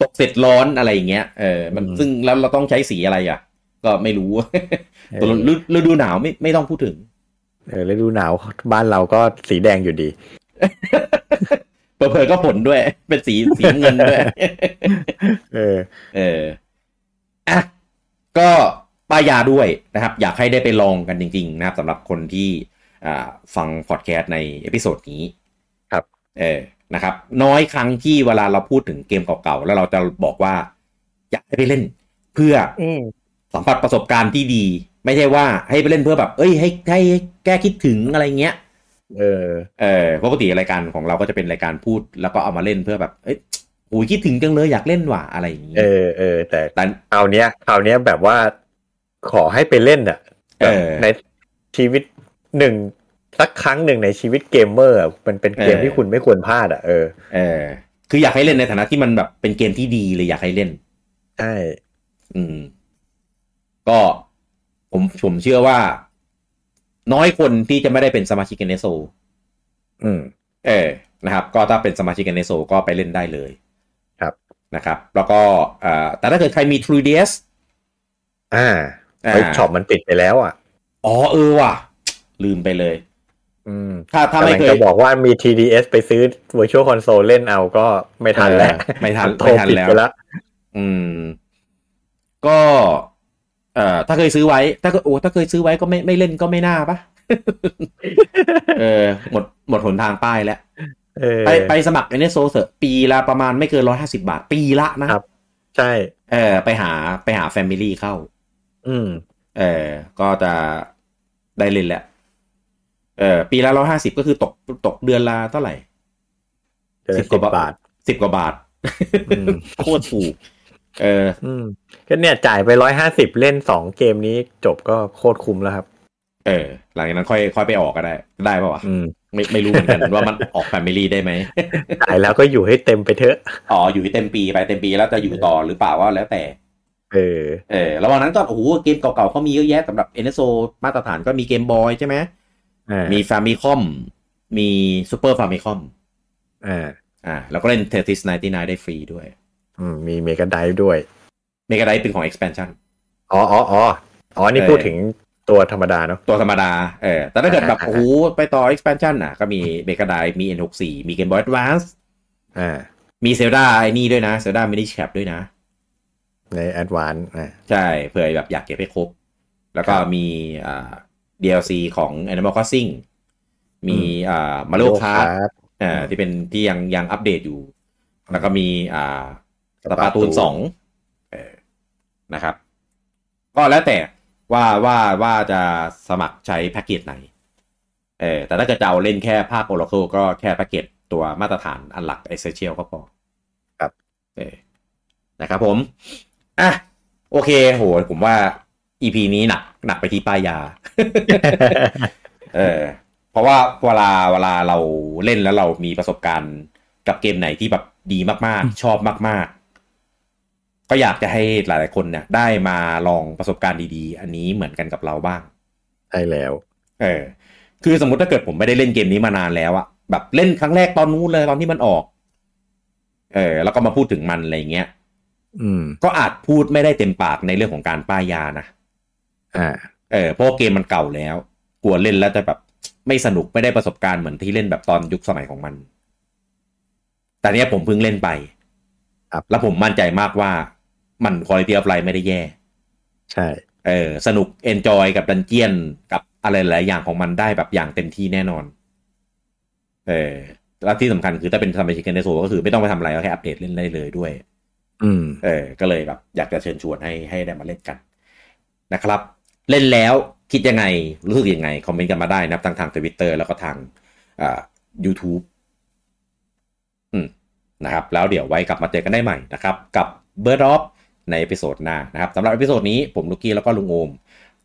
ตกเสร็จร้อนอะไรอย่างเงี้ยเออมัน
อืม
ซึ่งแล้วเราต้องใช้สีอะไรอ่ะ ก็ไม่รู้ ตกลงฤฤดูหนาวไม่ไม่ต้องพูดถึง
เออฤดูหนาวบ้านเราก็สีแดงอยู่ดี
เผลอๆก็ฝนด้วย เป็นสีสีน้ำเงินด้วย
เออ
เอออ่ะก็ป้ายยาด้วยนะครับ อยากให้ได้ไปลองกันจริง ๆ นะครับสำหรับคนที่อ่าฟังพอดแคสต์ในเอพิโซดนี้
ครับ
เออนะครับ น้อยครั้งที่เวลาเราพูดถึงเกมเก่าๆ แล้วเราจะบอกว่า อยากให้ไปเล่น เพื่ออ
อืม
สัมผัสประสบการณ์ที่ดี ไม่ใช่ว่าให้ไปเล่นเพื่อแบบ เอ้ยให้ให้ให้แก้คิดถึงอะไรเงี้ย
เออ
เออปกติรายการของเราก็จะเป็นรายการพูด แล้วก็เอามาเล่นเพื่อแบบเอ้ยโอ้ยคิดถึงจังเลยอยากเล่นว่ะอะไรอย่างงี้
เออเออ แต่
แต่
คราวเนี้ยคราวเนี้ยแบบว่าขอให้ไปเล่นอะ
เออ
แบบในชีวิตหนึ่งสักครั้งหนึ่งในชีวิตเกมเมอร์อะมันเป็นเกม
เออ
ที่คุณไม่ควรพลาดอะเออ
เออคืออยากให้เล่นในฐานะที่มันแบบเป็นเกมที่ดีเลยอยากให้เล่น
ใช่
อืม ก็ผมผมเชื่อว่า น้อยคนที่จะไม่ได้เป็นสมาชิกในโซ
อืม
เออ นะครับ ก็ถ้าเป็นสมาชิกกันในโซก็ไปเล่นได้เลย
ครับ
นะครับ แล้วก็เอ่อแต่ถ้าเกิดใครมี 3ds
อ่า
อ่า
เฮ้ยช็อปมันปิดไปแล้วอ่ะ
อ๋อเออว่ะ ลืมไปเลย
อืม
ถ้าถ้าไม่
กำลัง
เคย
จะบอกว่ามี TDS ไปซื้อ Virtual Console เล่นเอาก็ไม่ทันแล้ว
เออไม่ทัน
โทร
ไม่ทัน
ปิด
แล้ว
ไปละ
อืม ก็เอ่อถ้าเคยซื้อไว้ ถ้าก็โอ้ถ้าเคยซื้อไว้ก็ไม่ไม่เล่นก็ไม่น่าปะ เออ หมดหมดหนทางป้ายแล้ว
เออ
ไปไปสมัครเอเนโซเถอะปีละประมาณไม่เกินร้อยห้าสิบาท ปีละนะครับ
ใช่
เออไปหาไปหาแฟมิลี่เข้า
อืม
เออ ก็จะได้เล่นแหละ เออ ปีละร้อยห้าสิบก็คือตกตกเดือนละเท่าไหร่
เดือนละ
10
สิบ
กว่าบา
บา
ท
ท
สิบกว่าบาท
อืม
โคตรถูก เออ
อืมก็เนี่ยจ่ายไปร้อยห้าสิบเล่นสองเกมนี้จบก็โคตรคุ้มแล้วครับ
เออ หลังจากนั้นค่อยค่อยไปออกก็ได้ ได้ป่าวะ
อืม
ไม่ไม่รู้เหมือนกัน ว่ามันออกแฟมิลี่ได้ไหม
จ่ายแล้วก็อยู่ให้เต็มไปเถอะ
อ๋อ อยู่ที่เต็มปีไปเต็มปีแล้วจะอยู่ต่อหรือเปล่าว่าแล้วแต่
เออ
เออระหว่างนั้นก็โอ้โหเกมเก่าๆเขามีเยอะแยะสำหรับ NSO มาตรฐานก็มีเกมบอยใช่ไหม
อ่า
มีฟามิคอม มีซูเปอร์ฟามิคอม
อ่า
อ่า แล้วก็เล่นเทอร์ติสไนตีนได้ฟรีด้วย
อืมมีเมกาไดด้วย
เมกาไดเป็นของ expansion
อ๋ออ๋ออ๋ออ๋อนี่
เออ
พูดถึงตัวธรรมดาเนาะ
ตัวธรรมดา เออ แต่ถ้าเกิดแบบ
อ่า
โอ้โห ไปต่อ expansion อ่ะ ก็มีเมกาไดมี N64 มีเกมบอย Advance
อ่า
มีเซลดาไอ้นี่ด้วยนะเซลดามินิแคปด้วยนะ
ในแอดวานอ่า
ใช่ เผื่อแบบอยากเก็บให้ครบ แล้วก็
ครับ
มีอ่า DLC ของ Animal Crossing มี
อืม
อ่า Mario Kart
ครับ
อ่า
อืม
ที่เป็นที่ยังยังอัปเดตอยู่ แล้วก็มีอ่า
ส
ส
ปา
ปา
ตู
ตู
น
นสองเออนะครับ ก็แล้วแต่ว่าว่าว่าจะสมัครใช้แพ็กเกจไหนเออแต่ถ้าเกิดจะเอาเล่นแค่ภาค Oracle ก็แค่แพ็กเกจตัวมาตรฐานอันหลัก Essential ก็พอ
ครับ
เออนะครับผม อ่ะ โอเคโหผมว่า EP นี้หนักหนักไปที่ป้ายยา เออเพราะว่าเวลาเวลาเราเล่นแล้วเรามีประสบการณ์กับเกมไหนที่แบบดีมากๆ ชอบมาก ๆ ก็อยากจะให้หลาย ๆ คนเนี่ยได้มาลองประสบการณ์ดีๆ อันนี้เหมือนกันกับเราบ้าง
ใช่แล้ว
เออ คือสมมติถ้าเกิดผมไม่ได้เล่นเกมนี้มานานแล้วอะแบบเล่นครั้งแรกตอนนู้นเลยตอนที่มันออก เออ แล้วก็มาพูดถึงมันอะไรอย่างเงี้ย
อืม
ก็อาจพูดไม่ได้เต็มปากในเรื่องของการป้ายยานะ
อ่า
เออเพราะว่าเกมมันเก่าแล้ว กลัวเล่นแล้วจะแบบไม่สนุกไม่ได้ประสบการณ์เหมือนที่เล่นแบบตอนยุคสมัยของมัน แต่เนี้ยผมเพิ่งเล่นไป
ครับ
แล้วผมมั่นใจมากว่ามันคุณภาพอะไรไม่ได้แย่
ใช่
เออสนุกเอนจอยกับดันเจียนกับอะไรหลายอย่างของมันได้แบบอย่างเต็มที่แน่นอน เออแล้วที่สำคัญคือถ้าเป็นสมาชิกในโซก็คือไม่ต้องไปทำอะไรก็แค่อัปเดตเล่นได้เลยด้วย
อืม
เออ ก็เลยแบบอยากจะเชิญชวนให้ให้ได้มาเล่นกันนะครับ เล่นแล้วคิดยังไงรู้สึกยังไง คอมเมนต์กันมาได้นะครับทั้งทางทวิตเตอร์แล้วก็ทางอ่า YouTube อืมนะครับ แล้วเดี๋ยวไว้กลับมาเจอกันได้ใหม่นะครับ กับ b i r d o f ในเอพิโซดหน้านะครับสำหรับเอพิโซดนี้ผมลูกกี้แล้วก็ลุงโอม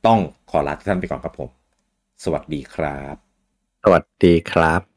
ต้องขอลาทุกท่านไปก่อนครับผม สวัสดีครับ
สวัสดีครับ